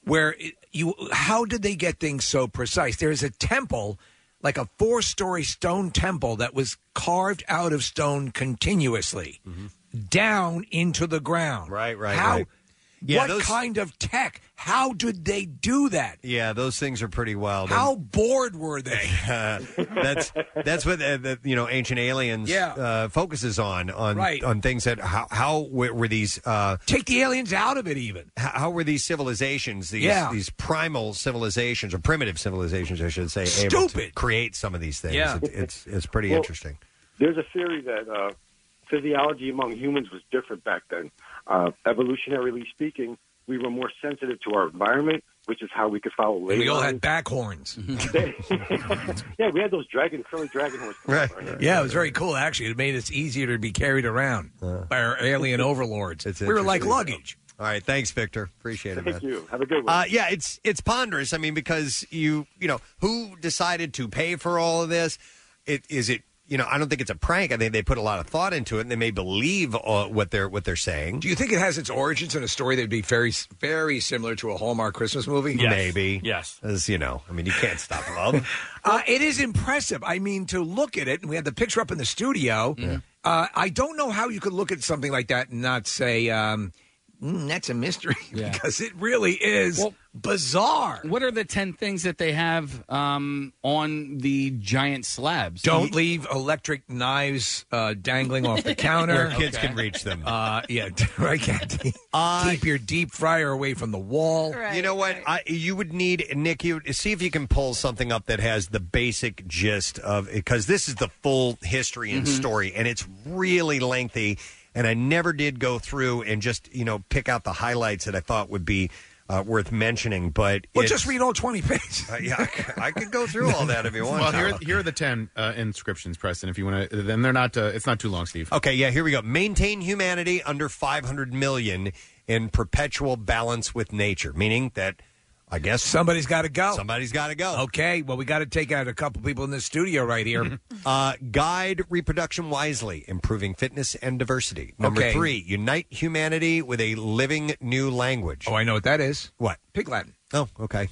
where it, you, how did they get things so precise? There is a temple, like a four story stone temple that was carved out of stone continuously down into the ground. Right,
Mm-hmm. right,
How?
right. Yeah,
what
those-
kind of tech? How did they do that?
Yeah, those things are pretty wild.
How bored were they?
uh, that's that's what uh, the, you know ancient aliens
Yeah.
uh, focuses on on
Right.
on things that how how were, were these uh,
Take the aliens out of it, even.
how, how were these civilizations these
Yeah.
these primal civilizations or primitive civilizations I should say able to
Stupid.
create some of these things
Yeah.
It- it's it's pretty
Well,
interesting
There's a theory that uh, physiology among humans was different back then. Uh, evolutionarily speaking, we were more sensitive to our environment, which is how we could follow. ley
we all
lines.
had back horns.
yeah, we had those dragon curly dragon horns.
Right.
Yeah, it was very cool, actually. It made us easier to be carried around by our alien overlords. we were like
interesting.
luggage.
all right thanks Victor appreciate it
Thank
man.
you have a good
Uh, yeah, it's it's ponderous. I mean, because you you know who decided to pay for all of this? It is it you know I don't think it's a prank. I think they put a lot of thought into it, and they may believe uh, what they're what they're saying.
Do you think it has its origins in a story that'd be very, very similar to a Hallmark Christmas movie?
Maybe
yes,
as you know, I mean, you can't stop love.
Uh, it is impressive. I mean, to look at it, and we had the picture up in the studio. Uh, I don't know how you could look at something like that and not say, um, mm, that's a mystery because it really is bizarre.
What are the 10 things that they have um, on the giant slabs?
Don't leave electric knives uh, dangling off the counter.
Where kids can
reach them.
Uh, yeah, right, Kathy.
Uh,
Keep your deep fryer away from the wall.
You know what? I, you would need Nick. You see if you can pull something up that has the basic gist of it, because this is the full history and
Mm-hmm.
Mhm.
story, and it's really lengthy. And I never did go through and just you know pick out the highlights that I thought would be uh, worth mentioning. But
Well,
it's-
just read all 20 pages.
Uh, yeah, I c- I could go through all that if you want.
Well, here,
Tom.
here are the ten uh, inscriptions, Preston. If you want to, then they're not. Uh, it's not too long, Steve.
Okay, yeah, here we go. Maintain humanity under 500 million in perpetual balance with nature, meaning that I guess
somebody's got to go.
Somebody's got to go.
Okay, well, we got to take out a couple people in this studio right here.
uh, guide reproduction wisely, improving fitness and diversity. Number
Okay.
three, unite humanity with a living new language. Oh,
I know what that is.
What?
Pig Latin.
Oh, okay.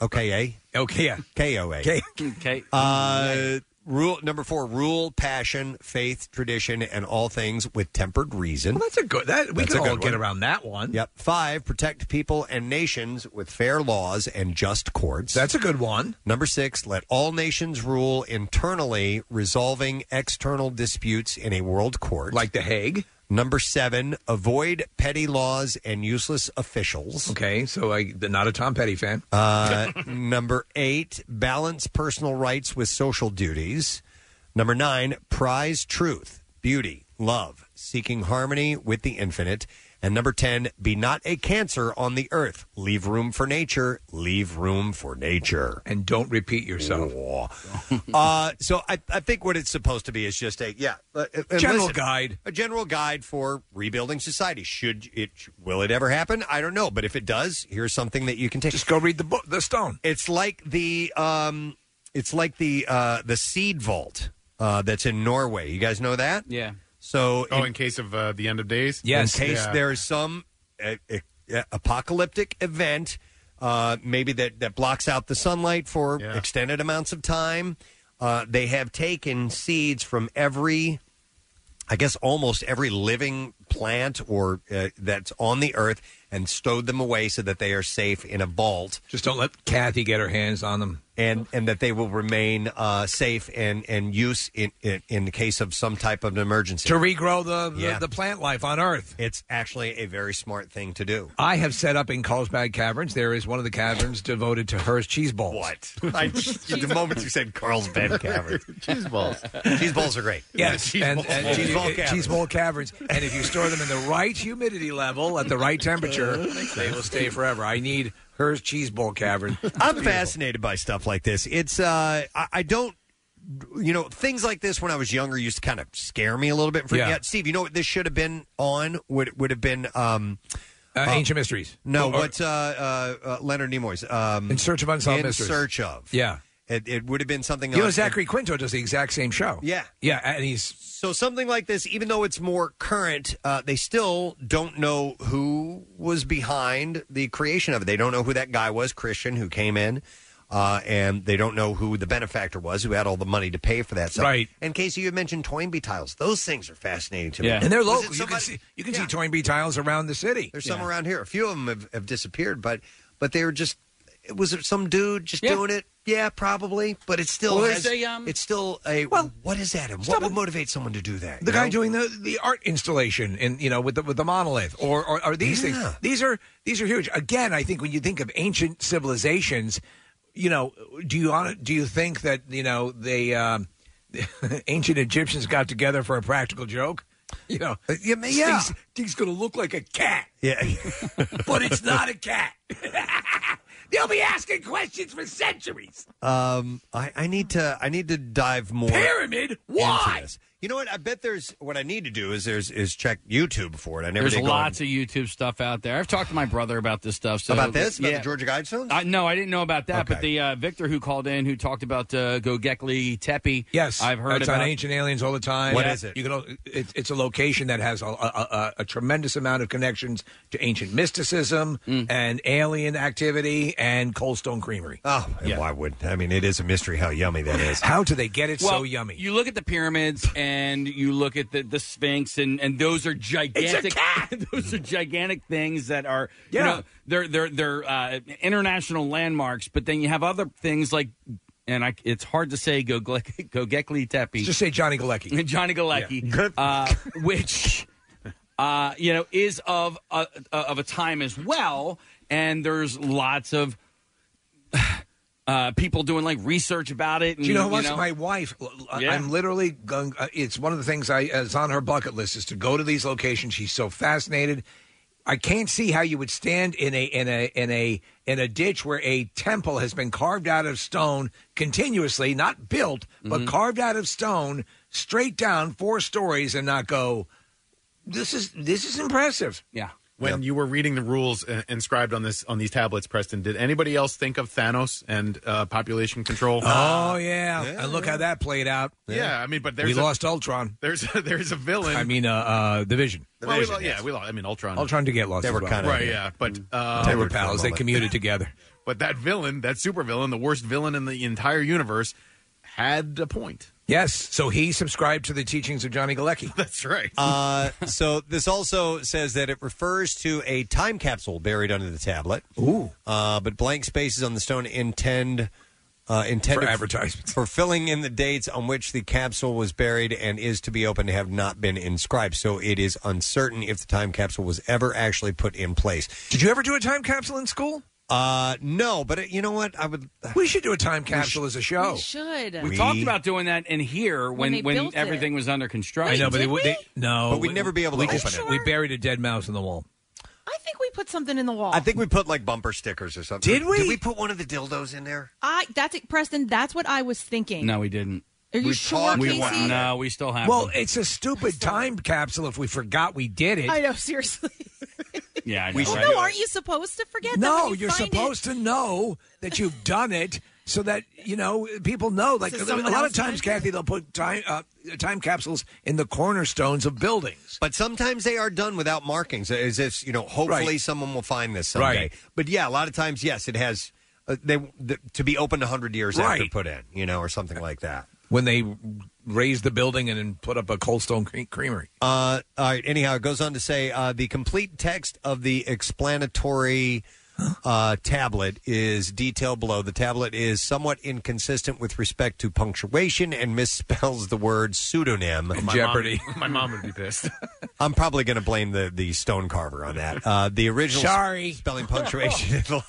Okay,
A. Okay, yeah.
K-O-A.
Okay.
Okay.
Uh, rule number four: rule, passion, faith, tradition, and all things with tempered reason. Well,
that's a good. That we
can
could all get around that one.
Yep. Five: protect people and nations with fair laws and just courts.
That's a good one.
Number six: let all nations rule internally, resolving external disputes in a world court,
like the Hague.
Number seven: avoid petty laws and useless officials.
Okay, so I not a Tom Petty fan.
Uh, number eight, balance personal rights with social duties. Number nine, prize truth, beauty, love, seeking harmony with the infinite. And number 10, be not a cancer on the earth. Leave room for nature. Leave room for nature.
And don't repeat yourself.
uh, so I, I think what it's supposed to be is just a, yeah, uh, and
General
listen,
guide.
A general guide for rebuilding society. Should it, will it ever happen? I don't know. But if it does, here's something that you can take. Just
go read the book, The Stone.
It's like the, um, it's like the, uh, the seed vault, uh, that's in Norway. You guys know that?
Yeah.
So,
Oh, in, case of uh, the end of days.
in case there is some uh, uh, apocalyptic event, uh, maybe that, that blocks out the sunlight for extended amounts of time, uh, they have taken seeds from every, I guess, almost every living plant or uh, that's on the earth and stowed them away so that they are safe in a vault.
Just don't let Kathy get her hands on them.
And, and that they will remain uh, safe and, and use in, in, in the case of some type of an emergency.
To regrow the, the,
Yeah.
the plant life on Earth.
It's actually a very smart thing to do.
I have set up in Carlsbad Caverns. There is one of the caverns devoted to hers cheese balls.
What? I just, the moment you said Carlsbad Cavern, cheese balls. Cheese balls are great.
Yes, and, and
cheese ball caverns.
cheese ball caverns. And if you store them in the right humidity level at the right temperature, they will stay forever. I need hers cheese ball cavern.
I'm fascinated by stuff like this. It's uh, I, I don't, you know, things like this when I was younger used to kind of scare me a little bit. For,
Yeah.
yeah. Steve, you know what this should have been on would would have been um,
Uh, Ancient Mysteries. Oh,
No,
Or-
what's uh, uh, uh, Leonard Nimoy's um,
In Search of Unsolved
In
Mysteries.
Search of
Yeah.
It, it would have been something.
You know,
on-
Zachary Quinto does the exact same show.
Yeah.
Oh. Yeah, and he's
So something like this, even though it's more current, uh, they still don't know who was behind the creation of it. They don't know who that guy was, Christian, who came in, uh, and they don't know who the benefactor was, who had all the money to pay for that stuff.
Right.
And Casey, you had mentioned Toynbee tiles; those things are fascinating to me.
and they're
Was it
local. You can
somebody-
see you can see Toynbee tiles around the city.
There's some around here. A few of them have, have disappeared, but but they were just. It was some dude just doing it. Yeah, probably, but it's still
Well,
has,
there's a, um,
it's still a what is that? And what would motivate someone to do that?
The guy doing the, the art installation and you know with the with the monolith or or, or these
Yeah.
things these are these are huge. Again, I think when you think of ancient civilizations, you know, do you hon- do you think that you know they um, ancient Egyptians got together for a practical joke? You know,
Uh, yeah,
this
yeah.
Thing's, thing's going to look like a cat,
Yeah.
but it's not a cat. They'll be asking questions for centuries.
Um, I, I need to I need to dive more
Pyramid? Why?
into this. You know what? I bet there's what I need to do is there's is check YouTube for it. I never
There's
did go
lots of YouTube stuff out there. I've talked to my brother about this stuff. So
About this? About
yeah.
the Georgia Guidestones?
Uh, no, I didn't know about that. But the uh, Victor who called in, who talked about uh, Gogekli Tepe.
Yes,
I've heard
it's
about
on Ancient Aliens all the time.
What
What
Yeah.
is
is it?
You can. al- It's, it's a location that has a, a, a, a tremendous amount of connections to ancient mysticism
Mm.
and alien activity and Cold Stone Creamery.
Oh, and why would I mean? It is a mystery how yummy that is.
How do they get it so yummy?
You look at the pyramids, and you look at the, the Sphinx, and, and those are gigantic. those are gigantic things that are
Yeah.
you know they're they're they're uh, international landmarks. But then you have other things like. And I, it's hard to say go Gogekli Tepe.
Just say Johnny Galecki.
Johnny Galecki, uh, which uh, you know is of a, of a time as well, and there's lots of uh, people doing like research about it. And,
Do you know what's my wife? I-
Yeah.
I'm literally going. Uh, it's one of the things I is on her bucket list is to go to these locations. She's so fascinated. I can't see how you would stand in a in a in a in a ditch where a temple has been carved out of stone continuously, not built,
Mm-hmm.
but carved out of stone, straight down four stories, and not go. This is this is impressive.
Yeah.
When you were reading the rules uh, inscribed on this on these tablets, Preston, did anybody else think of Thanos and uh, population control?
Oh yeah. and look how that played out.
Ah, Yeah, I mean, but there's
we
a-
lost Ultron.
There's a, there's a villain.
I mean, uh, uh Division.
Well, we lo- yeah, we lost. I mean, Ultron.
Ultron to get lost.
They
as
were
well. Mm.
kinda- Right, yeah, but, uh,
they were
Tethered for a
pals. They
moment.
commuted together.
But that villain, that supervillain, the worst villain in the entire universe, had a point.
Yes, so he subscribed to the teachings of Johnny Galecki.
That's right.
Uh, so this also says that it refers to a time capsule buried under the tablet.
Ooh.
Uh, but blank spaces on the stone intend uh, intended
For advertisements.
for filling in the dates on which the capsule was buried and is to be opened have not been inscribed. So it is uncertain if the time capsule was ever actually put in place.
Did you ever do a time capsule in school?
Uh, no, but it, you know what? I would. uh,
We should do a time capsule as a show.
We should.
We, talked about doing that in here
When
when
they
when,
built it.
everything was under
I
construction.
know, but they, would- they no,
But we'd never be able to
we just-
open it.
We buried a dead mouse in the wall.
I think we put something in the wall.
I think we put like bumper stickers or something.
Did we?
Did we put one of the dildos in there?
I that's it, Preston. That's what I was thinking.
No, we didn't.
Are you
We
sure,
talked
Casey?
about it. No, we still have.
Well,
them.
it's a stupid time capsule if we forgot we did it.
I know, seriously.
yeah, I
We
know,
should
right?
do
No, aren't you supposed to forget? that
no,
when you
are
find it?
supposed to know that you've done it so that you know people know. Like
So
a
someone
lot
else
of times, Kathy, they'll put time uh, time capsules in the cornerstones of buildings.
But sometimes they are done without markings, as if you know. Hopefully,
Right.
someone will find this someday.
Right.
But yeah, a lot of times, yes, it has. Uh, they the, to be opened hundred years after
Right.
put in, you know, or something like that.
When they raised the building and then put up a Cold Stone Cre- Creamery.
Uh, all right. Anyhow, it goes on to say uh, the complete text of the explanatory uh, tablet is detailed below. The tablet is somewhat inconsistent with respect to punctuation and misspells the word pseudonym.
My mom- my mom would be pissed.
I'm probably going to blame the, the stone carver on that. Uh, the original s-
Sorry.
spelling punctuation in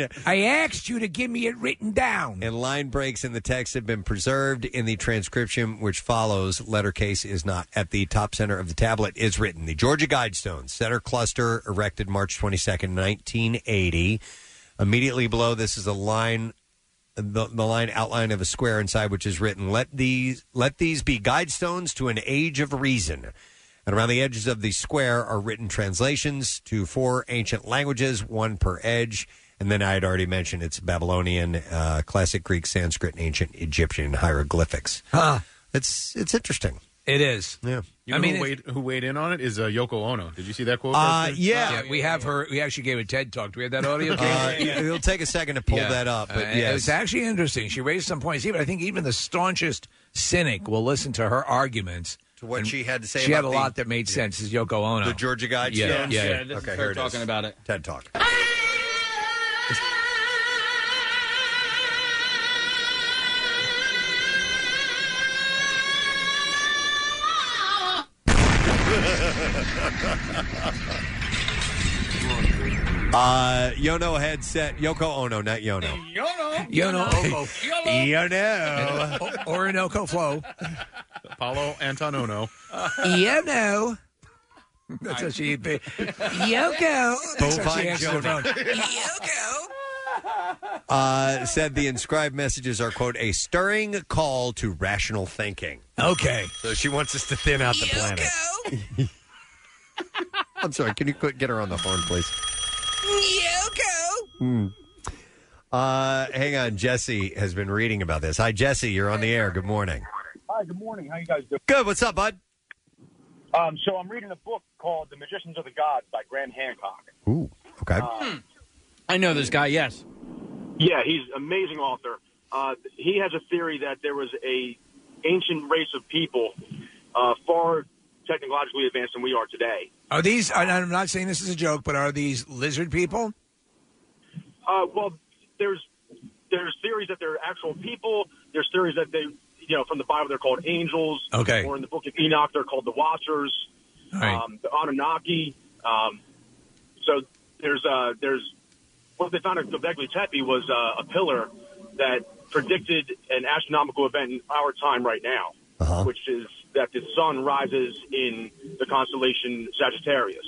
line.
I asked you to give me it written down.
And line breaks in the text have been preserved in the transcription which follows. Letter case is not. At the top center of the tablet is written the Georgia Guidestones, center cluster erected March 22nd, 1980. Immediately below this is a line the, the line outline of a square inside which is written let these let these be guidestones to an age of reason and around the edges of the square are written translations to four ancient languages one per edge and then i had already mentioned it's babylonian uh, classic greek sanskrit and ancient egyptian hieroglyphics
huh.
it's it's interesting
It is.
Yeah.
You know who, weighed, who weighed in on it is uh, Yoko Ono. Did you see that quote?
Uh,
Preston?
yeah.
we have her. We actually gave a TED talk. Do we have that audio? Uh,
Uh, it'll take a second to pull that up, but yes.
it's actually interesting. She raised some points. Even I think even the staunchest cynic will listen to her arguments.
To what she had to say
She had a
about the-
lot that made sense. Is Yoko Ono
the georgia guidestones
Yeah, yeah.
okay here it is.
about it
ted talk Uh, Yono had said Yoko Ono, not Yono.
Yono, Yono, Oko.
Yono,
And, o- Orinoco Flow,
Paulo Antonono.
Yono. That's how she. Be, Yoko. That's how
Bovine
she answered the
Jonah.
phone.
uh, said the inscribed messages are quote a stirring call to rational thinking.
Okay,
so she wants us to thin out the planet. I'm sorry. Can you quit- get her on the horn, please? Hmm. Uh, hang on. Jesse has been reading about this. Hi, Jesse. You're on the air. Good morning.
Hi, good morning. How you guys doing?
Good. What's up, bud?
Um, so I'm reading a book called The Magicians of the Gods by Graham Hancock.
Ooh. Okay.
I know this guy. Yes.
Yeah, he's an amazing author. Uh, he has a theory that there was a ancient race of people uh, far technologically advanced than we are today.
Are these? And I'm not saying this is a joke, but are these lizard people?
Uh, well, there's there's theories that they're actual people. There's theories that they, you know, from the Bible they're called angels.
Okay.
Or in the Book of Enoch they're called the Watchers.
All right.
Um, the Anunnaki. Um, so there's uh, there's what they found at Göbekli Tepe was uh, a pillar that predicted an astronomical event in our time right now, which is that the sun rises in the constellation Sagittarius.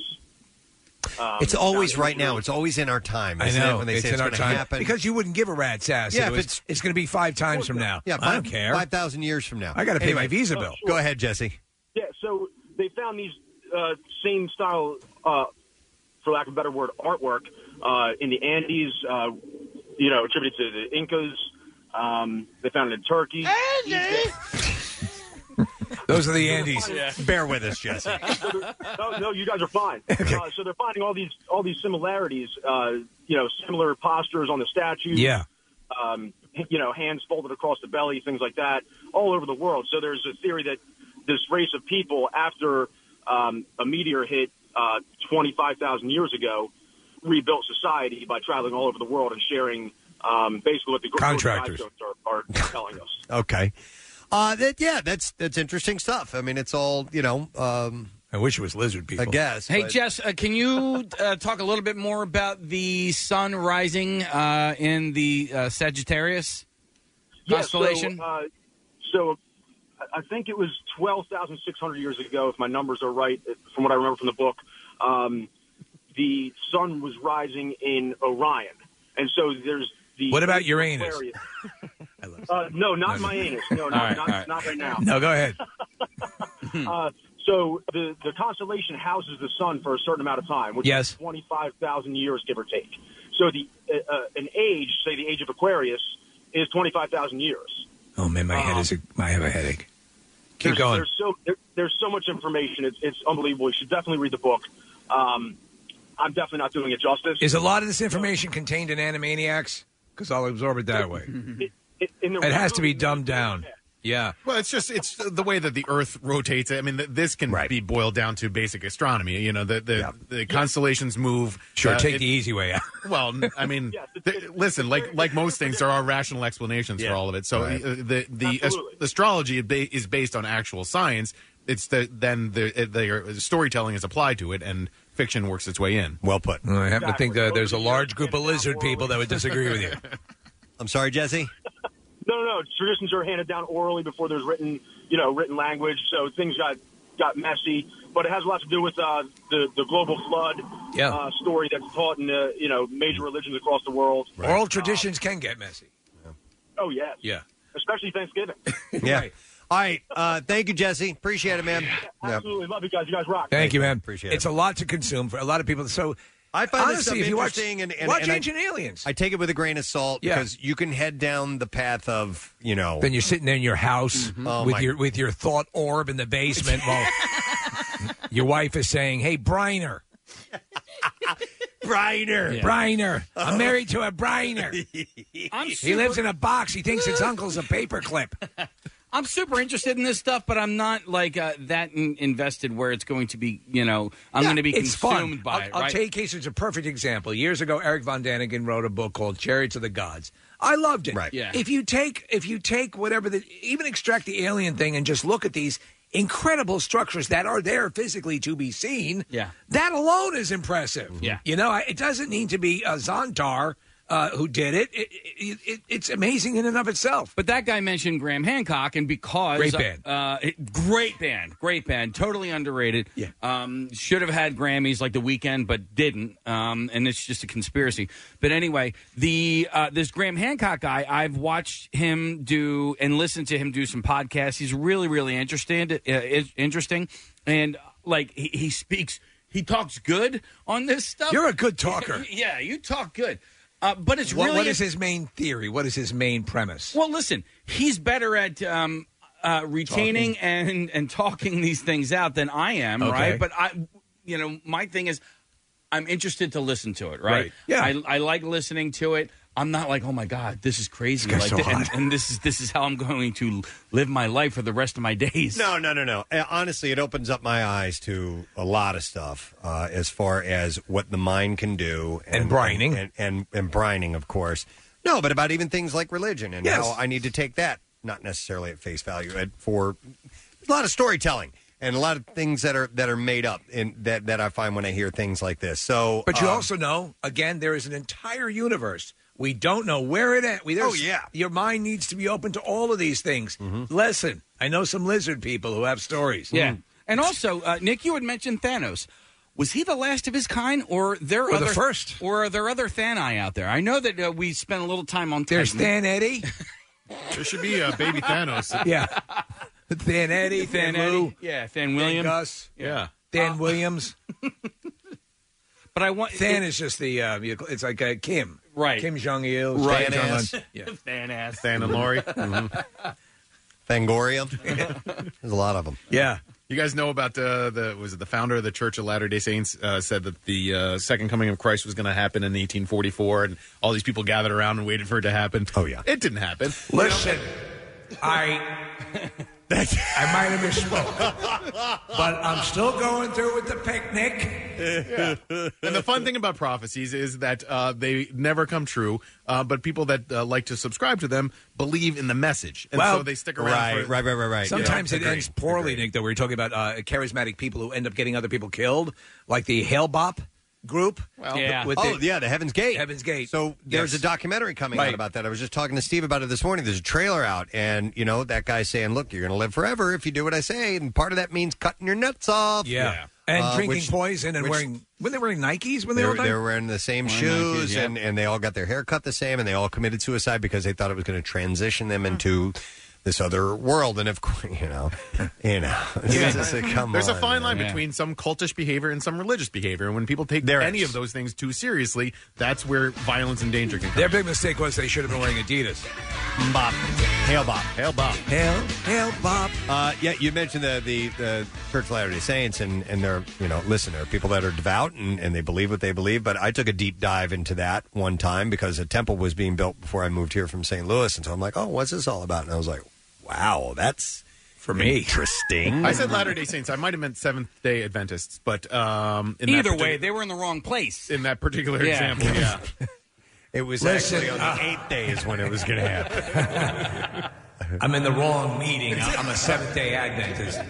Um,
it's always right now. It's always in our time.
I
Isn't
know
It, when they say it's
in our
going to
time
happen.
because you wouldn't give a rat's ass.
Yeah, if
if it was- it's
it's-
going to be five times from now.
Yeah,
I
five-
don't care.
Five thousand years from now,
I gotta pay my Visa
bill.
Go ahead, Jesse.
Yeah, so they found these uh, same style, uh, for lack of a better word, artwork uh, in the Andes, uh, you know, attributed to the Incas. Um, they found it in Turkey.
Those are the Andes.
Bear with us, Jesse.
So they're- no, no, you guys are fine. Uh, so they're finding all these all these similarities, uh, you know, similar postures on the statues.
Yeah.
Um, you know, hands folded across the belly, things like that, all over the world. So there's a theory that this race of people, after um, a meteor hit uh, 25,000 years ago, rebuilt society by traveling all over the world and sharing um, basically what the Gr-
Contractors.
are, are telling us.
Okay. Uh, that yeah, that's that's interesting stuff. I mean, it's all you know. Um,
I wish it was lizard people.
I guess.
Hey,
but-
Jess, uh, can you uh, talk a little bit more about the sun rising uh, in the uh, Sagittarius
Yeah,
constellation?
So, uh, so I I think it was 12,600 years ago, if my numbers are right, from what I remember from the book. Um, the sun was rising in Orion. And so there's the.
What about Uranus?
Uh, no, not my anus. No,
All
not,
right,
not,
all right.
not right now.
No, go ahead.
Uh, so the, the constellation houses the sun for a certain amount of time, which
Yes.
is 25,000 years, give or take. So the uh, uh, an age, say the age of Aquarius, is 25,000 years.
Oh man, my head is. A, I have a headache.
Um, there's,
Keep going.
There's so there, there's so much information. It's, it's unbelievable. You should definitely read the book. Um, I'm definitely not doing it justice.
Is a lot of this information contained in Animaniacs? Because I'll absorb it that way. It has to be dumbed down. Yeah.
Well, it's just it's the way that the Earth rotates. I mean, th- this can be boiled down to basic astronomy. You know, the the, the constellations move. Uh,
Sure,
Uh,
take e- the easy way out.
Well, n- I mean, th- listen, like like most things, there are rational explanations for all of it. So
Right.
uh, the the as- astrology ba- is based on actual science. It's the then the uh, their storytelling is applied to it, and fiction works its way in.
Well put.
I happen to think that there's a large group of lizard people that would disagree with you.
I'm sorry, Jesse.
No, no, no. Traditions are handed down orally before there's written, you know, written language. So things got got messy, but it has a lot to do with uh, the the global flood
Yeah.
uh, story that's taught in uh, you know major religions across the world.
Oral traditions can get messy.
Oh yes,
Yeah.
especially Thanksgiving.
Yeah. All right. Uh, thank you, Jesse. Appreciate it, man.
Absolutely love you guys. You guys rock.
Thank you, man.
Appreciate
it's a lot to consume for a lot of people. So
I find
honestly,
this stuff
if you watch,
interesting and, and,
watch
and I-
Ancient Aliens,
I take it with a grain of salt
Yeah.
because you can head down the path of you know.
then you're sitting there in your house
Oh,
with
my-
your with your thought orb in the basement while your wife is saying, "Hey, Briner,
Briner,
Briner,
Uh-huh.
I'm married to a Briner.
I'm
he
super-
lives in a box. He thinks his uncle's a paperclip."
I'm super interested in this stuff, but I'm not like uh, that in- invested where it's going to be. You know, I'm
Yeah,
going to be
it's
consumed
fun.
by
I'll,
it.
I'll
right?
tell you, Casey, it's a perfect example. Years ago, Eric Von Daniken wrote a book called "Chariots of the Gods." I loved it. Right.
Yeah.
If you take, if you take whatever the, even extract the alien thing and just look at these incredible structures that are there physically to be seen.
Yeah. Mm-hmm.
That alone is impressive.
Yeah.
You know, I- it doesn't need to be uh, Zontar uh, who did it. It, it, it. It's amazing in and of itself.
But that guy mentioned Graham Hancock, and because
Great band.
uh, it- great band, great band, totally underrated. Yeah, um, should have had Grammys like the weekend, but didn't. Um, and it's just a conspiracy. But anyway, the uh, this Graham Hancock guy, I've watched him do and listened to him do some podcasts. He's really, really interesting. Uh, is- interesting, and uh, like he, he speaks, he talks good on this stuff.
You're a good talker.
yeah, you talk good. Uh, but it's
What-
really
what is his main theory? What is his main premise?
well, listen, he's better at um, uh, retaining and and talking these things out than I am,
Okay.
right? But I, you know, my thing is, I'm interested to listen to it, right?
Right. Yeah.
I, I like listening to it. I'm not like, oh my god, this is crazy,
This guy's
like,
so
and,
hot.
and this is this is how I'm going to live my life for the rest of my days.
No, no, no, no. Uh, Honestly, it opens up my eyes to a lot of stuff uh, as far as what the mind can do, and, brining, and, and and brining, of course. No, but about even things like religion and
Yes.
how I need to take that not necessarily at face value, but for a lot of storytelling and a lot of things that are that are made up and that that I find when I hear things like this. So,
But you
um,
also know, again, there is an entire universe. We don't know where it at. We,
Oh,
there's-
yeah. Mm-hmm.
Your mind needs to be open to all of these things. Listen, I know some lizard people who have stories.
Yeah. And also, uh, Nick, you had mentioned Thanos. Was he the last of his kind, or are there
Or the
other
first?
or are there other Thani out there? I know that uh, we spent a little time on
There's
Titan.
Than Eddie.
there should be a baby Thanos.
yeah. Than Eddie.
uh, Than
Than, Lou,
Eddie. Yeah, Than William.
Gus.
Yeah. Uh,
Than Williams.
but I want
Than
it-
is just the uh, you- it's like uh, Kim.
Right.
Kim Jong Il.
Right.
Thanos.
Thanos.
Than and Laurie.
Mm-hmm. Fangoria. There's a lot of them.
Yeah.
You guys know about uh, the was it the founder of the Church of Latter Day Saints uh, said that the uh, second coming of Christ was going to happen in 1844, and all these people gathered around and waited for it to happen. Oh yeah, it didn't happen.
Listen, I I might have misspoke, but I'm still going through with the picnic.
and the fun thing about prophecies is that uh, they never come true, uh, but people that uh, like to subscribe to them believe in the message, and so they stick around. for,
Sometimes
Yeah.
it ends poorly, Nick. Though we were talking about uh, charismatic people who end up getting other people killed, like the Hail Bop group.
Well, oh, yeah, the Heaven's Gate.
Heaven's Gate.
So there's
Yes.
a documentary coming out
Right.
about that. I was just talking to Steve about it this morning. There's a trailer out, and you know that guy saying, "Look, you're going to live forever if you do what I say," and part of that means cutting your nuts off.
Yeah. And
Uh,
drinking
which-
poison and
which-
wearing when they wearing Nikes when they,
they
were
were,
done?
they were wearing the same
Wearing
shoes
Nikes, yeah.
and, and they all got their hair cut the same and they all committed suicide because they thought it was going to transition them into this other world and of course you know you know
Yeah.
it's just like, come
There's a
on,
fine line
man.
between some cultish behavior and some religious behavior. And when people take any of those things too seriously, that's where violence and danger can come.
Their big mistake was they should have been wearing Adidas.
Bop. Hail Bop.
Hail Bop.
Hail, hail Bop.
Uh, yeah, you mentioned the the, the Church of Latter Day Saints, and and they're you know listen, there are people that are devout and, and they believe what they believe. But I took a deep dive into that one time because a temple was being built before I moved here from St. Louis, and so I'm like, oh, what's this all about? And I was like, wow, that's for
me
interesting.
I said Latter Day Saints. I might have meant Seventh Day Adventists, but um, in that
Either way,
partic-
they were in the wrong place.
in that particular
Yeah.
example, yeah,
it was
Listen,
actually on
uh,
the eighth day is when it was going to happen.
I'm in the wrong meeting. I'm a Seventh Day Adventist.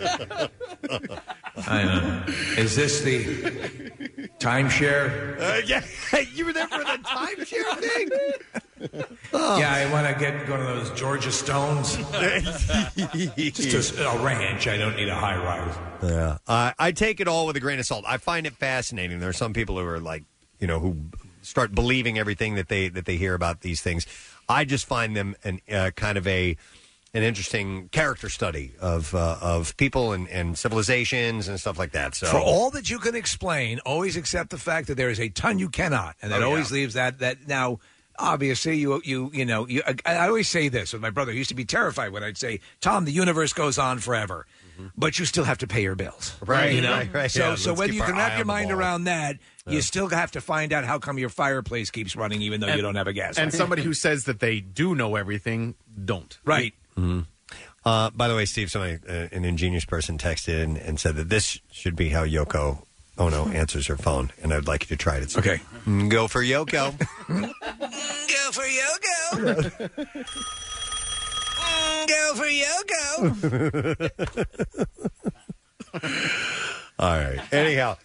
I know. Is this the timeshare?
Uh, yeah, you were there for the timeshare thing.
Yeah, I want to get one of those Georgia Stones. Just a, a ranch. I don't need a high rise.
Yeah, uh, I take it all with a grain of salt. I find it fascinating. There are some people who are like, you know, who start believing everything that they that they hear about these things. I just find them an uh, kind of a an interesting character study of uh, of people and, and civilizations and stuff like that. So
For all that you can explain, always accept the fact that there is a ton you cannot, and that
Oh, yeah.
always leaves that that now. Obviously, you you you know. You, I, I always say this with my brother. He used to be terrified when I'd say, "Tom, the universe goes on forever, but you still have to pay your bills."
Mm-hmm. Right,
You know.
right, right.
So
Yeah,
so
let's
whether
keep
you
our
can
eye
wrap
on
your
the
mind
ball.
around that, you still have to find out how come your fireplace keeps running, even though you
And-
don't have a gas.
and
line.
somebody who says that they do know everything don't.
right.
Uh, by the way, Steve, somebody, uh, an ingenious person texted in and said that this should be how Yoko Ono answers her phone, and I'd like you to try it. It's
okay.
Go for Yoko.
Mm, Go for Yoko. Mm, Go for
All right. Anyhow,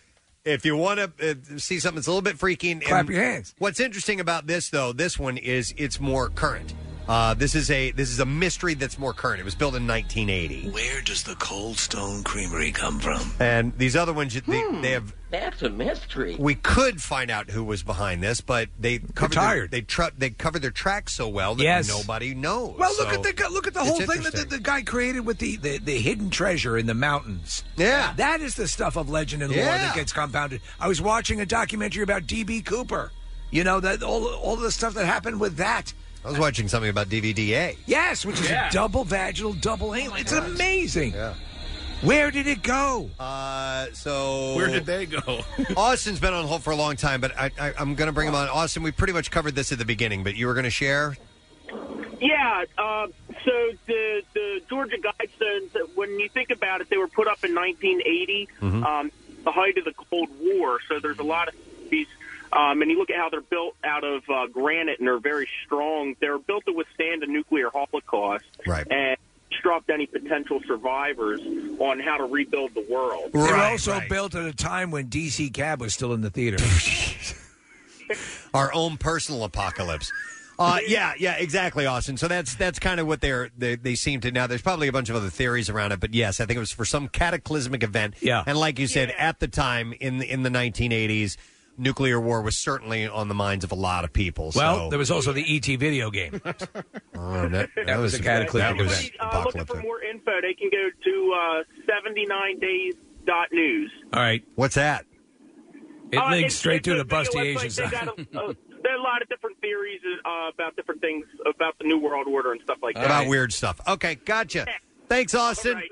if you want to uh, see something that's a little bit freaky, and,
Clap your hands.
What's interesting about this, though, this one is it's more current. Uh, this is a this is a mystery that's more current. It was built in 1980,
Where does the Cold Stone Creamery come from?
and these other ones you- they, they have.
Hmm, That's a mystery.
We could find out who was behind this, but they covered their,
tired.
they tra- they covered their tracks so well that
Yes.
nobody knows.
Well, look
So
at the gu- look at the
it's
whole thing that the,
interesting.
the guy created with the, the, the hidden treasure in the mountains.
Yeah,
that is the stuff of legend and lore
Yeah.
that gets compounded. I was watching a documentary about DB Cooper. You know that all all the stuff that happened with that.
I was watching something about DVDA.
Yes, which is
Yeah.
a double vaginal, double anal. It's amazing. Yeah. Where did it go?
Uh, so
Where did they go?
Austin's been on hold for a long time, but I, I, I'm going to bring him on. Austin, we pretty much covered this at the beginning, but you were going to share.
Yeah. Uh, so the the Georgia Guidestones, when you think about it, they were put up in 1980, um, the height of the Cold War. So there's a lot of these, um, and you look at how they're built out of uh, granite and they're very strong. They're built to withstand a nuclear holocaust
right.
and instruct any potential survivors on how to rebuild the world. Uh,
They were also built at a time when DC Cab was still in the theater.
Our own personal apocalypse. Uh, yeah, yeah, exactly, Austin. So that's that's kind of what they're they, they seem to now. There's probably a bunch of other theories around it, but yes, I think it was for some cataclysmic event.
Yeah.
and like you said, at the time in the, in the 1980s, nuclear war was certainly on the minds of a lot of people.
well,
so.
there was also the ET video game.
Oh, that, that
That was
was
a cataclysmic
that was
event.
Uh, looking for more info, they can go to uh, 79days.news.
All right,
what's that?
It
Uh,
links
it's-
straight
it's
to
a
the Busty
video
Asian
website. They got
side.
a- uh, There are a lot of different theories uh, about different things about the New World Order and stuff like that.
about weird stuff. Okay, gotcha. Thanks, Austin.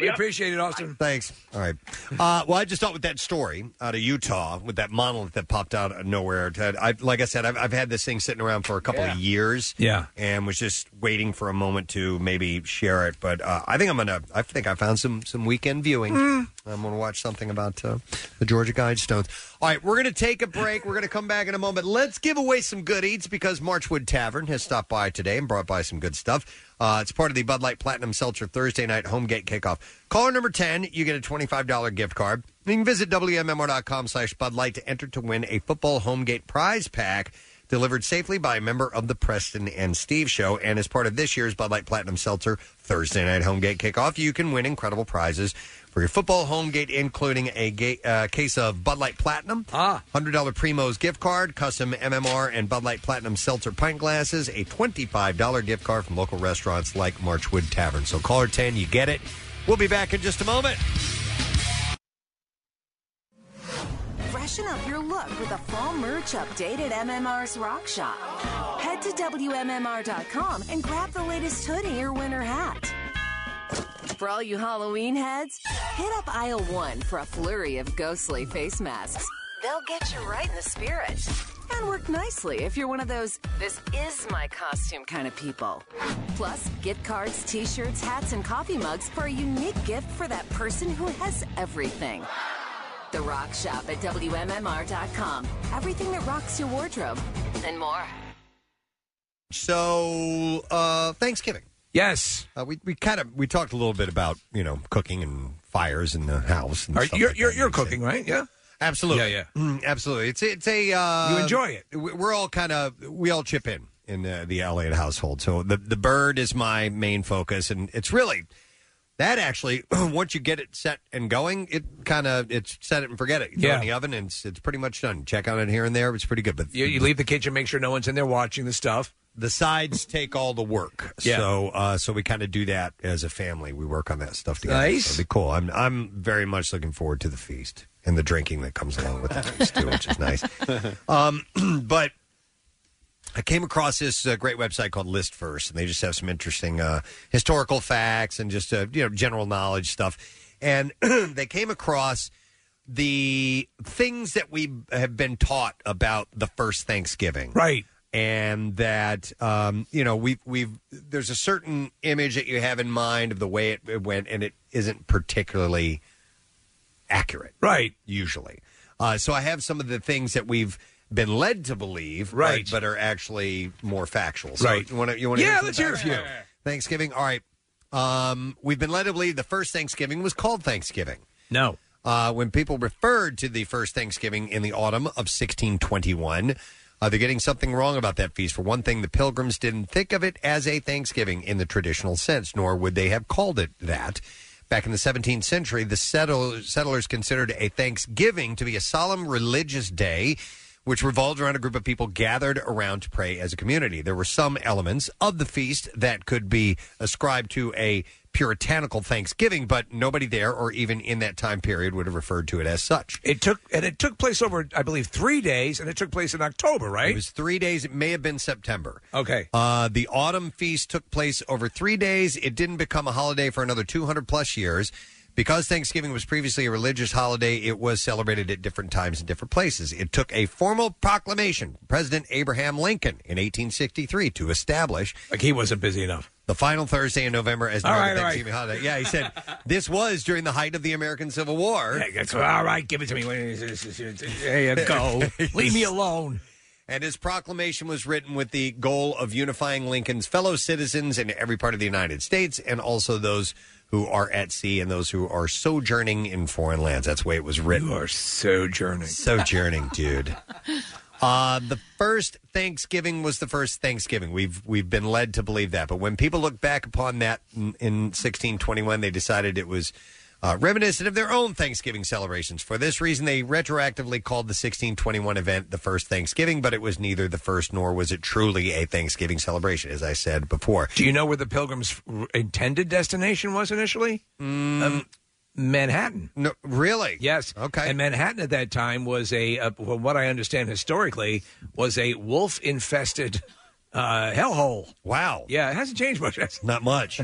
We appreciate it, Austin.
Thanks. All right. Uh, well, I just thought with that story out of Utah with that monolith that popped out of nowhere. Ted, I, like I said, I've, I've had this thing sitting around for a couple of years.
Yeah.
and was just waiting for a moment to maybe share it. But uh, I think I'm gonna. I think I found some some weekend viewing.
Mm.
I'm gonna watch something about uh, the Georgia Guidestones. All right, we're gonna take a break. We're gonna come back in a moment. Let's give away some good eats because Marchwood Tavern has stopped by today and brought by some good stuff. Uh, it's part of the Bud Light Platinum Seltzer Thursday night home gate kickoff. Caller number ten, you get a twenty five dollar gift card. You can visit wmmr.com slash Bud Light to enter to win a football home gate prize pack delivered safely by a member of the Preston and Steve Show. And as part of this year's Bud Light Platinum Seltzer Thursday Night Home Gate Kickoff, you can win incredible prizes for your football home gate, including a gate, uh, case of Bud Light Platinum, ah. $100 Primo's gift card, custom MMR and Bud Light Platinum Seltzer pint glasses, a $25 gift card from local restaurants like Marchwood Tavern. So caller 10, you get it. We'll be back in just a moment.
Freshen up your look with a fall merch update at MMR's Rock Shop. Head to WMMR.com and grab the latest hoodie or winter hat. For all you Halloween heads, hit up aisle one for a flurry of ghostly face masks. They'll get you right in the spirit and work nicely if you're one of those this is my costume kind of people. Plus, gift cards, t shirts, hats, and coffee mugs for a unique gift for that person who has everything. The Rock Shop at WMMR.com. Everything that rocks your wardrobe and more.
So uh, Thanksgiving.
Yes,
uh, we we kind of we talked a little bit about you know cooking and fires in the house. And
Are-
stuff
you're-
like
you're-
that.
you're cooking, right? Yeah?
absolutely.
Yeah,
yeah, absolutely. It's it's a uh,
You enjoy it.
we- We're all kind of we all chip in in uh, the Elliott household. So the the bird is my main focus, and it's really that actually once you get it set and going, it kind of it's set it and forget it. You throw it
Yeah.
in the oven, and it's, it's pretty much done. Check on it here and there. It's pretty good, but
You, you leave the kitchen, make sure no one's in there watching the stuff.
The sides take all the work.
Yeah.
So uh, so we kind of do that as a family. We work on that stuff together.
Nice.
So it'll be cool. I'm I'm very much looking forward to the feast and the drinking that comes along with the feast too, which is nice. Um, but I came across this uh, great website called List First, and they just have some interesting uh, historical facts and just uh, you know general knowledge stuff. And they came across the things that we have been taught about the first Thanksgiving,
right?
And that um, you know we've we've there's a certain image that you have in mind of the way it- it went, and it isn't particularly accurate,
right?
Usually, uh, so I have some of the things that we've been led to believe,
Right.
but, but are actually more factual, So
Right.
You want to? You want to?
Yeah, let's hear a few.
Thanksgiving. All right. Um, we've been led to believe the first Thanksgiving was called Thanksgiving.
No.
Uh, when people referred to the first Thanksgiving in the autumn of 1621, uh, they're getting something wrong about that feast. For one thing, the pilgrims didn't think of it as a Thanksgiving in the traditional sense, nor would they have called it that. Back in the 17th century, the settlers, settlers considered a Thanksgiving to be a solemn religious day which revolved around a group of people gathered around to pray as a community. There were some elements of the feast that could be ascribed to a puritanical Thanksgiving, but nobody there or even in that time period would have referred to it as such.
It took and it took place over, I believe, three days, and it took place in October, right? It
was three days. It may have been September.
Okay.
Uh, the autumn feast took place over three days. It didn't become a holiday for another 200 plus years. Because Thanksgiving was previously a religious holiday, it was celebrated at different times in different places. It took a formal proclamation, from President Abraham Lincoln, in 1863, to establish
Like he wasn't busy enough.
the final Thursday in November as the
All
right,
right, all right.
Thanksgiving holiday. Yeah, he said this was during the height of the American Civil War.
Yeah, that's- all right, give it to me. There you go. Leave me alone.
And his proclamation was written with the goal of unifying Lincoln's fellow citizens in every part of the United States and also those who are at sea and those who are sojourning in foreign lands. That's the way it was written. You
are sojourning.
Sojourning, dude. Uh, the first Thanksgiving was the first Thanksgiving. We've we've been led to believe that, but when people look back upon that in, in 1621, they decided it was uh, reminiscent of their own Thanksgiving celebrations. For this reason, they retroactively called the 1621 event the first Thanksgiving, but it was neither the first nor was it truly a Thanksgiving celebration, as I said before.
Do you know where the Pilgrims' r- intended destination was initially? Um, Manhattan.
Mm. No, really?
Yes.
Okay.
And Manhattan at that time was a, uh, from what I understand historically, was a wolf-infested uh, hellhole.
Wow.
Yeah, it hasn't changed much.
Not much.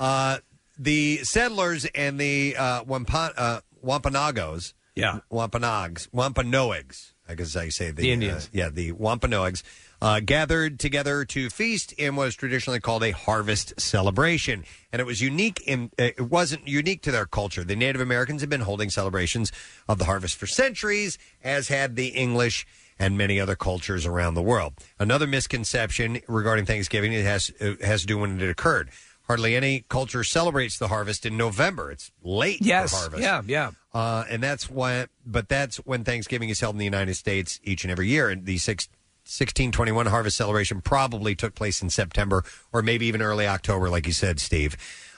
uh, the settlers and the uh, Wampa- uh, Wampanoags,
yeah,
Wampanoags, Wampanoags. I guess I say the,
The Indians.
uh, yeah, the Wampanoags uh, gathered together to feast and was traditionally called a harvest celebration. And it was unique in uh, it wasn't unique to their culture. The Native Americans had been holding celebrations of the harvest for centuries, as had the English and many other cultures around the world. Another misconception regarding Thanksgiving it has it has to do when it occurred. Hardly any culture celebrates the harvest in November. It's late
Yes.
for harvest.
Yeah, yeah.
Uh, and that's why, but that's when Thanksgiving is held in the United States each and every year. And the six, 1621 harvest celebration probably took place in September or maybe even early October, like you said, Steve.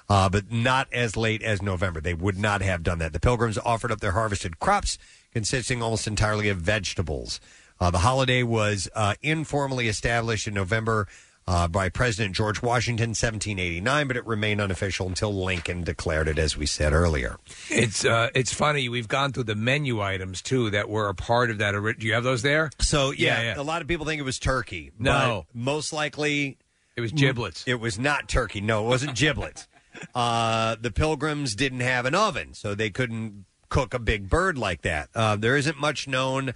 Uh, but not as late as November. They would not have done that. The pilgrims offered up their harvested crops, consisting almost entirely of vegetables. Uh, the holiday was uh, informally established in November uh, by President George Washington, 1789, but it remained unofficial until Lincoln declared it, as we said earlier.
It's uh, it's funny. We've gone through the menu items too that were a part of that. ori- Do you have those there?
So yeah, a lot of people think it was turkey.
No.
but most likely
it was giblets.
Mm. It was not turkey. No, it wasn't giblets. uh, the pilgrims didn't have an oven, so they couldn't cook a big bird like that. Uh, there isn't much known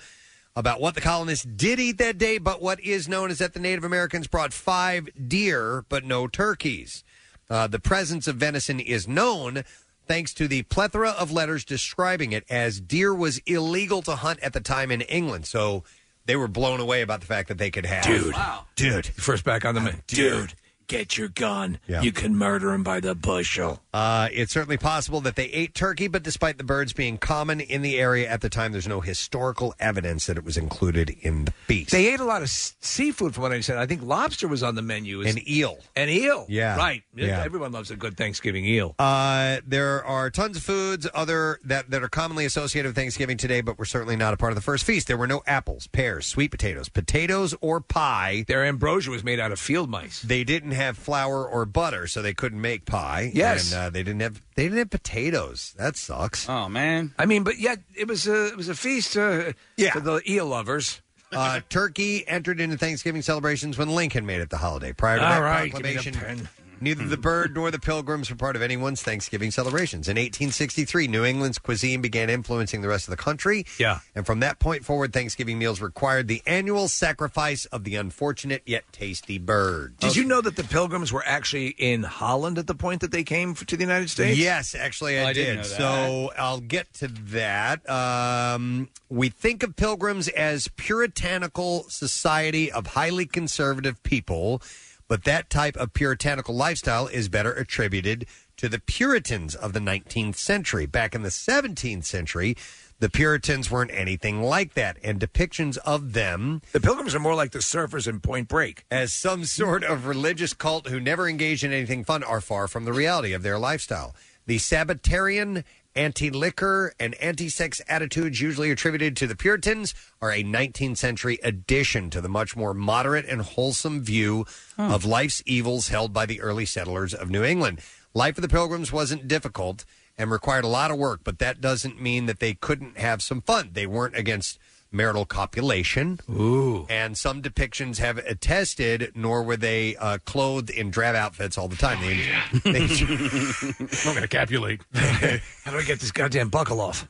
about what the colonists did eat that day, but what is known is that the Native Americans brought five deer, but no turkeys. Uh, the presence of venison is known thanks to the plethora of letters describing it, as deer was illegal to hunt at the time in England. So they were blown away about the fact that they could have.
Dude.
Dude.
First back on the menu. Dude, get your gun.
Yeah.
You can murder him by the bushel.
Uh, it's certainly possible that they ate turkey, but despite the birds being common in the area at the time, there's no historical evidence that it was included in the feast.
They ate a lot of s- seafood, from what I said. I think lobster was on the menu. Is-
An eel.
An eel.
Yeah.
Right.
Yeah.
Everyone loves a good Thanksgiving eel.
Uh, there are tons of foods other that, that are commonly associated with Thanksgiving today, but were certainly not a part of the first feast. There were no apples, pears, sweet potatoes, potatoes, or pie.
Their ambrosia was made out of field mice.
They didn't have flour or butter, so they couldn't make pie.
Yes.
and, uh, they didn't have they didn't have potatoes. That sucks.
Oh man,
I mean, but yet it was a it was a feast uh,
yeah.
for the eel lovers.
uh, turkey entered into Thanksgiving celebrations when Lincoln made it the holiday. Prior to
All
that
right, give me the hmm.
proclamation, neither the bird nor the pilgrims were part of anyone's Thanksgiving celebrations. In 1863, New England's cuisine began influencing the rest of the country.
Yeah.
And from that point forward, Thanksgiving meals required the annual sacrifice of the unfortunate yet tasty bird.
Did you know that the Pilgrims were actually in Holland at the point that they came f- to the United States?
Yes, actually, I,
Oh, I
did.
didn't know
So I'll get to that. Um, we think of pilgrims as puritanical society of highly conservative people, but that type of puritanical lifestyle is better attributed to the Puritans of the 19th century. Back in the 17th century, the Puritans weren't anything like that, and depictions of them.
The Pilgrims are more like the surfers in Point Break.
As some sort of religious cult who never engage in anything fun are far from the reality of their lifestyle. The Sabbatarian, anti liquor, and anti sex attitudes usually attributed to the Puritans are a 19th century addition to the much more moderate and wholesome view of life's evils held by the early settlers of New England. Life of the Pilgrims wasn't difficult and required a lot of work, but that doesn't mean that they couldn't have some fun. They weren't against marital copulation. Ooh. And some depictions have attested, nor were they uh, clothed in drab outfits all the time. They, Oh, I'm going to capulate. How do I get this goddamn buckle off?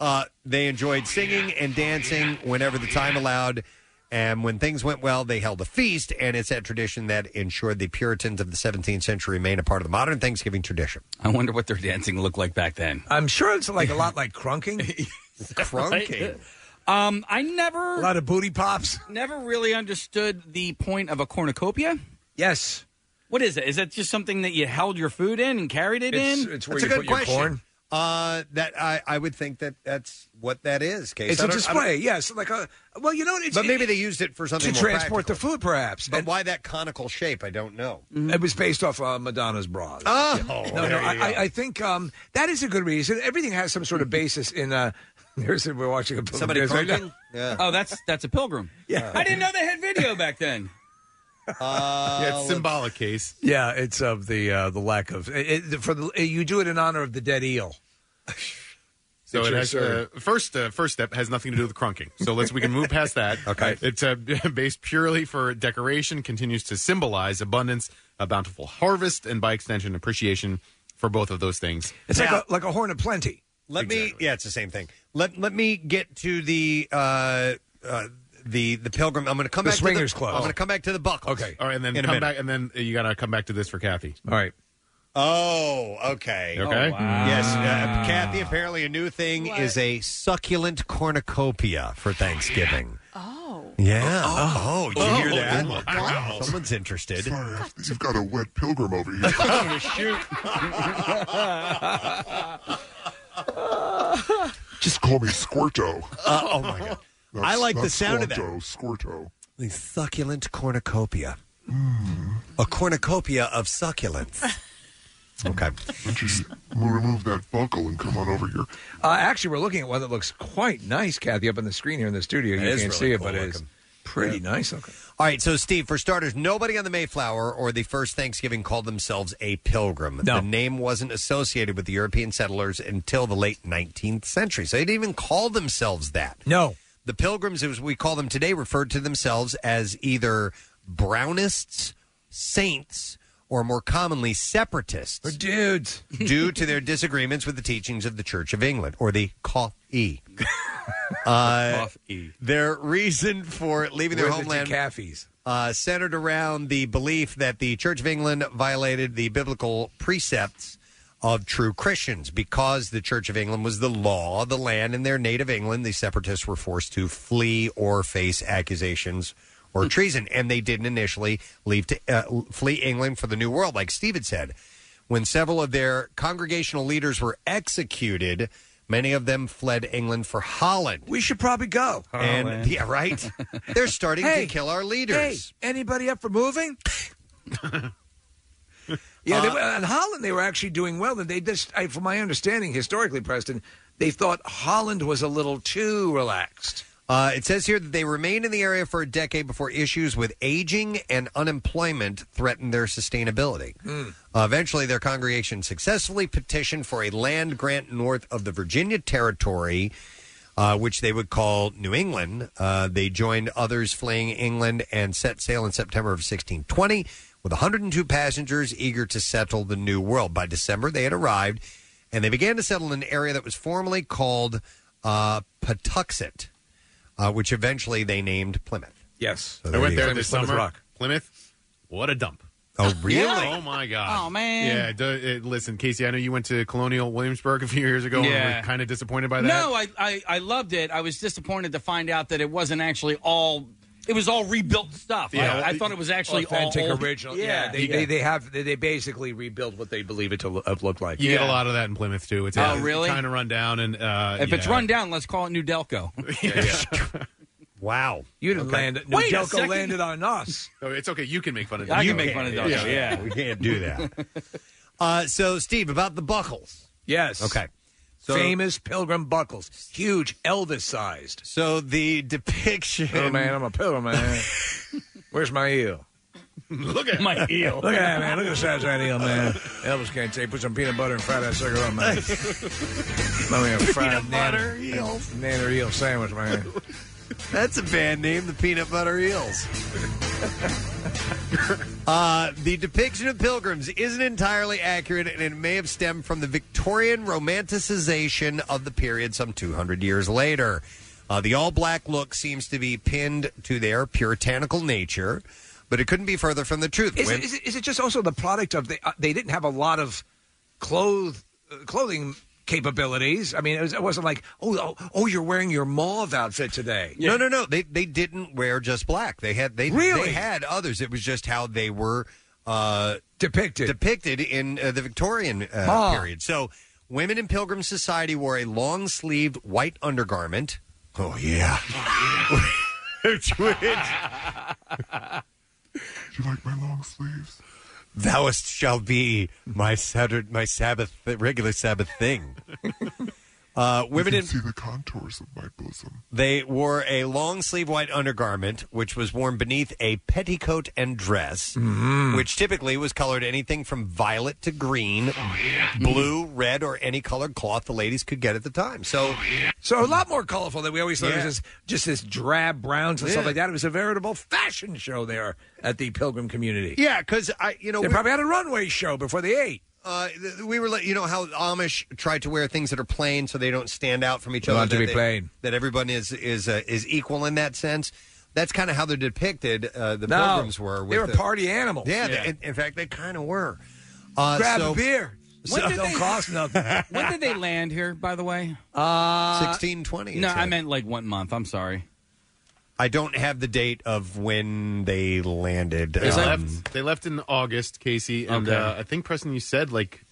Uh, they enjoyed singing and dancing whenever the time allowed. And when things went well, they held a feast, and it's that tradition that ensured the Puritans of the 17th century remain a part of the modern Thanksgiving tradition.
I wonder what their dancing looked like back then.
I'm sure it's like a lot like crunking.
Crunking. Um, I never
a lot of booty pops.
Never really understood the point of a cornucopia.
Yes.
What is it? Is that just something that you held your food in and carried it
It's-
in?
it's where That's a you good put your question. corn.
Uh, that I, I would think that that's what that is. Case
It's
I
a
don't- I don't-
display, yes. Like a well, you know what? It's,
But maybe they used it for something
to
more
transport the food, perhaps.
But why that conical shape? I don't know.
It was based off uh, Madonna's bras.
Oh,
no, no.
there you
I,
go.
I, I think um, that is a good reason. Everything has some sort of basis in. Uh, there's we're watching a
Somebody
there's right
croaking?
now.
Oh, that's that's a pilgrim.
Yeah.
I didn't know they had video back then.
yeah,
Uh,
it's symbolic case.
Yeah, it's of the uh, the lack of it, it- for the, eh, you do it in honor of the dead eel.
So
That
it
you're
has, uh,
serving.
first uh, first step has nothing to do with crunking. So let's we can move past that. okay, it's uh, based purely for decoration. Continues to symbolize abundance, a bountiful harvest, and by extension, appreciation for both of those things.
It's like a, like a horn of plenty.
Let me. Yeah, it's the same thing. Let Let me get to the uh, uh, the the pilgrim. I'm going to come
The
back
swingers
to the,
club.
I'm going to come back to the buckles.
Okay, all right, and then
in a
come
minute.
back, and then you got to come back to this for Kathy.
All right.
Oh, okay.
Okay.
Yes, uh, Kathy. Apparently, a new thing is a succulent cornucopia for Thanksgiving.
Oh.
Yeah. Oh, did you hear
Oh,
that?
wow.
Someone's interested.
You've got a wet pilgrim over here.
Oh, shoot.
Just call me Squirto.
Uh, oh my god!
Not-
I like
not
the sound of that.
Squanto, Squirto.
The succulent cornucopia. A cornucopia of succulents. okay.
We'll remove that buckle and come on over here.
Uh, actually, we're looking at one that looks quite nice, Kathy, up on the screen here in the studio.
It
you
is
can't
really
see it,
cool
but it's
looking.
pretty
Yeah.
nice looking.
All right, so Steve, for starters, nobody on the Mayflower or the first Thanksgiving called themselves a pilgrim. The name wasn't associated with the European settlers until the late 19th century. So they didn't even call themselves that.
No.
The pilgrims, as we call them today, referred to themselves as either Brownists, saints, or more commonly separatists.
dudes.
due to their disagreements with the teachings of the Church of England or the COFE. Uh, their reason for leaving their
With the
homeland
decaffies.
uh, centered around the belief that the Church of England violated the biblical precepts of true Christians. Because the Church of England was the law of the land in their native England, the separatists were forced to flee or face accusations or treason. And they didn't initially leave to uh, flee England for the New World, like Steve had said. When several of their congregational leaders were executed, many of them fled England for Holland.
We should probably go.
And yeah, right. They're starting
Hey,
to kill our leaders.
Hey, anybody up for moving? yeah, they
Uh,
were, in Holland they were actually doing well. And they just, I, from my understanding, historically, Preston, they thought Holland was a little too relaxed.
Uh, it says here that they remained in the area for a decade before issues with aging and unemployment threatened their sustainability.
Hmm.
Uh, eventually, their congregation successfully petitioned for a land grant north of the Virginia Territory, uh, which they would call New England. Uh, they joined others fleeing England and set sail in September of 1620 with 102 passengers eager to settle the New World. By December, they had arrived and they began to settle in an area that was formerly called uh, Patuxent, uh, which eventually they named Plymouth.
Yes.
So
I
there
went
you go.
there this
Plymouth
summer.
Rock.
Plymouth, what a dump.
Oh, really?
Oh, my God.
Oh, man.
Yeah, it do- it- listen, Casey, I know you went to Colonial Williamsburg a few years ago and
Yeah.
were kind of disappointed by that.
No, I, I I loved it. I was disappointed to find out that it wasn't actually all. It was all rebuilt stuff.
Yeah.
I, I thought it was actually
authentic,
all old-
original. Yeah, they, They, they have they, they basically rebuilt what they believe it to lo- have looked like.
You get a lot of that in Plymouth, too. It's
Oh, really?
kind of run down. and uh,
if it's
yeah.
run down, let's call it New Delco.
wow,
you didn't land.
Wait a second.
on us.
No, Oh, it's okay. You can make fun of
I
Delco.
can make fun of Delco, yeah.
We can't do that. Uh, so, Steve, about the buckles.
Yes. Okay.
So-
Famous pilgrim buckles, huge, Elvis sized.
So the depiction.
Oh man, I'm a pilgrim man. Where's my eel?
Look at
my eel.
Look at that, man. Look at the size of that eel, man. Elvis can't say, put some peanut butter and fry that sucker on, man. Let me have a fried
Peanut
nan-
butter eels.
nanner eel sandwich, man.
That's a band name, the Peanut Butter Eels. Uh, the depiction of pilgrims isn't entirely accurate, and it may have stemmed from the Victorian romanticization of the period some 200 years later. Uh, the all black look seems to be pinned to their puritanical nature, but it couldn't be further from the truth.
Is
When-
it, is, it, is it just also the product of they? Uh, they didn't have a lot of clothes, uh, clothing capabilities. I mean, it, was, it wasn't like oh, oh oh you're wearing your mauve outfit today.
No, no, no. They they didn't wear just black. They had they
Really?
they had others. It was just how they were uh, depicted depicted in uh, the Victorian uh,
Ah.
period. So women in Pilgrim society wore a long sleeved white undergarment. Oh yeah. Which
Do you like my long sleeves?
Thou shall be my Saturday, my Sabbath, regular Sabbath thing. Uh, women
you
in
can see the contours of my bosom.
They wore a long sleeve white undergarment, which was worn beneath a petticoat and dress,
Mm-hmm.
which typically was colored anything from violet to green,
Oh,
blue, red, or any colored cloth the ladies could get at the time. So,
Oh, so a lot more colorful than we always thought. It was just, just this drab browns and stuff
Yeah.
like that. It was a veritable fashion show there at the Pilgrim community.
Yeah, because I, you know,
they
we-
probably had a runway show before they ate.
Uh, th- we were, let- you know, how Amish try to wear things that are plain so they don't stand out from each
They
other.
want to
that
be
they-
plain.
That everyone is is uh, is equal in that sense. That's kind of how they're depicted. Uh, the
No.
pilgrims were.
They
With
were
the-
party animals.
Yeah, they-
Yeah.
in, in fact, they kind of were. Uh,
Grab
so-
a beer.
so-
don't cost nothing.
when did they land here, by the way?
Uh, 1620 it
No, I
said.
meant like one month. I'm sorry.
I don't have the date of when they landed.
They
Um,
left. They left in August, Casey, and
Okay.
uh, I think Preston, you said like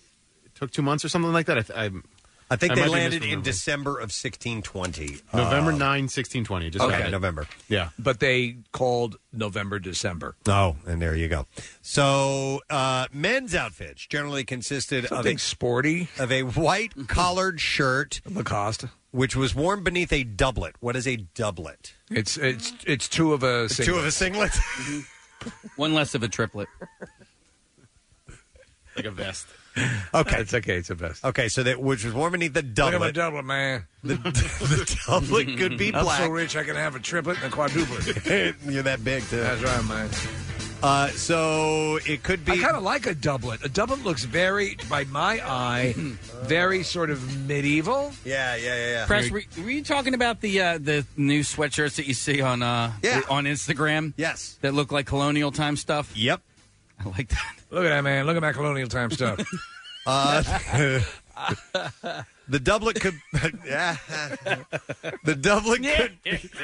it took two months or something like that. I, th- I'm-
I think they
might be
landed in
misremembering.
December of 1620.
November
Uh,
9, 1620. Just
okay,
got it.
November.
Yeah.
But they called November, December.
Oh, and there you go. So, uh, men's outfits generally consisted of
Something
a
sporty,
of a white collared shirt,
Lacoste,
which was worn beneath a doublet. What is a doublet?
It's it's it's two of a Mm-hmm.
Two of a singlet.
One less of a triplet.
like a vest.
Okay,
it's okay. It's a vest.
Okay, so that which was worn beneath the
Look at my
doublet.
doublet, man.
The, the doublet could be
I'm so
black.
rich I can have a triplet and a quadruplet.
You're that big, too.
That's right, man.
Uh, so it could be.
I kind of like a doublet. A doublet looks very, by my eye, very sort of medieval.
Yeah, yeah, yeah, yeah.
Press, were, were you talking about the uh, the new sweatshirts that you see on uh, the- on Instagram?
Yes,
that look like colonial time stuff.
Yep,
I like that.
Look at that, man. Look at my colonial time stuff.
Uh, the doublet could, yeah, the doublet could,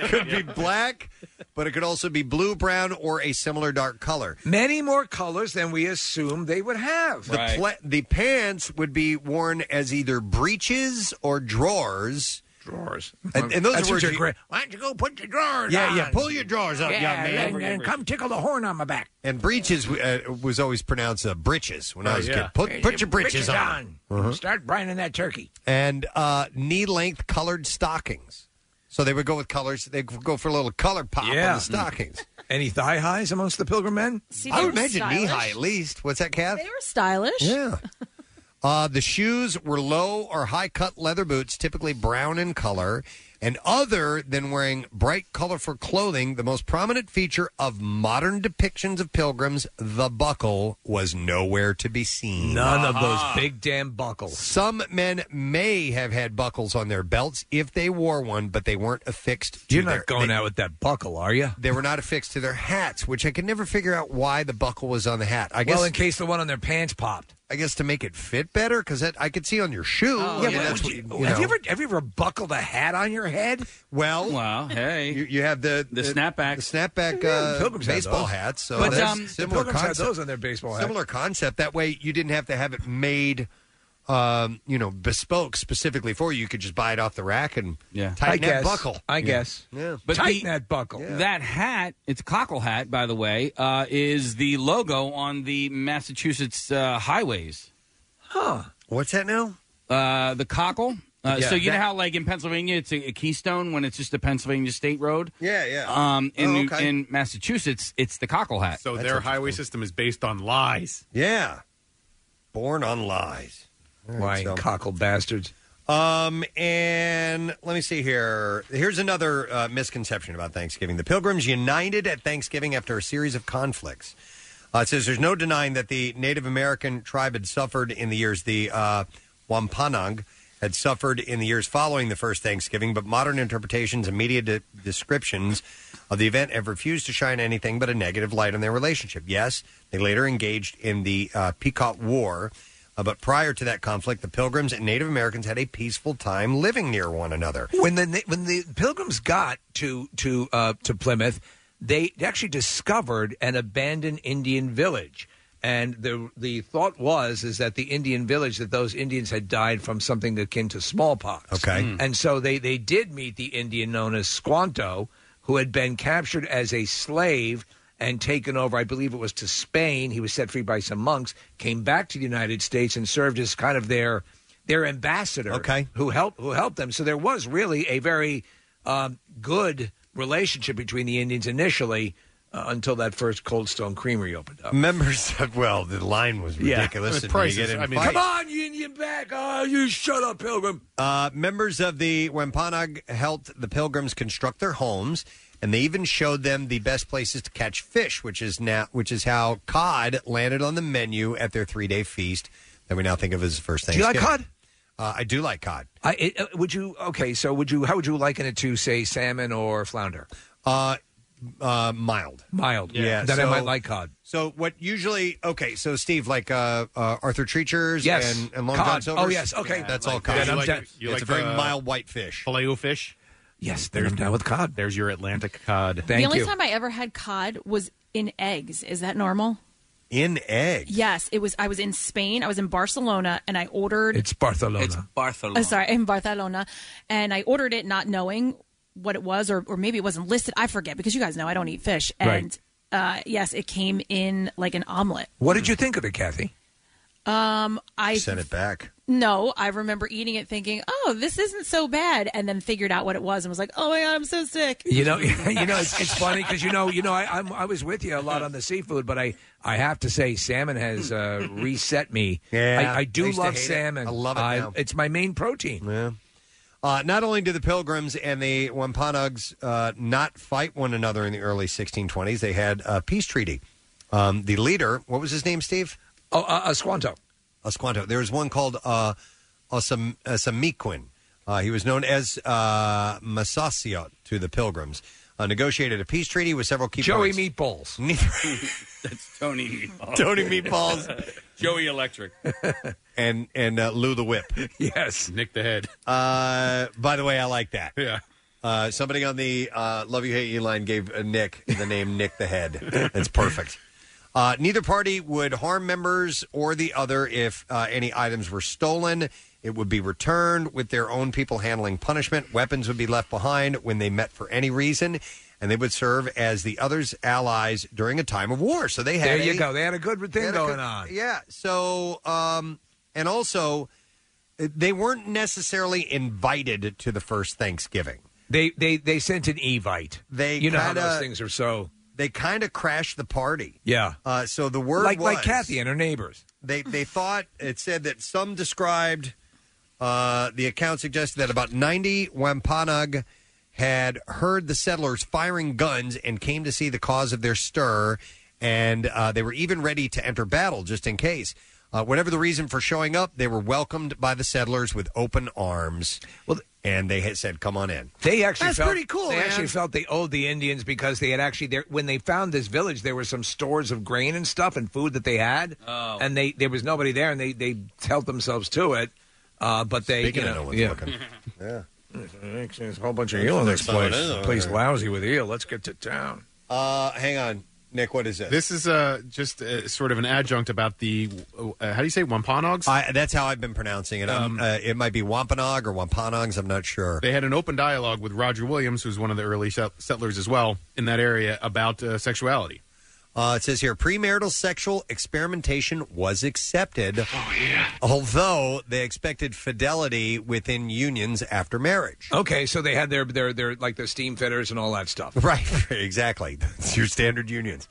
could be black, but it could also be blue, brown, or a similar dark color.
Many more colors than we assumed they would have.
The, pla- the pants would be worn as either breeches or drawers.
Drawers,
and, and those
That's
are
what
words
your
you-
gra- Why don't you go put your drawers
Yeah,
on?
yeah, pull your drawers up,
yeah,
young man.
And, and come tickle the horn on my back.
And breeches uh, was always pronounced uh, britches when I
Oh,
was a kid. Put, put your breeches, on. Uh-huh.
Start brining that turkey.
And uh, knee length colored stockings. So they would go with colors. They would go for a little color pop on the stockings.
Any thigh highs amongst the pilgrim men?
See,
I
they
would
were
imagine knee
stylish.
high at least. What's that, Kath?
They were stylish.
Yeah. Uh, the shoes were low or high cut leather boots, typically brown in color. And other than wearing bright, colorful clothing, the most prominent feature of modern depictions of pilgrims, the buckle, was nowhere to be seen.
None of those
Uh-huh.
big damn buckles.
Some men may have had buckles on their belts if they wore one, but they weren't affixed to
You're not
their-
going
they-
out with that buckle, are you?
They were not affixed to their hats, which I could never figure out why the buckle was on the hat. I guess
well, in case the one on their pants popped.
I guess to make it fit better because I could see on your shoe.
Oh, yeah,
you know,
but
that's
would
what
you-
you
have you
know.
ever have you ever buckled a hat on your head?
Well,
well, hey,
you, you have the
the, snapback,
the snapback
uh, Yeah, the
uh,
Mm, Pilgrims had
baseball
those.
hats. So
But,
that's
um, the
similar
Pilgrims had
concept.
those on their baseball hats.
Similar concept. That way, you didn't have to have it made, um, you know, bespoke specifically for you. You could just buy it off the rack and
Yeah.
tighten that
I guess.
buckle.
I
Yeah.
guess.
Yeah,
But
Tighten
the-
that buckle.
That hat, it's a cockle hat, by the way, uh, is the logo on the Massachusetts uh, highways.
Huh.
What's that now?
Uh, the cockle Uh,
Yeah,
so you
that-
know how, like in Pennsylvania, it's a, a Keystone when it's just a Pennsylvania state road.
Yeah, yeah.
Um, in
Oh,
New-
okay.
in Massachusetts, it's the cockle hat.
So their highway system is based on lies.
Yeah. Born on lies.
Lying cockle bastards.
Um, and let me see here. Here's another uh, misconception about Thanksgiving. The Pilgrims united at Thanksgiving after a series of conflicts. Uh, it says there's no denying that the Native American tribe had suffered in the years the uh, Wampanoag had suffered in the years following the first Thanksgiving, but modern interpretations and media de- descriptions of the event have refused to shine anything but a negative light on their relationship. Yes, they later engaged in the uh, Pequot War, uh, but prior to that conflict, the Pilgrims and Native Americans had a peaceful time living near one another.
When the na- when the Pilgrims got to to uh, to Plymouth, they actually discovered an abandoned Indian village, and the the thought was is that the Indian village that those Indians had died from something akin to smallpox.
Okay. Mm.
and so they they did meet the Indian known as Squanto, who had been captured as a slave. And taken over, I believe it was to Spain. He was set free by some monks. Came back to the United States and served as kind of their their ambassador
Okay.
who helped who helped them so there was really a very um, good relationship between the indians initially uh, until that first cold stone creamery opened up
Members of, well, the line was ridiculous. and you get in
come
fights.
on you indian back oh you shut up pilgrim
Uh, members of the Wampanoag helped the pilgrims construct their homes, and they even showed them the best places to catch fish, which is now which is how cod landed on the menu at their three day feast that we now think of as the first
Do you
Thanksgiving.
like cod?
Uh, I do like cod.
I, it, uh, would you okay so would you how would you liken it to say salmon or flounder
uh uh mild
mild
Yeah.
then i
so-
might like cod
So what usually okay? So Steve, like uh, uh, Arthur Treacher's
Yes.
and, and Long
Cod.
John Silver's.
Oh, yes. Okay.
that's
Yeah,
all
like
cod.
that. You like- you
it's
like uh,
a very
the-
mild white fish,
uh, paleo fish.
Yes, there's down with cod.
There's your Atlantic cod.
the only time I ever had cod was in eggs. Is that normal?
in egg.
Yes, it was. I was in Spain. I was in Barcelona, and I ordered.
it's barcelona it's
barcelona
Uh, sorry, in Barcelona, and I ordered it not knowing what it was, or or maybe it wasn't listed. I forget because you guys know I don't eat fish. And uh, yes, it came in like an omelet.
what did you think of it kathy
Um, I
sent it back
No, I remember eating it thinking, "Oh, this isn't so bad," and then figured out what it was and was like, "Oh my god, I'm so sick."
You know, you know, it's, it's funny because you know, you know, I, I'm I was with you a lot on the seafood, but I I have to say, salmon has uh, reset me.
Yeah,
I, I
I
do
used to
love
hate it.
salmon.
I love it now.
It's my main protein.
Yeah. Uh, not only do the Pilgrims and the Wampanoags uh, not fight one another in the early 1620s, they had a peace treaty. Um, the leader, what was his name, Steve?
Oh, uh, Squanto.
Squanto. There was one called uh, Osam- Osamiquin. Uh, he was known as uh, Massasoit to the Pilgrims. Uh, negotiated a peace treaty with several key
Joey
Meatballs.
That's Tony Meatballs.
Tony Meatballs.
Joey Electric.
and and uh, Lou the Whip.
yes,
Nick the Head.
Uh, by the way, I like that.
Yeah.
Uh, somebody on the uh, "Love You Hate You" line gave uh, Nick the name Nick the Head. That's perfect. Uh, neither party would harm members or the other if uh, any items were stolen. It would be returned with their own people handling punishment. Weapons would be left behind when they met for any reason, and they would serve as the other's allies during a time of war. So they had
there you
a-
go. They had a good
they
thing
had a
going
good-
on.
Yeah. So, um, and also, uh, they weren't necessarily invited to the first Thanksgiving.
They they they sent an evite.
They
you know
kinda-
how those things are so.
They kind of crashed the party.
Yeah.
Uh, so the word
like like
was-
Kathy and her neighbors.
They they thought it said that some described. Uh, the account suggested that about ninety Wampanoag had heard the settlers firing guns and came to see the cause of their stir, and uh, they were even ready to enter battle just in case. Uh, whatever the reason for showing up, they were welcomed by the settlers with open arms. Well, and they had said, "Come on in."
They actually
That's
felt,
pretty cool,
They
man.
actually felt they owed the Indians because they had actually there when they found this village, there were some stores of grain and stuff and food that they had,
Oh.
and they there was nobody there, and they they held themselves to it. Uh, but they
Speaking
you
of
know,
no one's
yeah.
looking. yeah.
There's a whole bunch of eel in this place. Place lousy with eel. Let's get to town.
Uh, hang on, Nick. What is it?
This is uh, just uh, sort of an adjunct about the uh, how do you say Wampanoags?
I, that's how I've been pronouncing it. Um, uh, it might be Wampanoag or Wampanoags. I'm not sure.
They had an open dialogue with Roger Williams, who's one of the early set- settlers as well in that area, about uh, sexuality.
Uh, it says here premarital sexual experimentation was accepted. Although they expected fidelity within unions after marriage.
Okay, so they had their their their like their steam fitters and all that stuff.
Right, exactly. That's your standard unions.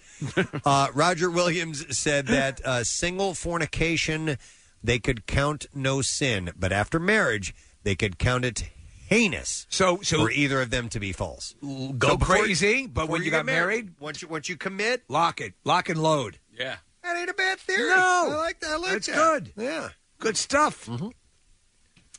uh, Roger Williams said that uh, single fornication, they could count no sin, but after marriage, they could count it heinous.
So, so
for either of them to be false,
Go crazy, but when you got married,
once you once you commit,
lock it, lock and load.
Yeah.
That ain't a bad theory.
No.
I like that. I like
That's
that.
good.
Yeah, Mm-hmm.
good stuff.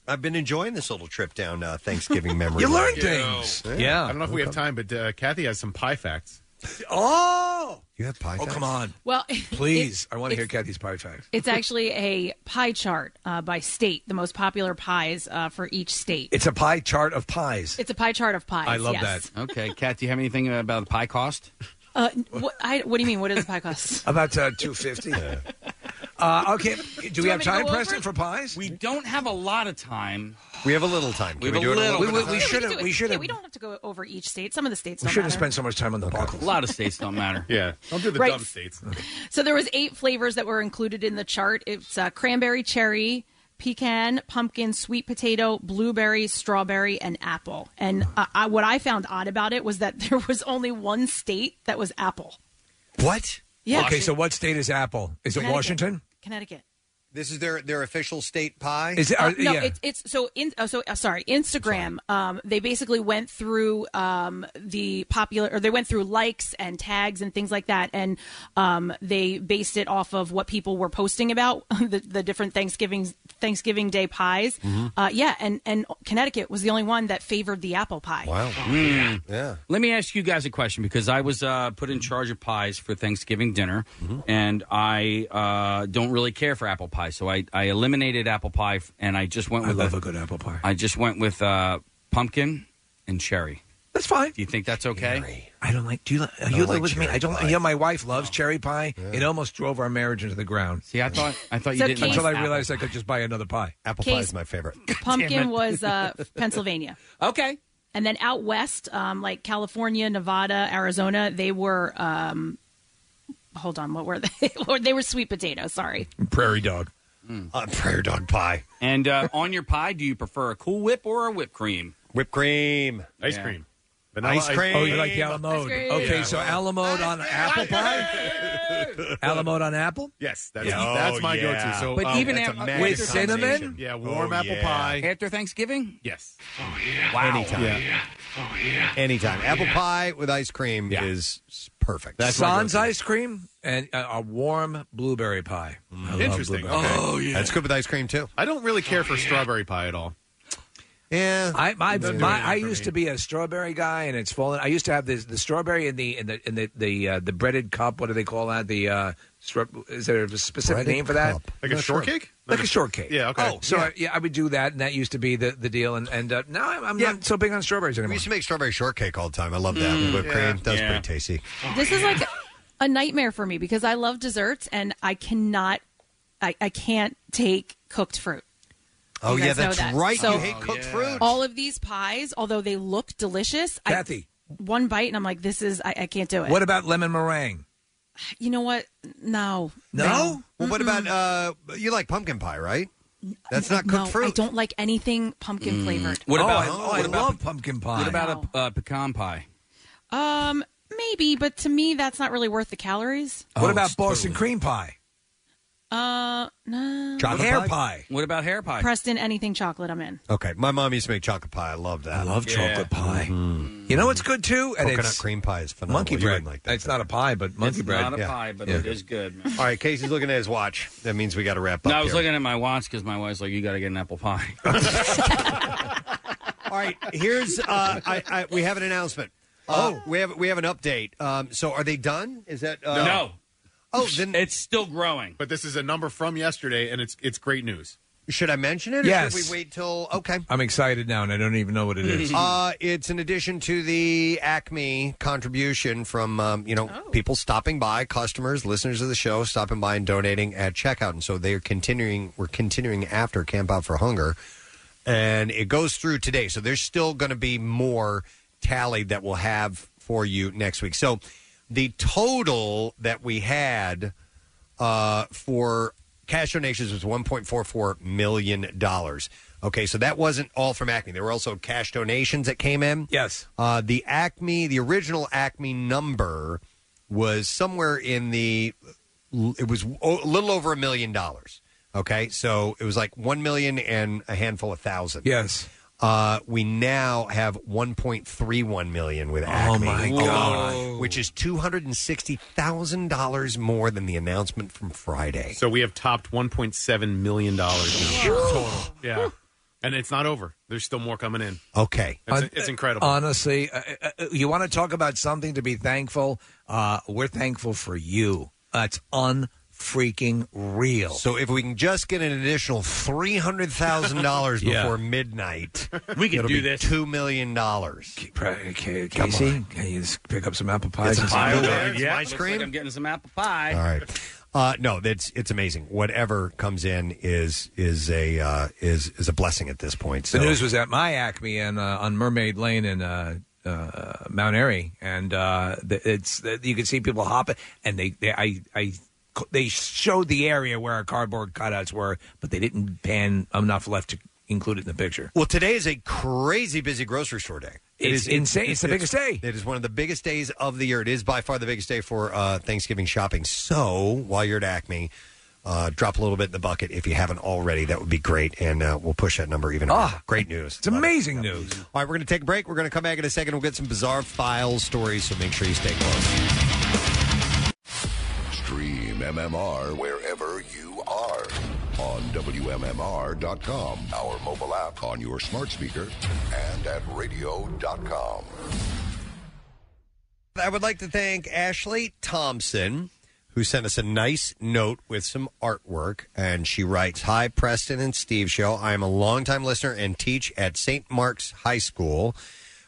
I've been enjoying this little trip down uh, Thanksgiving memory.
You
lane.
learned things. Yeah. I don't know if we have time, but uh, Kathy has some pie facts.
Oh,
you have pie.
Oh, come on,
Well,
please! I want to hear Kathy's pie facts.
It's actually a pie chart uh, by state, the most popular pies uh, for each state.
It's a pie chart of pies.
It's a pie chart of pies. yes.
that. Okay, Kat, do you have anything about the pie cost?
Uh, n- what, I, what do you mean? What does a pie cost?
About uh, two fifty. uh, okay, do,
Do
we
you want me to
have time,
go over
Preston,
it?
for pies?
We don't have a lot of time.
We have a little time.
We have a little.
We, we, we should have. We should
Yeah,
have.
we don't have to go over each state. Some of the states
We
don't
should have
matter.
spent so much time on the buckles.
A lot of states don't matter.
yeah, don't do
the Right. dumb
states.
So there was eight flavors that were included in the chart. It's uh, cranberry, cherry, pecan, pumpkin, sweet potato, blueberry, strawberry, and apple. And uh, I, what I found odd about it was that there was only one state that was apple.
What?
Yeah.
Okay, so what state is Apple? Is it
Connecticut.
Washington?
Connecticut.
This is their their official state pie.
Is it?
Uh,
are-
no,
yeah.
it's it's so in oh, so uh, sorry Instagram. Um, they basically went through um, the popular or they went through likes and tags and things like that, and um, they based it off of what people were posting about the, the different Thanksgiving Thanksgiving Day pies.
Mm-hmm.
Mhm.
Uh, yeah, and and Connecticut was the only one that favored the apple pie.
Mm.
Yeah.
Let me ask you guys a question because I was uh, put in charge of pies for Thanksgiving dinner, and I uh, don't really care for apple pie, so I, I eliminated apple pie f- and I just went
I
with
love a good apple pie.
I just went with uh, pumpkin and cherry.
That's fine.
Do you think that's okay?
I don't like. Do you? li-
I
Are you
don't
live
like
with me?
cherry
I don't.
pie.
Yeah, my wife loves cherry pie. It almost drove our marriage into the ground.
See, I thought I thought
you So didn't like
until I
apple
realized I could just buy another pie.
Apple
pie Case- is
my favorite.
Pumpkin was uh, Pennsylvania.
Okay.
And then out west, um, like California, Nevada, Arizona, they were. Um, hold on, what were they? Or they were sweet potato. Sorry.
prairie dog.
Uh, prairie dog pie.
Hmm. And uh, on your pie, do you prefer a Cool Whip or a whipped cream?
Whipped cream,
ice cream,
ice cream.
Oh, you like the Alamode?
cream.
Okay,
Yeah.
so Alamode on apple pie. Alamode on apple.
Yes, that's that's my go-to. So,
but
uh,
um,
even
that's a
uh,
after,
magic
With cinnamon?
combination. yeah, warm
Oh,
apple
yeah.
pie.
after Thanksgiving.
Yes.
Wow.
Anytime. Anytime. Apple pie with ice cream is s- perfect.
Sans ice
Oh,
cream and uh, a warm blueberry pie. I
Mm.
love
Interesting.
blueberry-
Okay.
Oh yeah.
That's good with ice cream too.
I don't really care for strawberry pie at all.
Yeah,
I my,
Doesn't do
my
anything
I
for
used to be a strawberry guy, and it's fallen. I used to have this the strawberry in the in the in the the, uh, the breaded cup. What do they call that? The uh, stra- is there a specific
Breaded
name for that?
cup. Like a
Not sure.
shortcake?
Like a shortcake.
Yeah, okay.
Oh, so yeah. I, yeah, I would do that, and that used to be the, the deal. And and uh, now I'm, I'm not so big on strawberries anymore.
We used to make strawberry shortcake all the time. I love that.
Mm,
Whipped
yeah.
cream that's
Yeah.
pretty tasty.
This is like a nightmare for me because I love desserts and I cannot, I, I can't take cooked fruit.
Oh yeah,
You guys know
that's
that.
right.
So-
you hate cooked
Oh,
Oh,
fruit.
All of these pies, although they look delicious,
Kathy.
I, one bite and I'm like, this is, I, I can't do it.
What about lemon meringue?
You know what? No.
Well, what about uh? You like pumpkin pie, right? That's not cooked
no,
fruit.
I don't like anything
Mm.
pumpkin flavored.
Hmm. What
Oh,
about?
I- oh,
what
I
about-
love pumpkin pie.
What about a uh, pecan pie?
Um, maybe, but to me, that's not really worth the calories.
Oh,
what about Boston cream pie?
Uh, no.
hair pie?
What about hair pie?
Preston, anything chocolate, I'm in.
Okay, my mom used to make chocolate pie. I love that. I
love chocolate pie. You know what's good too? And
Coconut
it's
cream pie is phenomenal.
monkey
You
bread.
wouldn't like
it's not a pie, but monkey
it's
bread.
not a
yeah.
pie, but
Yeah.
it is good. man.
All right, Casey's looking at his watch. That means we got to wrap up.
No, I was
here.
looking at my watch because my wife's like, "You got to get an apple pie."
All right, here's uh, I, I, we have an announcement. Uh, we have we have an update. Um, so are they done? Is that uh,
no,
Oh, then
it's still growing.
But this is a number from yesterday, and it's it's great news.
Should I mention it? Or
Yes.
Should we wait till okay?
I'm excited now, and I don't even know what it is.
Uh, it's in addition to the Acme contribution from um, you know people stopping by, customers, listeners of the show stopping by and donating at checkout, and so they're continuing. We're continuing after Camp Out for Hunger, and it goes through today. So there's still going to be more tallied that we'll have for you next week. So the total that we had uh, for cash donations was $1.44 million. Okay, so that wasn't all from Acme. There were also cash donations that came in.
Yes.
Uh, the Acme, the original Acme number was somewhere in the, it was o- a little over a million dollars. Okay, so it was like 1 million and a handful of thousand.
Yes.
Uh, we now have 1.31 million with Acme.
Oh my
alone,
God.
Which is $260,000 more than the announcement from Friday.
So we have topped 1.7 million dollars total. Yeah, and it's not over. There's still more coming in.
Okay.
It's,
Hon-
it's incredible.
Honestly, uh, uh, uh, you want to talk about something to be thankful? Uh, we're thankful for you. That's unfreaking real.
So if we can just get an additional three hundred thousand dollars
Yeah.
before midnight,
We can
it'll
do
be
this.
Two million dollars.
Casey, can you just pick up some apple pie?
Get some pie over there.
Yeah,
Ice
looks
cream?
like I'm getting some apple pie.
All right. Uh, no, that's it's amazing. Whatever comes in is is a uh, is is a blessing at this point. So
The news was at my Acme and uh, on Mermaid Lane in uh, uh, Mount Airy, and uh, th- it's th- you could see people hopping, and they, they I I they showed the area where our cardboard cutouts were, but they didn't pan enough left to include it in the picture.
Well, today is a crazy busy grocery store day.
It's insane. It's the biggest day.
It is one of the biggest days of the year. It is by far the biggest day for uh, Thanksgiving shopping. So while you're at Acme, uh, drop a little bit in the bucket if you haven't already. That would be great, and uh, we'll push that number even.
Ah.
higher. Ah, great news! It's
amazing news.
All right, we're going to take a break. We're going to come back in a second. We'll get some bizarre file stories. So make sure you stay close.
Stream MMR wherever you are. On WMMR.com, our mobile app on your smart speaker, and at radio.com.
I would like to thank Ashley Thompson, who sent us a nice note with some artwork. And she writes Hi, Preston and Steve Show. I am a longtime listener and teach at St. Mark's High School.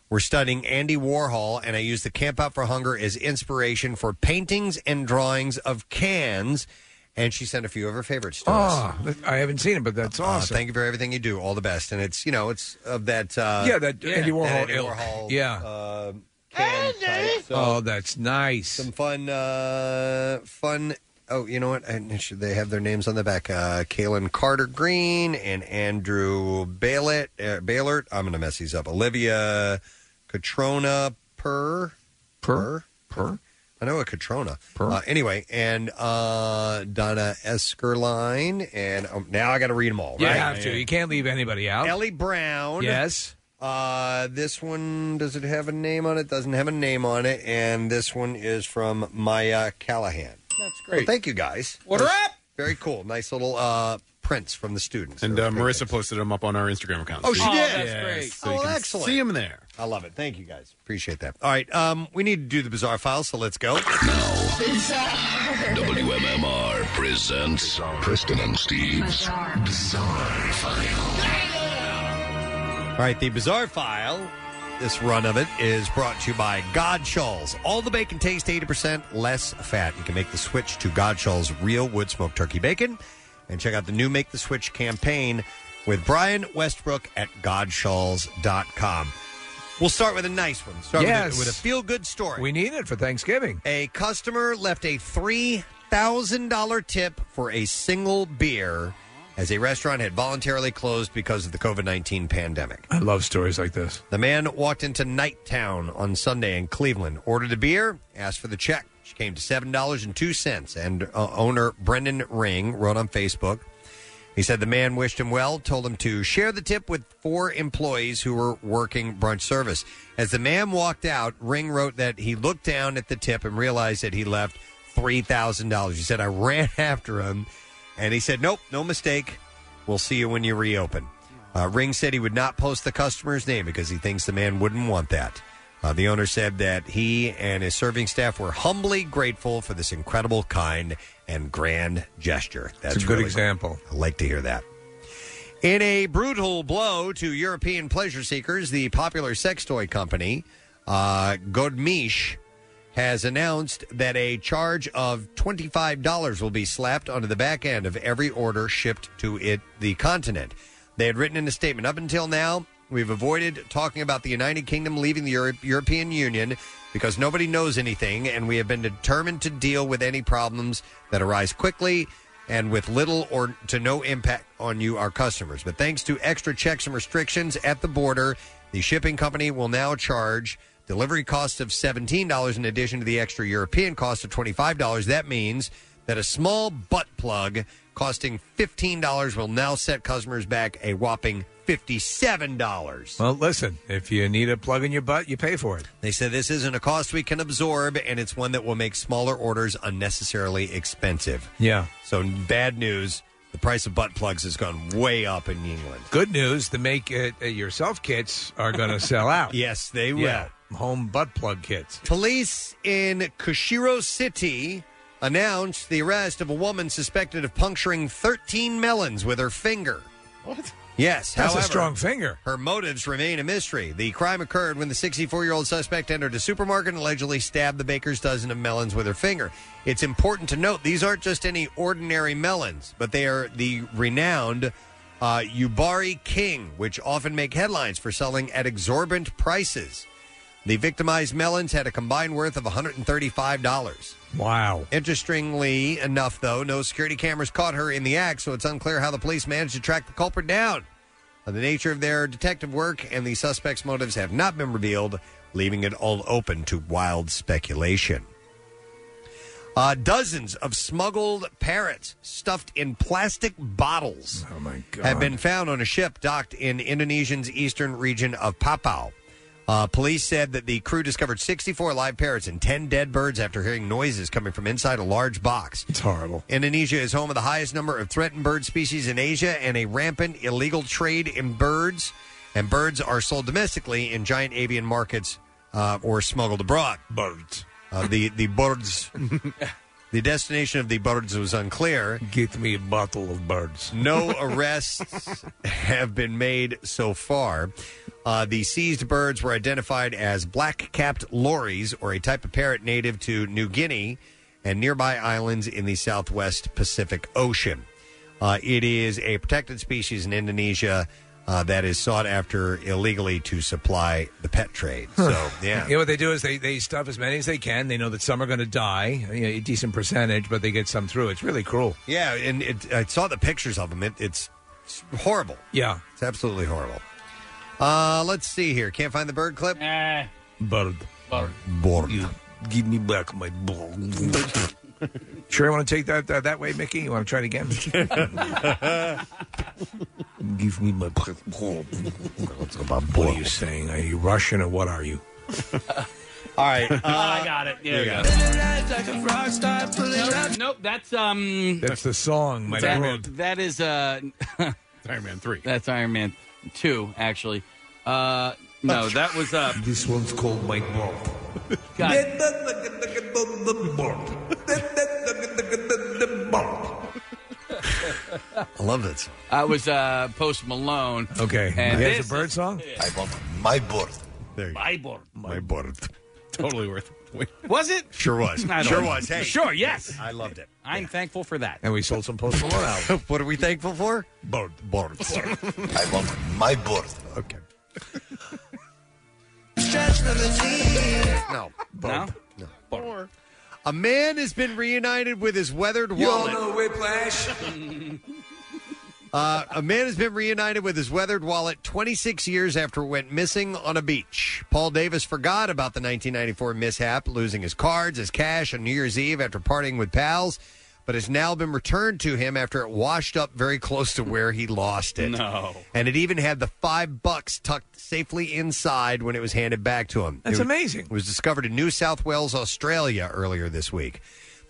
We're studying Andy Warhol, and I use the Camp Out for Hunger as inspiration for paintings and drawings of cans. And she sent a few of her favorites to us.
Oh, I haven't seen it, but that's
Uh,
awesome.
thank you for everything you do. All the best. And it's you know it's of that uh,
yeah, that Andy Warhol.
Andy
ilk.
Warhol,
yeah.
uh, can type. So-
oh, that's nice. Some
fun, uh, fun. Oh, you know what? And should they have their names on the back? Uh, Kalen Carter Green and Andrew Baylett, uh, Baylert. I'm going to mess these up. Olivia Catrona Per. Per. Per. I know a Catrona. Per. Uh, anyway, and uh, Donna Eskerline. And um, now I got to read them all,
You
right?
have to. You can't leave anybody out.
Ellie Brown.
Yes.
Uh, this one does it have a name on it? Doesn't have a name on it. And this one is from Maya Callahan.
That's
Well, thank you guys.
Order
That's
up.
Very cool. Nice little uh, prints from the students.
And uh, Marissa posted them up on our Instagram account.
Oh, she
you-
did?
Yeah,
That's great.
So
Oh,
you
well,
can
excellent.
See them there.
I love it. Thank you guys. Appreciate that. All right. Um, we need to do the bizarre file, so let's go.
WMMR presents Preston and Steve's Bizarre, File.
All right, the Bizarre File, this run of it, is brought to you by Godshalls. All the bacon tastes 80% less fat. You can make the switch to Godshalls Real Wood Smoked Turkey Bacon. And check out the new Make the Switch campaign with Brian Westbrook at Godshalls.com. We'll start with a nice one. Start with a-
yes.
with a feel good story.
We need it for Thanksgiving.
A customer left a $3,000 tip for a single beer as a restaurant had voluntarily closed because of the COVID 19 pandemic.
I love stories like this.
The man walked into Nighttown on Sunday in Cleveland, ordered a beer, asked for the check. She came to $7.02, and uh, owner Brendan Ring wrote on Facebook. He said the man wished him well, told him to share the tip with four employees who were working brunch service. As the man walked out, Ring wrote that he looked down at the tip and realized that he left $3,000. He said, I ran after him, and he said, Nope, no mistake. We'll see you when you reopen. Uh, Ring said he would not post the customer's name because he thinks the man wouldn't want that. Uh, the owner said that he and his serving staff were humbly grateful for this incredible, kind, and grand gesture. That's
it's a good
really-
example.
I like to hear that. In a brutal blow to European pleasure seekers, the popular sex toy company, uh, Godmish, has announced that a charge of $25 will be slapped onto the back end of every order shipped to it the continent. They had written in a statement, up until now, we've avoided talking about the United Kingdom leaving the Euro- European Union because nobody knows anything, and we have been determined to deal with any problems that arise quickly and with little or to no impact on you, our customers. But thanks to extra checks and restrictions at the border, the shipping company will now charge delivery costs of $17 in addition to the extra European cost of $25. That means that a small butt plug costing $15 will now set customers back a whopping $57.
Well, listen, if you need a plug in your butt, you pay for it.
They said this isn't a cost we can absorb, and it's one that will make smaller orders unnecessarily expensive.
Yeah.
So, bad news the price of butt plugs has gone way up in England.
Good news the make it uh, yourself kits are going to sell out.
Yes, they will.
Yeah, home butt plug kits.
Police in Kushiro City announced the arrest of a woman suspected of puncturing 13 melons with her finger.
What?
Yes,
That's
however,
a strong finger.
Her motives remain a mystery. The crime occurred when the 64 year old suspect entered a supermarket and allegedly stabbed the baker's dozen of melons with her finger. It's important to note these aren't just any ordinary melons, but they are the renowned uh, Ubari King, which often make headlines for selling at exorbitant prices. The victimized melons had a combined worth of $135.
Wow.
Interestingly enough, though, no security cameras caught her in the act, so it's unclear how the police managed to track the culprit down. Uh, The nature of their detective work and the suspect's motives have not been revealed, leaving it all open to wild speculation. Uh, dozens of smuggled parrots stuffed in plastic bottles
Oh,
have been found on a ship docked in Indonesia's eastern region of Papua. Uh, police said that the crew discovered 64 live parrots and 10 dead birds after hearing noises coming from inside a large box.
It's horrible.
Indonesia is home of the highest number of threatened bird species in Asia and a rampant illegal trade in birds. And birds are sold domestically in giant avian markets uh, or smuggled abroad.
Birds.
Uh, the, the birds. the destination of the birds was unclear.
Get me a bottle of birds.
No arrests have been made so far. Uh, the seized birds were identified as black capped lories, or a type of parrot native to New Guinea and nearby islands in the southwest Pacific Ocean. Uh, it is a protected species in Indonesia uh, that is sought after illegally to supply the pet trade. So, yeah.
You know what they do is they, they stuff as many as they can. They know that some are going to die, you know, a decent percentage, but they get some through. It's really cruel.
Yeah, and it, I saw the pictures of them. It, it's, it's horrible.
Yeah.
It's absolutely horrible. Uh, let's see here. Can't find the bird clip?
Bird.
Bird.
You give me back my ball. sure, you want to take that that that way, Mickey? You want to try it again? give me my ball. What are you saying? Are you Russian or what are you?
All right.
Oh,
uh,
I got it.
There
There
you
you
go.
go. Nope, that's um.
That's the song, my
that,
lord.
that is uh,
Iron Man three.
That's Iron Man two, actually. Uh, no, that was uh.
This one's called Mike Bob.
God,
I love that song.
I was uh Post Malone.
Okay.
and
That's
this
a bird song?
Yeah.
I want my bird.
My board.
My bird.
Totally worth it.
Was it?
Sure was.
I don't
Sure
know.
was. Hey.
Sure, yes.
I loved it.
I'm thankful for that.
And we sold some Post Malone albums.
what are we thankful for?
Bird.
Birds.
I want my bird.
Okay. No.
No?
A man has been reunited with his weathered wallet.
Whiplash?
Uh, a man has been reunited with his weathered wallet 26 years after it went missing on a beach. Paul Davis forgot about the 1994 mishap, losing his cards, his cash on New Year's Eve after partying with pals, but has now been returned to him after it washed up very close to where he lost it.
No.
And it even had the five bucks tucked safely inside when it was handed back to him.
That's
It-
amazing.
It was discovered in New South Wales, Australia earlier this week.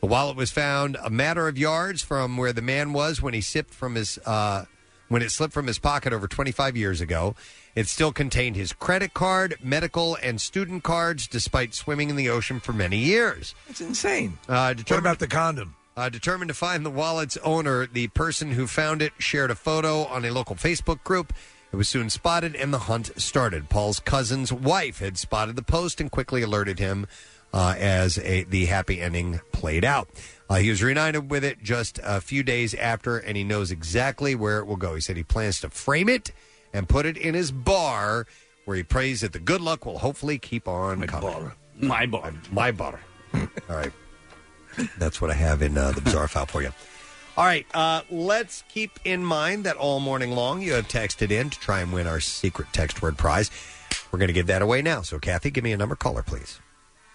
The wallet was found a matter of yards from where the man was when he sipped from his uh, when it slipped from his pocket over 25 years ago. It still contained his credit card, medical, and student cards, despite swimming in the ocean for many years.
That's insane.
Uh,
What
determined-
about the condom?
uh, determined to find the wallet's owner, the person who found it shared a photo on a local Facebook group. It was soon spotted, and the hunt started. Paul's cousin's wife had spotted the post and quickly alerted him uh, as a, the happy ending played out. Uh, he was reunited with it just a few days after, and he knows exactly where it will go. He said he plans to frame it and put it in his bar, where he prays that the good luck will hopefully keep on coming.
My bar.
My bar. All right. That's what I have in uh, the bizarre file for you. All right. Uh, let's keep in mind that all morning long you have texted in to try and win our secret text word prize. We're going to give that away now. So, Kathy, give me a number. Caller, please.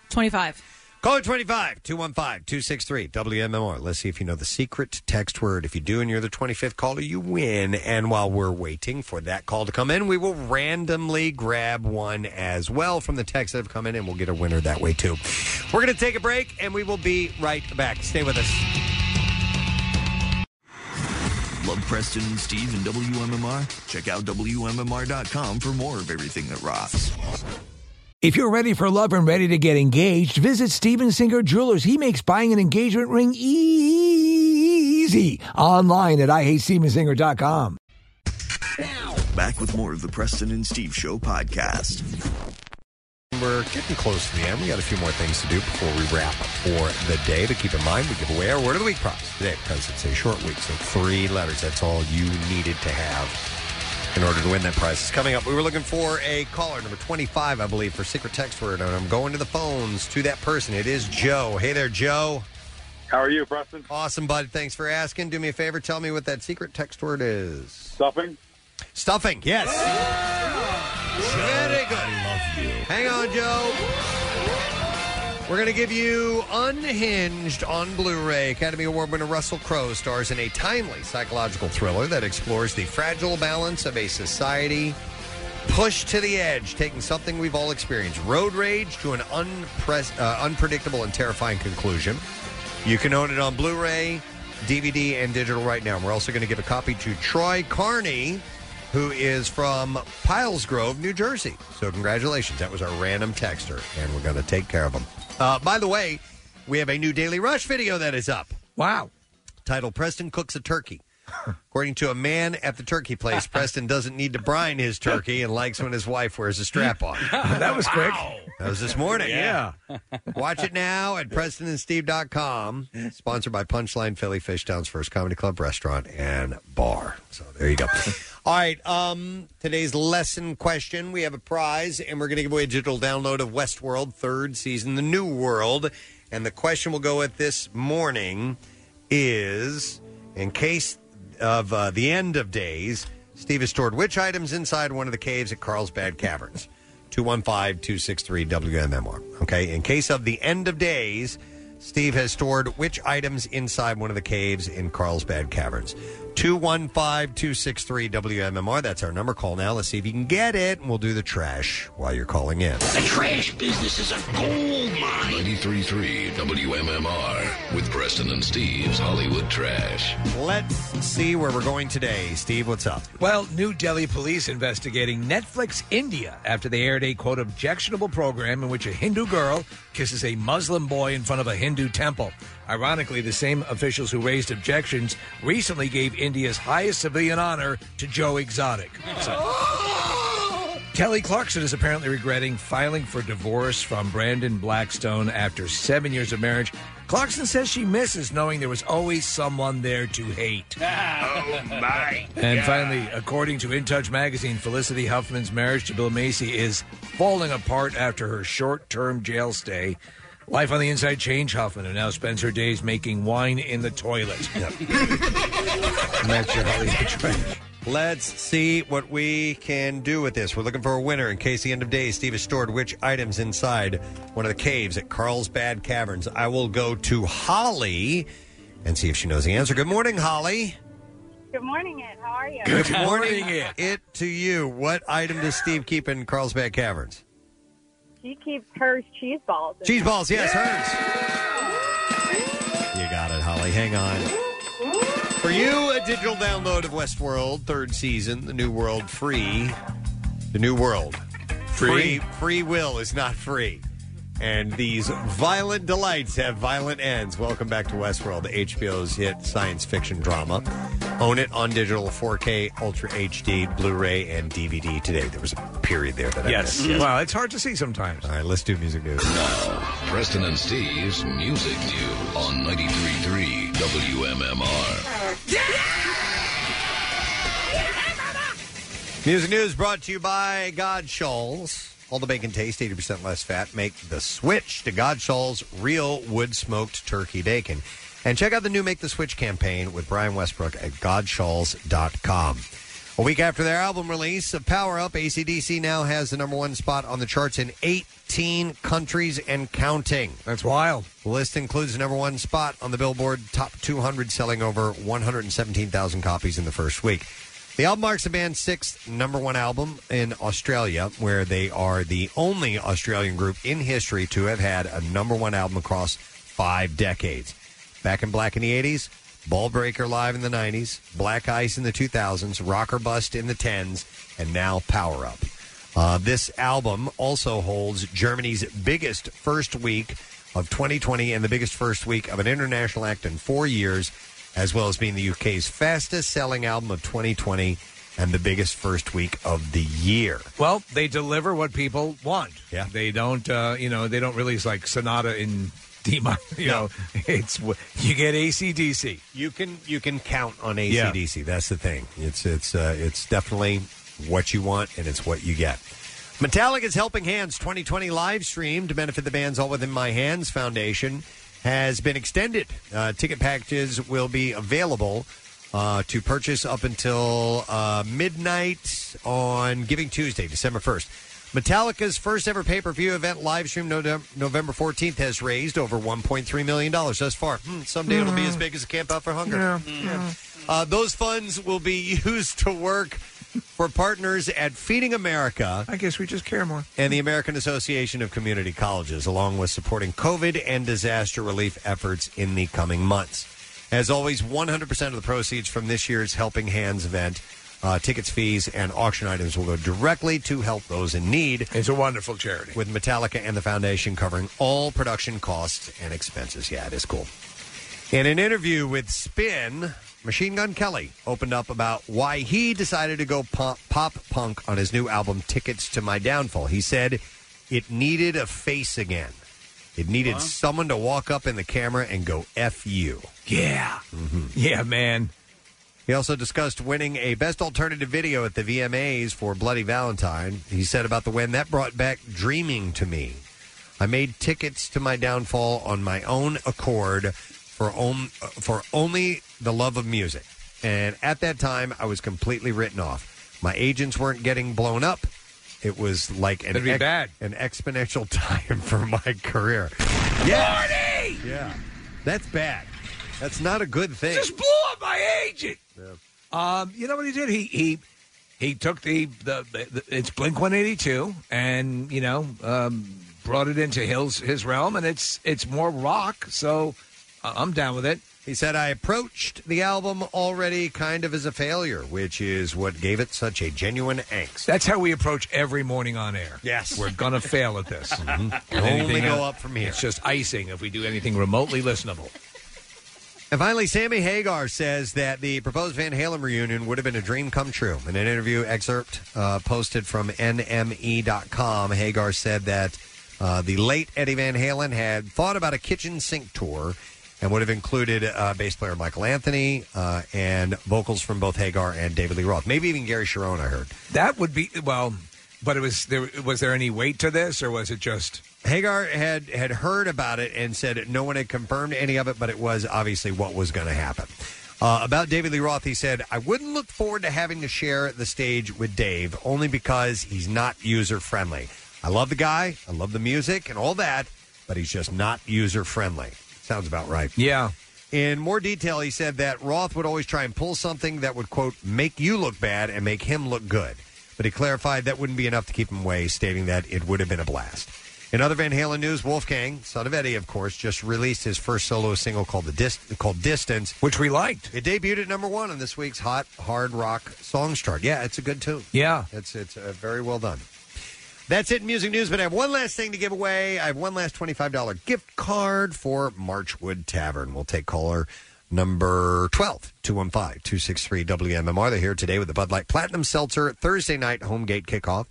25.
Caller 25 215 263 WMMR. Let's see if you know the secret text word. If you do and you're the 25th caller, you win. And while we're waiting for that call to come in, we will randomly grab one as well from the texts that have come in, and we'll get a winner that way too. We're going to take a break and we will be right back. Stay with us.
Love Preston and Steve and WMMR? Check out WMMR.com for more of everything that rocks.
If you're ready for love and ready to get engaged, visit Steven Singer Jewelers. He makes buying an engagement ring easy online at IHateStevenSinger.com.
Back with more of the Preston and Steve Show podcast.
We're getting close to the end. We got a few more things to do before we wrap for the day. But keep in mind, we give away our word of the week prize today because it's a short week. So three letters. That's all you needed to have in order to win that prize. It's coming up. We were looking for a caller number twenty-five, I believe, for secret text word, and I'm going to the phones to that person. It is Joe. Hey there, Joe.
How are you, Preston?
Awesome, bud. Thanks for asking. Do me a favor. Tell me what that secret text word is.
Stuffing.
Stuffing. Yes. Very good. Hang on, Joe. We're going to give you Unhinged on Blu ray. Academy Award winner Russell Crowe stars in a timely psychological thriller that explores the fragile balance of a society pushed to the edge, taking something we've all experienced road rage to an unpres- uh, unpredictable and terrifying conclusion. You can own it on Blu ray, DVD, and digital right now. We're also going to give a copy to Troy Carney who is from Piles Grove, New Jersey. So, congratulations. That was our random texter, and we're going to take care of them. Uh, by the way, we have a new Daily Rush video that is up.
Wow.
Titled Preston Cooks a Turkey. According to a man at the turkey place, Preston doesn't need to brine his turkey and likes when his wife wears a strap on.
that was quick.
That was this morning.
Yeah.
Watch it now at PrestonandSteve.com. Sponsored by Punchline Philly Fishtown's first comedy club, restaurant, and bar. So there you go. All right. Um, today's lesson question we have a prize, and we're going to give away a digital download of Westworld, third season, The New World. And the question we'll go with this morning is in case of uh, the end of days, Steve has stored which items inside one of the caves at Carlsbad Caverns? 215 263 WMMR. Okay. In case of the end of days, Steve has stored which items inside one of the caves in Carlsbad Caverns? 215 263 WMMR. That's our number. Call now. Let's see if you can get it. And we'll do the trash while you're calling in.
The trash business is a gold mine. 933 WMMR with Preston and Steve's Hollywood Trash.
Let's see where we're going today. Steve, what's up?
Well, New Delhi police investigating Netflix India after they aired a quote objectionable program in which a Hindu girl kisses a Muslim boy in front of a Hindu temple. Ironically, the same officials who raised objections recently gave India's highest civilian honor to Joe Exotic. So- Kelly Clarkson is apparently regretting filing for divorce from Brandon Blackstone after seven years of marriage. Clarkson says she misses knowing there was always someone there to hate.
Oh, my.
And finally, according to In Touch magazine, Felicity Huffman's marriage to Bill Macy is falling apart after her short term jail stay. Life on the inside changed Huffman, who now spends her days making wine in the toilet.
And that's your Hollywood trash. Let's see what we can do with this. We're looking for a winner in case the end of days Steve has stored which items inside one of the caves at Carlsbad Caverns. I will go to Holly and see if she knows the answer. Good morning, Holly.
Good morning, Ed. How are you?
it. to you. What item does Steve keep in Carlsbad Caverns?
She keeps her cheese balls. in
Cheese
there.
balls, yes, hers. You got it, Holly. Hang on. For you, a digital download of Westworld, third season, the new world free. The new world. Free,
Free?
free will is not free. And these violent delights have violent ends. Welcome back to Westworld, HBO's hit science fiction drama. Own it on digital 4K, Ultra HD, Blu ray, and DVD today. There was a period there that I
Yes.
missed.
Wow, it's hard to see sometimes.
All right, let's do music news.
Preston and Steve's Music News on 93.3 WMMR.
Music news brought to you by God Shoals. All the bacon taste, 80% less fat. Make the switch to Godshall's real wood smoked turkey bacon. And check out the new Make the Switch campaign with Brian Westbrook at Godshalls.com. A week after their album release of Power Up, ACDC now has the number one spot on the charts in 18 countries and counting. That's wild. The list includes the number one spot on the Billboard Top 200, selling over 117,000 copies in the first week. The album marks the band's sixth number one album in Australia, where they are the only Australian group in history to have had a number one album across five decades. Back in Black in the 80s, Ballbreaker Live in the 90s, Black Ice in the 2000s, Rocker Bust in the 10s, and now Power Up. Uh, this album also holds Germany's biggest first week of 2020 and the biggest first week of an international act in four years, as well as being the UK's fastest selling album of 2020 and the biggest first week of the year.
Well, they deliver what people want.
Yeah.
They don't, uh, you know, they don't release like Sonata in D minor. You know, it's you get ACDC.
You can you can count on
Yeah.
ACDC. That's the thing. It's it's uh, it's definitely what you want and it's what you get. Metallica's Helping Hands 2020 live stream to benefit the band's All Within My Hands Foundation has been extended. Uh, ticket packages will be available uh, to purchase up until uh, midnight on Giving Tuesday, December 1st. Metallica's first ever pay per view event live stream Node- November 14th has raised over $1.3 million thus far. Hmm, someday it'll be as big as a Camp Out for Hunger. Uh, those funds will be used to work for partners at Feeding America
I guess we just care more.
and the American Association of Community Colleges, along with supporting COVID and disaster relief efforts in the coming months. As always, 100% of the proceeds from this year's Helping Hands event, uh, tickets, fees, and auction items will go directly to help those in need.
It's a wonderful charity.
With Metallica and the foundation covering all production costs and expenses. Yeah, it is cool. In an interview with Spin, Machine Gun Kelly opened up about why he decided to go pop, pop punk on his new album, Tickets to My Downfall. He said it needed a face again. It needed
Huh?
someone to walk up in the camera and go F you.
Yeah. Yeah, man.
He also discussed winning a Best Alternative Video at the VMAs for Bloody Valentine. He said about the win, that brought back dreaming to me. I made tickets to my downfall on my own accord for, on, for only the love of music. And at that time, I was completely written off. My agents weren't getting blown up. It was like an,
That'd be
ex-
bad.
an exponential time for my career.
Yes.
Yeah. That's bad. That's not a good thing.
Just blew up my agent. Um, you know what he did? He he he took the the, the it's Blink One Eighty Two, and you know um, brought it into his his realm, and it's it's more rock. So I- I'm down with it.
He said, I approached the album already kind of as a failure, which is what gave it such a genuine angst.
That's how we approach every morning on air.
Yes.
We're going to fail at this.
Mhm.
And
Only
anything
go
el-
up from here.
It's just icing if we do anything remotely listenable.
And finally, Sammy Hagar says that the proposed Van Halen reunion would have been a dream come true. In an interview excerpt uh, posted from NME.com, Hagar said that uh, the late Eddie Van Halen had thought about a kitchen sink tour and would have included uh, bass player Michael Anthony uh, and vocals from both Hagar and David Lee Roth. Maybe even Gary Sharon, I heard.
That would be well, but it was there. Was there any weight to this, or was it just?
Hagar had had heard about it and said no one had confirmed any of it, but it was obviously what was going to happen. Uh, about David Lee Roth, he said, "I wouldn't look forward to having to share the stage with Dave, only because he's not user friendly. I love the guy, I love the music and all that, but he's just not user friendly." Sounds about right.
Yeah.
In more detail, he said that Roth would always try and pull something that would, quote, make you look bad and make him look good. But he clarified that wouldn't be enough to keep him away, stating that it would have been a blast. In other Van Halen news, Wolfgang, son of Eddie, of course, just released his first solo single called the Dis- called Distance,
which we liked.
It debuted at number one on this week's Hot Hard Rock Songs chart. Yeah, it's a good tune.
Yeah,
it's it's uh, very well done. That's it, in music news. But I have one last thing to give away. I have one last twenty-five dollar gift card for Marchwood Tavern. We'll take caller number 12 215-263 WMMR. They're here today with the Bud Light Platinum Seltzer Thursday night home gate kickoff.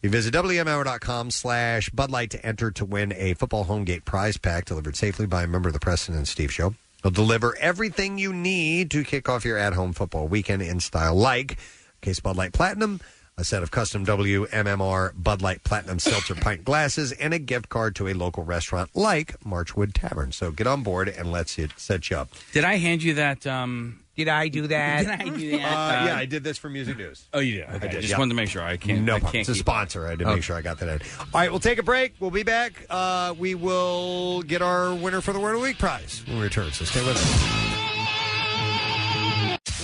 You visit WMMR.com slash Bud Light to enter to win a football home gate prize pack delivered safely by a member of the Preston and Steve Show. They'll deliver everything you need to kick off your at home football weekend in style, like Case Bud Light Platinum, a set of custom WMMR Bud Light Platinum Seltzer Pint glasses, and a gift card to a local restaurant like Marchwood Tavern. So get on board and let's it set you up.
Did I hand you that? Um,
Did I do that?
Did I do that?
Uh, yeah, I did this for Music News.
Oh, you did. Okay.
did,
just
yeah.
wanted to make sure I can't.
No
I
problem.
can't
It's a
keep
sponsor. I had to
Okay.
Oh.
make sure I got that in. All right, we'll take a break. We'll be back. Uh, we will get our winner for the Word of the Week prize when we return. So stay with us.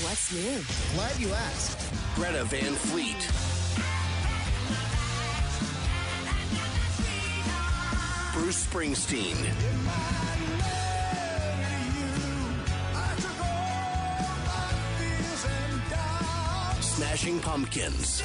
What's new?
Glad you asked. Greta Van Fleet.
Bruce Springsteen.
Smashing Pumpkins.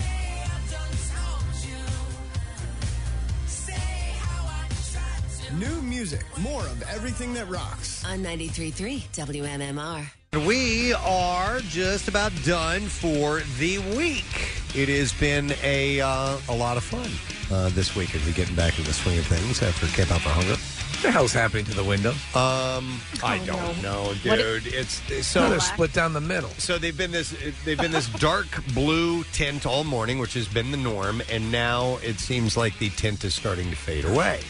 New music, more of everything that rocks.
On 93.3 WMMR.
We are just about done for the week. It has been a uh, a lot of fun uh, this week as we getting back into the swing of things after Cape Out for Hunger. What
the hell's happening to the window?
Um, I don't know,
What
dude.
it-
it's
So
so
they're split down the middle.
So they've been this they've been this dark blue tint all morning, which has been the norm, and now it seems like the tint is starting to fade away,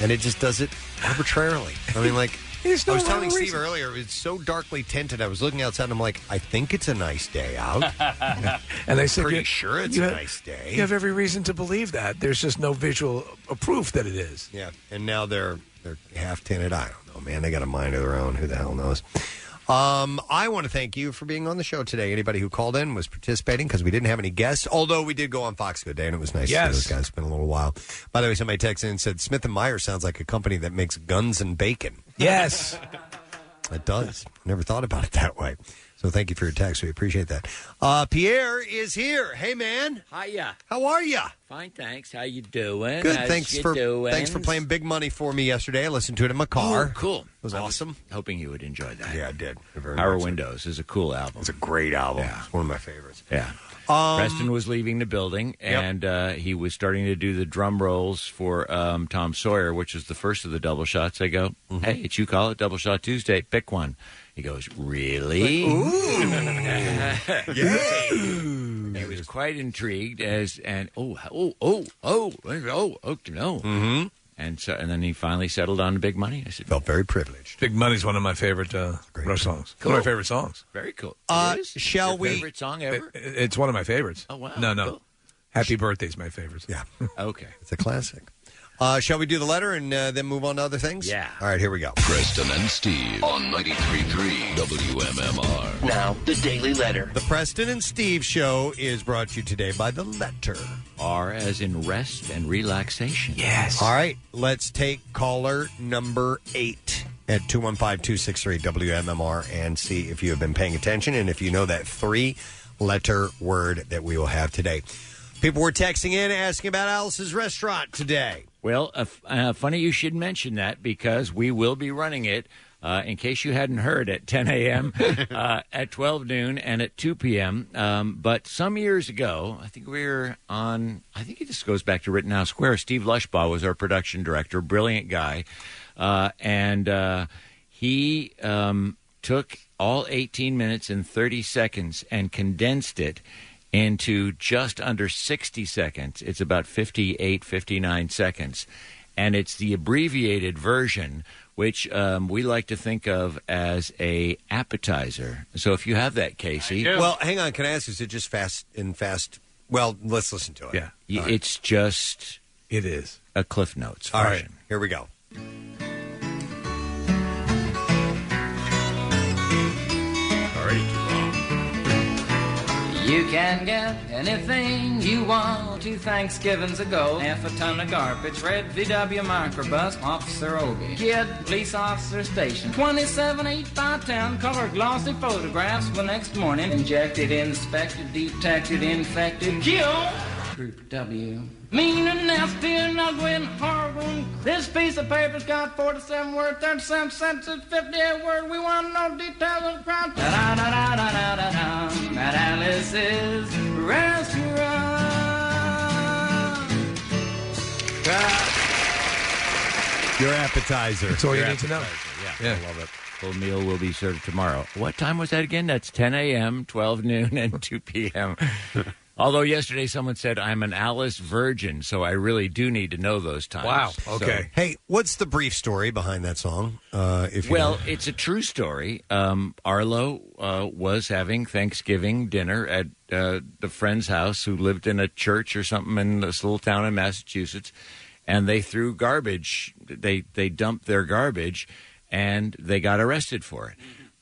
and it just does it arbitrarily. I mean, like
There's no
I was telling
rhyme or
Steve
reason.
earlier, it's so darkly tinted. I was looking outside, and I'm like, I think it's a nice day out,
And they said,
pretty
you-
sure it's
you
a
have-
nice day.
You have every reason to believe that. There's just no visual uh, proof that it is.
Yeah, and now they're they're half tinted. I don't know, man. They got a mind of their own. Who the hell knows? Um, I want to thank you for being on the show today. Anybody who called in was participating because we didn't have any guests. Although we did go on Fox Good Day, and it was nice to see
Yes.
those guys. It's been a little while. By the way, somebody texted in and said Smith and Meyer sounds like a company that makes guns and bacon.
Yes.
It does. Never thought about it that way. So thank you for your text. We appreciate that. Uh, Pierre is here. Hey, man.
Hiya.
How are you?
Fine, thanks. How you doing?
Good.
How's
Thanks
you
for
doing?
thanks for playing big money for me yesterday. I listened to it in my car.
Oh, cool.
It was awesome.
Hoping you would enjoy that.
Yeah, I did.
Our
much.
Windows is a cool album. It's a
great album.
Yeah.
It's one of my favorites.
Yeah.
Um,
Preston was leaving the building, and uh, he was starting to do the drum rolls for um, Tom Sawyer, which is the first of the double shots. I go,
Mm-hmm.
"Hey, it's you call it Double Shot Tuesday. Pick one." He goes, "Really?" He was quite intrigued as and oh oh oh oh oh oh no. Mm-hmm. And so and then he finally settled on big money. I said,
felt very privileged.
Big Money's one of my favorite uh, Rush songs. One of my favorite songs.
Very cool.
Uh,
It is?
shall
Your
we-
Favorite song ever?
It- It's one of my favorites.
Oh, wow.
No, no.
Cool.
Happy Birthday's my favorite.
Yeah.
okay.
It's a classic. Uh, shall we do the letter and uh, then move on to other things?
Yeah.
All right, here we go.
Preston and Steve on 93.3 WMMR.
Now, the Daily Letter.
The Preston and Steve Show is brought to you today by The Letter.
R as in rest and relaxation.
Yes.
All right, let's take caller number eight at 215 263 WMMR and see if you have been paying attention and if you know that three letter word that we will have today. People were texting in asking about Alice's restaurant today.
Well, uh, f- uh, funny you should mention that because we will be running it. Uh, in case you hadn't heard, at 10 a.m., uh, at 12 noon, and at 2 p.m. Um, but some years ago, I think we were on, I think it just goes back to Rittenhouse Square. Steve Lushbaugh was our production director, brilliant guy. Uh, and uh, he um, took all 18 minutes and 30 seconds and condensed it into just under 60 seconds. It's about 58, 59 seconds. And it's the abbreviated version, which um, we like to think of as a appetizer. So if you have that, Casey,
Well, hang on. Can I ask? Is it just fast and fast? Well, let's listen to it.
yeah, y- it's just
it is
a Cliff Notes
All right.
version.
Here we go.
Already too
You can get anything you want. Two Thanksgivings ago, half a ton of garbage, red VW microbus, Officer Obie, kid, police officer station, 27 8 by 10, color glossy photographs. The next morning, injected, inspected, detected, infected, killed. Group W. Mean and nasty and ugly and horrible. and- This piece of paper's got 47 words, 37 sentences, 58 words. We want no details of the crime. Da-da-da-da-da-da-da. At Alice's restaurant.
Your appetizer.
That's all you
Your
need to know.
appetizer,
Yeah. I love it. Full meal will be served tomorrow. What time was that again? That's 10 a.m., 12 noon, and 2 p.m. Although yesterday someone said I'm an Alice virgin, so I really do need to know those times. So-
hey, what's the brief story behind that song? Uh, if you
well,
know?
it's a true story. Um, Arlo uh, was having Thanksgiving dinner at uh, the friend's house who lived in a church or something in this little town in Massachusetts, and they threw garbage. They they dumped their garbage, and they got arrested for it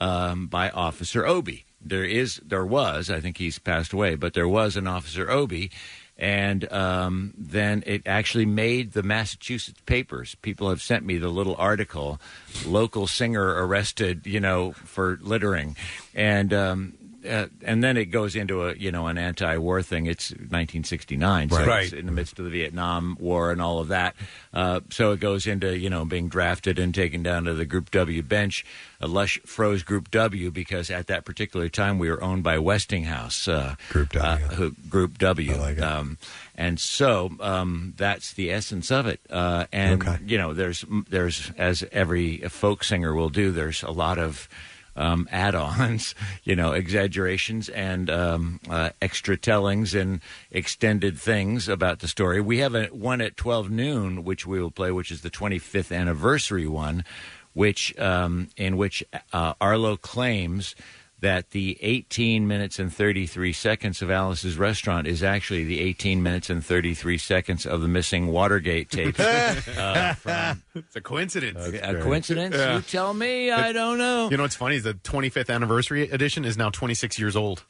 um, by Officer Obie. There is there was I think he's passed away, but there was an Officer Obie. And um, then it actually made the Massachusetts papers. People have sent me the little article, local singer arrested, you know, for littering, and um, uh, and then it goes into a you know an anti-war thing. It's 1969, so
Right.
it's
Right.
in the midst of the Vietnam War and all of that. Uh, so it goes into you know being drafted and taken down to the Group W bench. Uh, Lush froze Group W because at that particular time we were owned by Westinghouse. Uh, Group W. who, Group W. Um, and so um, that's the essence of it. Uh, and you know, there's there's as every folk singer will do. There's a lot of um, add-ons, you know, exaggerations and um, uh, extra tellings and extended things about the story. We have a, one at 12 noon, which we will play, which is the 25th anniversary one, which um, in which uh, Arlo claims that the 18 minutes and 33 seconds of Alice's restaurant is actually the 18 minutes and 33 seconds of the missing Watergate tape. uh,
it's a coincidence.
a coincidence? You tell me. I don't know.
You know what's funny is the 25th anniversary edition is now 26 years old.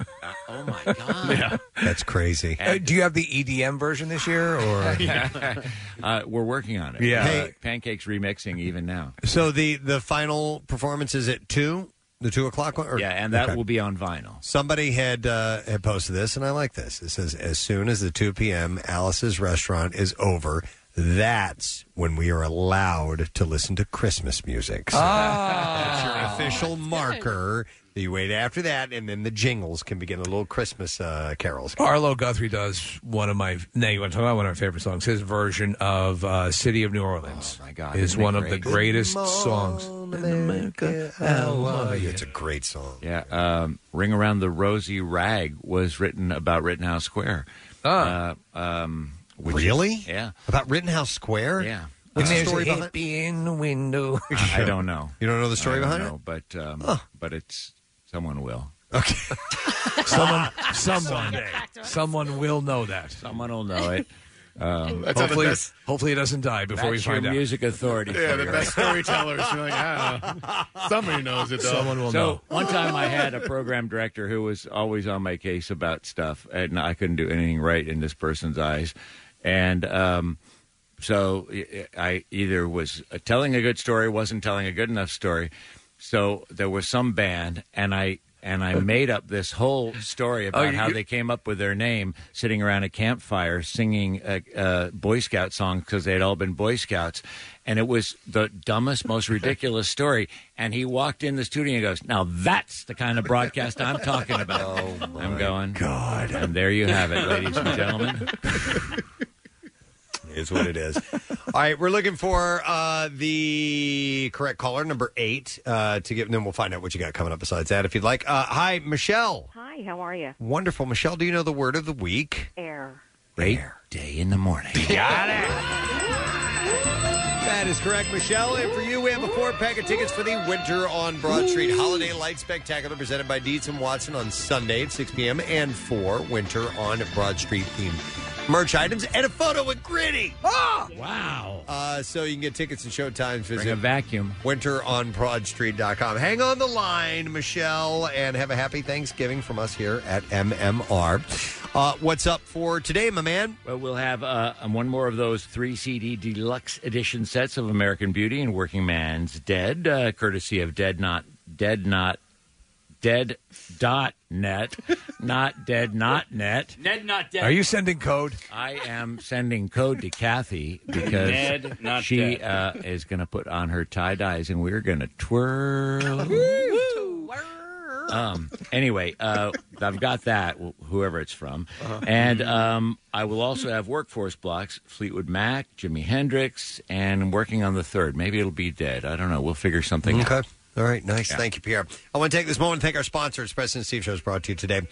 oh my god!
yeah,
that's crazy.
Uh, do you have the
E
EDM version this year, or
uh, we're working on it.
Yeah.
Uh,
Hey.
pancakes remixing even now.
So the the final performance is at two, the two o'clock one. Or,
Yeah, and that
Okay.
will be on vinyl.
Somebody had uh, had posted this, and I like this. It says, "As soon as the two p.m. Alice's restaurant is over, that's when we are allowed to listen to Christmas music." So that's your official marker. You wait after that, and then the jingles can begin. The little Christmas uh, carols.
Arlo Guthrie does one of my now you want to talk about one of my favorite songs. His version of uh, "City of New Orleans" my
Oh, God,
is
isn't it
one of the
great?
greatest songs.
uh, It's a great song.
Yeah, um, "Ring Around the Rosy Rag" was written about Rittenhouse Square. Uh, um, which is-
Really?
yeah.
About Rittenhouse Square?
Yeah.
And
Uh,
there's a hippie in the window.
I I don't know.
You don't know the story
I don't
behind it?
know, But um,
Huh.
but it's someone will.
Someone, someone, someone will know that.
Someone will know it. Um,
That's hopefully, hopefully it doesn't die before we
That's your
find out.
music authority.
Yeah,
for
the
you.
best
storytellers. You're like, ah, somebody knows it. Though.
so one time I had a program director who was always on my case about stuff, and I couldn't do anything right in this person's eyes, and um, so I- I either was telling a good story, wasn't telling a good enough story. So there was some band, and I and I made up this whole story about
you-
how
you-
they came up with their name, sitting around a campfire singing a, a Boy Scout song because they had all been Boy Scouts, and it was the dumbest, most ridiculous story. And he walked in the studio and goes, "Now that's the kind of broadcast I'm talking about." I'm going, God, and there you have it, ladies and gentlemen.
Is what it is. All right, we're looking for uh, the correct caller, number eight, uh, to give. And then we'll find out what you got coming up. Besides that, if you'd like. Uh, hi, Michelle.
Hi, how are you?
Wonderful, Michelle. Do you know the word of the week?
Air.
Great day in the morning.
Got it. That is correct, Michelle. And for you, we have a four pack of tickets for the Winter on Broad Street Holiday Light Spectacular presented by Dietz and Watson on Sunday at 6 p.m. and for Winter on Broad Street themed merch items and a photo with Gritty. Oh!
Wow.
Uh, so you can get tickets and showtimes. Visit
Bring a vacuum.
winteronbroadstreet.com. Hang on the line, Michelle, and have a happy Thanksgiving from us here at MMR. Uh, what's up for today, my man?
Well, we'll have uh, one more of those three CD deluxe edition sets of American Beauty and Working Man's Dead, uh, courtesy of Dead Not Dead Not Dead Dot Net, not Dead Not Net.
Ned, not dead.
Are you
sending code?
I am sending code to Kathy because
Dead, not
she
dead.
uh, is going to put on her tie dyes and we're going to twirl. um, anyway, uh, I've got that, wh- whoever it's from. And um, I will also have workforce blocks Fleetwood Mac, Jimi Hendrix, and I'm working on the third. Maybe it'll be dead. I don't know. We'll figure something out.
Okay. All right, nice. Thank you, Pierre. I want to take this moment to thank our sponsors. Preston and Steve Show is brought to you today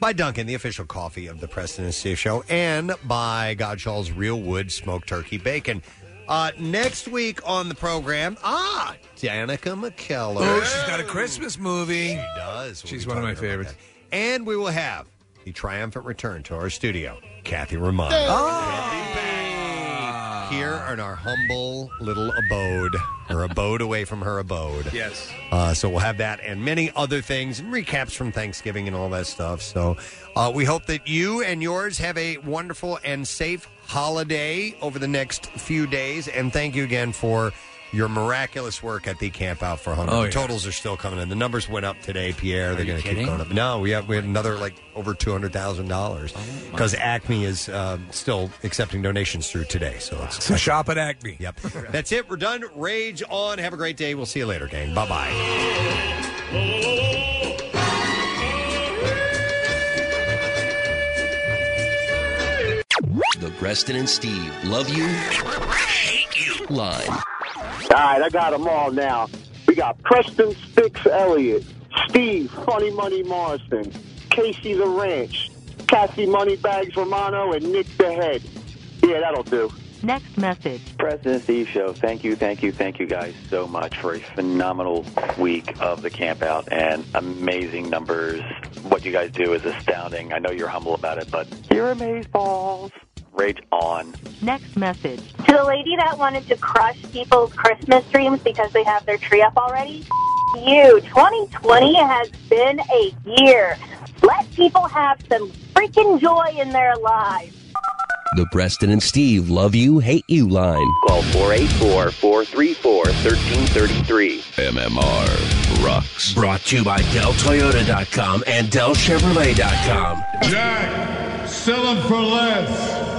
by Duncan, the official coffee of the Preston and Steve Show, and by Godshall's Real Wood Smoked Turkey Bacon. Uh, next week on the program, ah, Danica McKellar.
Oh, she's got a Christmas movie. She
does.
She's one of my favorites.
And we will have the triumphant return to our studio, Kathy Ramon. Ah. Here
Uh.
in our humble little abode, her abode away from her abode.
Yes.
Uh, so we'll have that and many other things and recaps from Thanksgiving and all that stuff. So uh, we hope that you and yours have a wonderful and safe holiday over the next few days. And thank you again for your miraculous work at the Camp Out for Hunger.
Oh,
the
yeah.
totals are still coming in. The numbers went up today, Pierre. They're
you
going to keep
kidding?
going up. No, we have we had another like over two hundred thousand dollars
Oh,
because Acme is um, still accepting donations through today. So it's
So shop at Acme.
Yep. That's it. We're done. Rage on. Have a great day. We'll see you later, gang. Bye bye.
The Preston and Steve love you, hate you line.
All right, I got them all now. We got Preston Sticks Elliott, Steve Funny Money Morrison, Casey the Ranch, Cassie Moneybags Romano, and Nick the Head. Yeah, that'll do.
Next message.
President Steve Show, thank you, thank you, thank you guys so much for a phenomenal week of the camp out and amazing numbers. What you guys do is astounding. I know you're humble about it, but you're amazing balls. Rage on.
Next message.
To the lady that wanted to crush people's Christmas dreams because they have their tree up already, f- you. 2020 has been a year. Let people have some freaking joy in their lives.
The Preston and Steve love you, hate you line.
Call 484 434 1333.
MMR rocks.
Brought to you by DellToyota.com and DellChevrolet.com.
Jack, sell them for less.